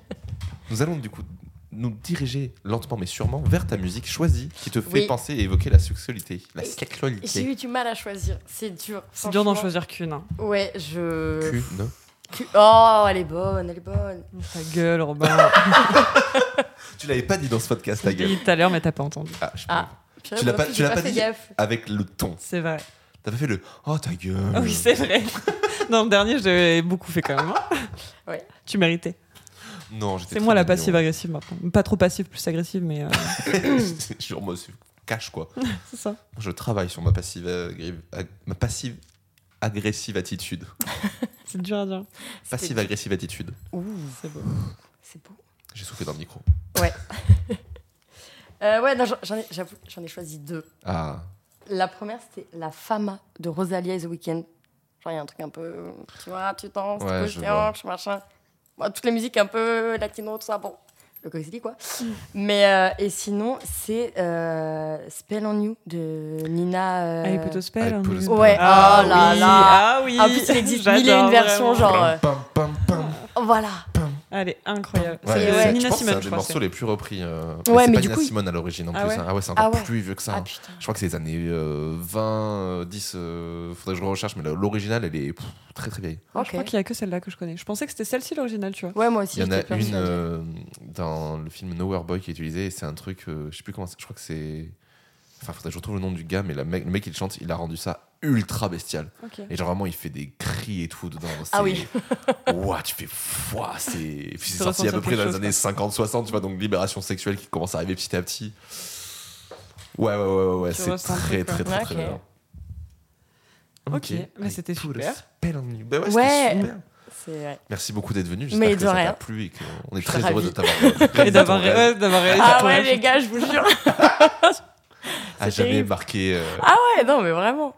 Speaker 1: nous allons du coup nous diriger lentement mais sûrement vers ta musique choisie qui te fait
Speaker 3: Oui.
Speaker 1: penser et évoquer la sexualité. La
Speaker 3: Et- J'ai
Speaker 1: sexualité.
Speaker 3: eu du mal à choisir. C'est dur.
Speaker 2: C'est dur d'en
Speaker 3: franchement.
Speaker 2: choisir qu'une. hein.
Speaker 3: Ouais, je.
Speaker 1: Cul, non
Speaker 3: Cu- Oh, elle est bonne, elle est bonne.
Speaker 2: Ta gueule, Robin.
Speaker 1: Tu l'avais pas dit dans ce podcast,
Speaker 2: Je
Speaker 1: ta
Speaker 2: l'ai
Speaker 1: gueule.
Speaker 2: dit tout à l'heure, mais t'as pas entendu.
Speaker 1: Ah, je
Speaker 3: Ah. Purée,
Speaker 1: Tu l'as
Speaker 3: moi
Speaker 1: pas-
Speaker 3: non plus,
Speaker 1: tu
Speaker 3: j'ai
Speaker 1: l'as pas
Speaker 3: fait
Speaker 1: dit
Speaker 3: gaffe.
Speaker 1: Avec le ton.
Speaker 2: C'est vrai.
Speaker 1: T'as pas fait le Oh ta gueule.
Speaker 2: Ah oui, c'est vrai. non, le dernier, je l'ai beaucoup fait quand même. hein.
Speaker 3: Ouais.
Speaker 2: Tu méritais.
Speaker 1: Non, j'étais
Speaker 2: C'est
Speaker 1: très
Speaker 2: moi la
Speaker 1: mignon.
Speaker 2: passive-agressive maintenant. Pas trop passive, plus agressive, mais euh,
Speaker 1: Genre, moi, c'est cash quoi.
Speaker 2: c'est ça.
Speaker 1: Je travaille sur ma passive, agré- ag- ma passive agressive attitude.
Speaker 2: C'est dur à dire.
Speaker 1: Passive agressive attitude.
Speaker 3: Ouh,
Speaker 2: C'est beau.
Speaker 3: Euh, c'est beau.
Speaker 1: J'ai soufflé dans le micro.
Speaker 3: Euh, ouais, non, j'en- j'en ai, j'avoue, j'en ai choisi deux.
Speaker 1: Ah.
Speaker 3: La première, c'était La Fama de Rosalia et The Weeknd. Genre, il y a un truc un peu. Tu vois, tu danses,
Speaker 1: Ouais,
Speaker 3: tu
Speaker 1: je
Speaker 3: bouges, tu
Speaker 1: vois.
Speaker 3: hanches, machin. Bon, toutes les musiques un peu latino, tout ça, bon. Le coxy, quoi. Mais, euh, et sinon, c'est euh, Spell on You de Nina. euh,
Speaker 2: Ah, il peut te spell.
Speaker 1: Ah, il peut te spell.
Speaker 3: Ouais,
Speaker 2: Ah
Speaker 3: oh là
Speaker 2: oui,
Speaker 3: là.
Speaker 2: Ah oui.
Speaker 3: En plus, il existe mille et
Speaker 2: J'adore,
Speaker 3: une versions,
Speaker 2: vraiment.
Speaker 3: genre. euh,
Speaker 1: Pam, pam, pam.
Speaker 3: voilà.
Speaker 2: Elle est incroyable.
Speaker 1: Ouais,
Speaker 3: C'est-
Speaker 2: c'est
Speaker 3: ouais.
Speaker 1: Je
Speaker 2: Nina
Speaker 1: pense que c'est un
Speaker 2: Simone,
Speaker 1: des
Speaker 2: je crois.
Speaker 1: morceaux les plus repris. euh,
Speaker 3: Ouais,
Speaker 1: c'est
Speaker 3: mais
Speaker 1: pas
Speaker 3: du
Speaker 1: Nina
Speaker 3: coup, il-
Speaker 1: Simone à l'origine en
Speaker 2: Ah
Speaker 1: plus.
Speaker 2: ouais
Speaker 1: hein. Ah ouais, c'est
Speaker 3: Ah
Speaker 1: encore
Speaker 3: ouais.
Speaker 1: plus vieux que ça.
Speaker 3: Ah
Speaker 1: hein.
Speaker 3: putain.
Speaker 1: Je crois que c'est les années euh, 20, euh, 10. euh, faudrait que je recherche, mais l'original, elle est pff, très très vieille.
Speaker 2: Ah, Je crois
Speaker 3: Ok.
Speaker 2: qu'il y a que celle-là que je connais. Je pensais que c'était celle-ci l'original, tu vois.
Speaker 3: Ouais, moi aussi.
Speaker 1: Il y en a
Speaker 3: j'étais
Speaker 1: une
Speaker 3: persuadée.
Speaker 1: euh, dans le film Nowhere Boy qui est utilisée. et C'est un truc, euh, je sais plus comment. c'est- Je crois que c'est Enfin, faudrait que je retrouve le nom du gars, mais la mec- le mec, il chante, il a rendu ça ultra bestial.
Speaker 2: Ok.
Speaker 1: Et genre, vraiment, il fait des cris et tout dedans.
Speaker 3: Ah oui.
Speaker 1: C'est- Ouah, tu fais fouah, c'est. Puis c'est
Speaker 2: Ça
Speaker 1: sorti à
Speaker 2: ressentir
Speaker 1: peu près
Speaker 2: quelque
Speaker 1: dans les
Speaker 2: chose,
Speaker 1: années 50-60, tu vois, donc libération sexuelle qui commence à arriver petit à petit. Ouais, ouais, ouais, ouais, ouais,
Speaker 2: Tu
Speaker 1: c'est
Speaker 2: ressens le
Speaker 1: très,
Speaker 2: truc, quoi.
Speaker 1: très, très, très,
Speaker 3: Ouais, ok.
Speaker 1: bien.
Speaker 2: Ok, bah,
Speaker 1: I
Speaker 2: c'était
Speaker 1: put a
Speaker 2: super.
Speaker 1: spell on you. Bah ouais,
Speaker 3: Ouais.
Speaker 1: c'était super.
Speaker 3: C'est ouais.
Speaker 1: Merci beaucoup d'être venu.
Speaker 3: Mais
Speaker 1: J'espère que
Speaker 3: de
Speaker 1: ça
Speaker 3: rien.
Speaker 1: t'a plu et qu'on est
Speaker 3: suis
Speaker 1: très heureux
Speaker 3: ravie.
Speaker 1: de t'avoir
Speaker 2: Et d'avoir ouais, d'avoir réalisé
Speaker 3: Ah
Speaker 2: ton
Speaker 3: ouais,
Speaker 2: rêve.
Speaker 3: les gars, je vous jure.
Speaker 1: à
Speaker 3: c'est
Speaker 1: jamais
Speaker 3: terrible.
Speaker 1: marqué. euh,
Speaker 2: Ah.
Speaker 3: Ouais, non, mais vraiment.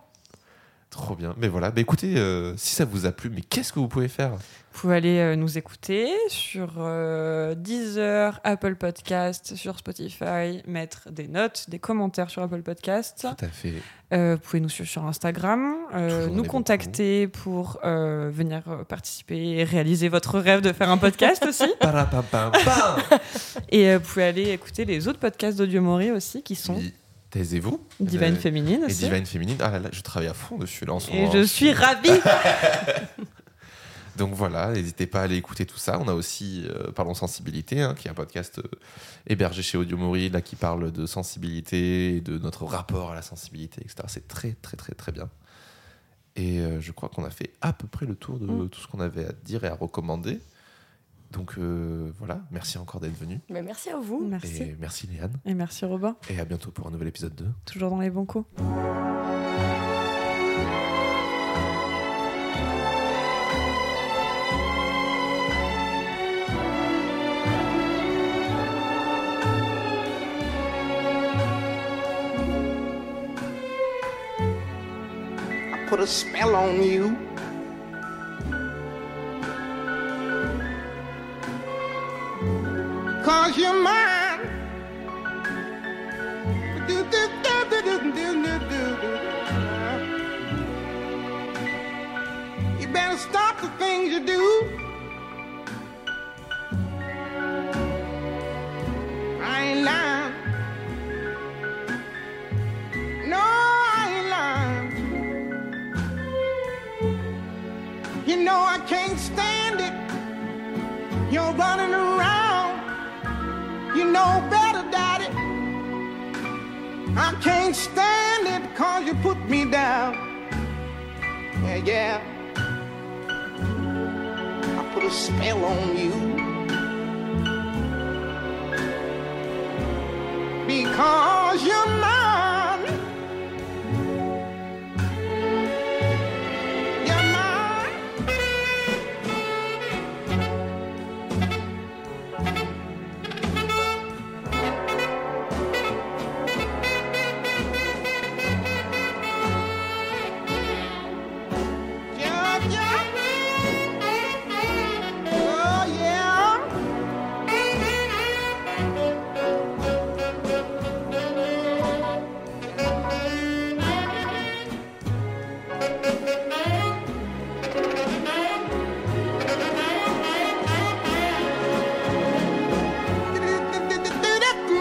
Speaker 1: Trop bien. Mais voilà, bah écoutez, euh, si ça vous a plu, mais qu'est-ce que vous pouvez faire
Speaker 2: Vous pouvez aller euh, nous écouter sur euh, Deezer, Apple Podcast, sur Spotify, mettre des notes, des commentaires sur Apple Podcast.
Speaker 1: Tout à fait.
Speaker 2: Euh, vous pouvez nous suivre sur Instagram, euh,
Speaker 1: Toujours dans
Speaker 2: nous
Speaker 1: les bons
Speaker 2: contacter pour euh, venir euh, participer et réaliser votre rêve de faire un podcast aussi.
Speaker 1: Parapapapam.
Speaker 2: Et euh, vous pouvez aller écouter les autres podcasts d'Audio Mori aussi qui sont
Speaker 1: Oui, Taisez-vous.
Speaker 2: Divine
Speaker 1: Euh,
Speaker 2: Féminine
Speaker 1: Et
Speaker 2: aussi.
Speaker 1: Divine Féminine. Ah là là, je travaille à fond dessus là en ce
Speaker 2: Et
Speaker 1: moment.
Speaker 2: je suis ravie
Speaker 1: Donc voilà, n'hésitez pas à aller écouter tout ça. On a aussi euh, Parlons Sensibilité, hein, qui est un podcast euh, hébergé chez Audio Mori, là qui parle de sensibilité, et de notre rapport à la sensibilité, etc. C'est très très très très bien. Et euh, je crois qu'on a fait à peu près le tour de
Speaker 3: Mm.
Speaker 1: tout ce qu'on avait à dire et à recommander. Donc euh, voilà, merci encore d'être venu.
Speaker 3: Mais merci à vous.
Speaker 2: Merci.
Speaker 1: Et merci Léane.
Speaker 2: Et merci Robin,
Speaker 1: Et à bientôt pour un nouvel épisode 2.
Speaker 2: toujours dans les bons coups.
Speaker 4: put a spell on you. Cause you're mine. Do, do, do, do, do, do, do, do, do. You better stop the things you do. I ain't lying. No, I ain't lying. You know I can't stand it. You're running around. You know better, Daddy. I can't stand it cause you put me down. Yeah, yeah. I put a spell on you. Because you're mine. You're mine. Yeah, yeah. Oh, yeah.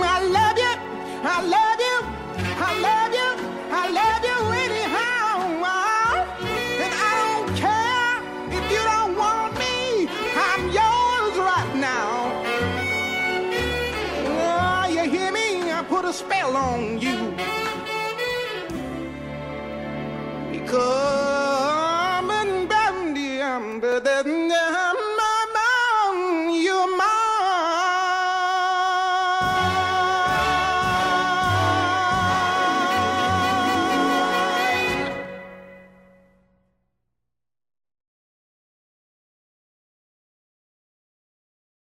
Speaker 4: I love you. I love you. I love you. I love you anyhow. And I don't care if you don't want me. I'm yours right now. Oh, you hear me? I put a spell on you.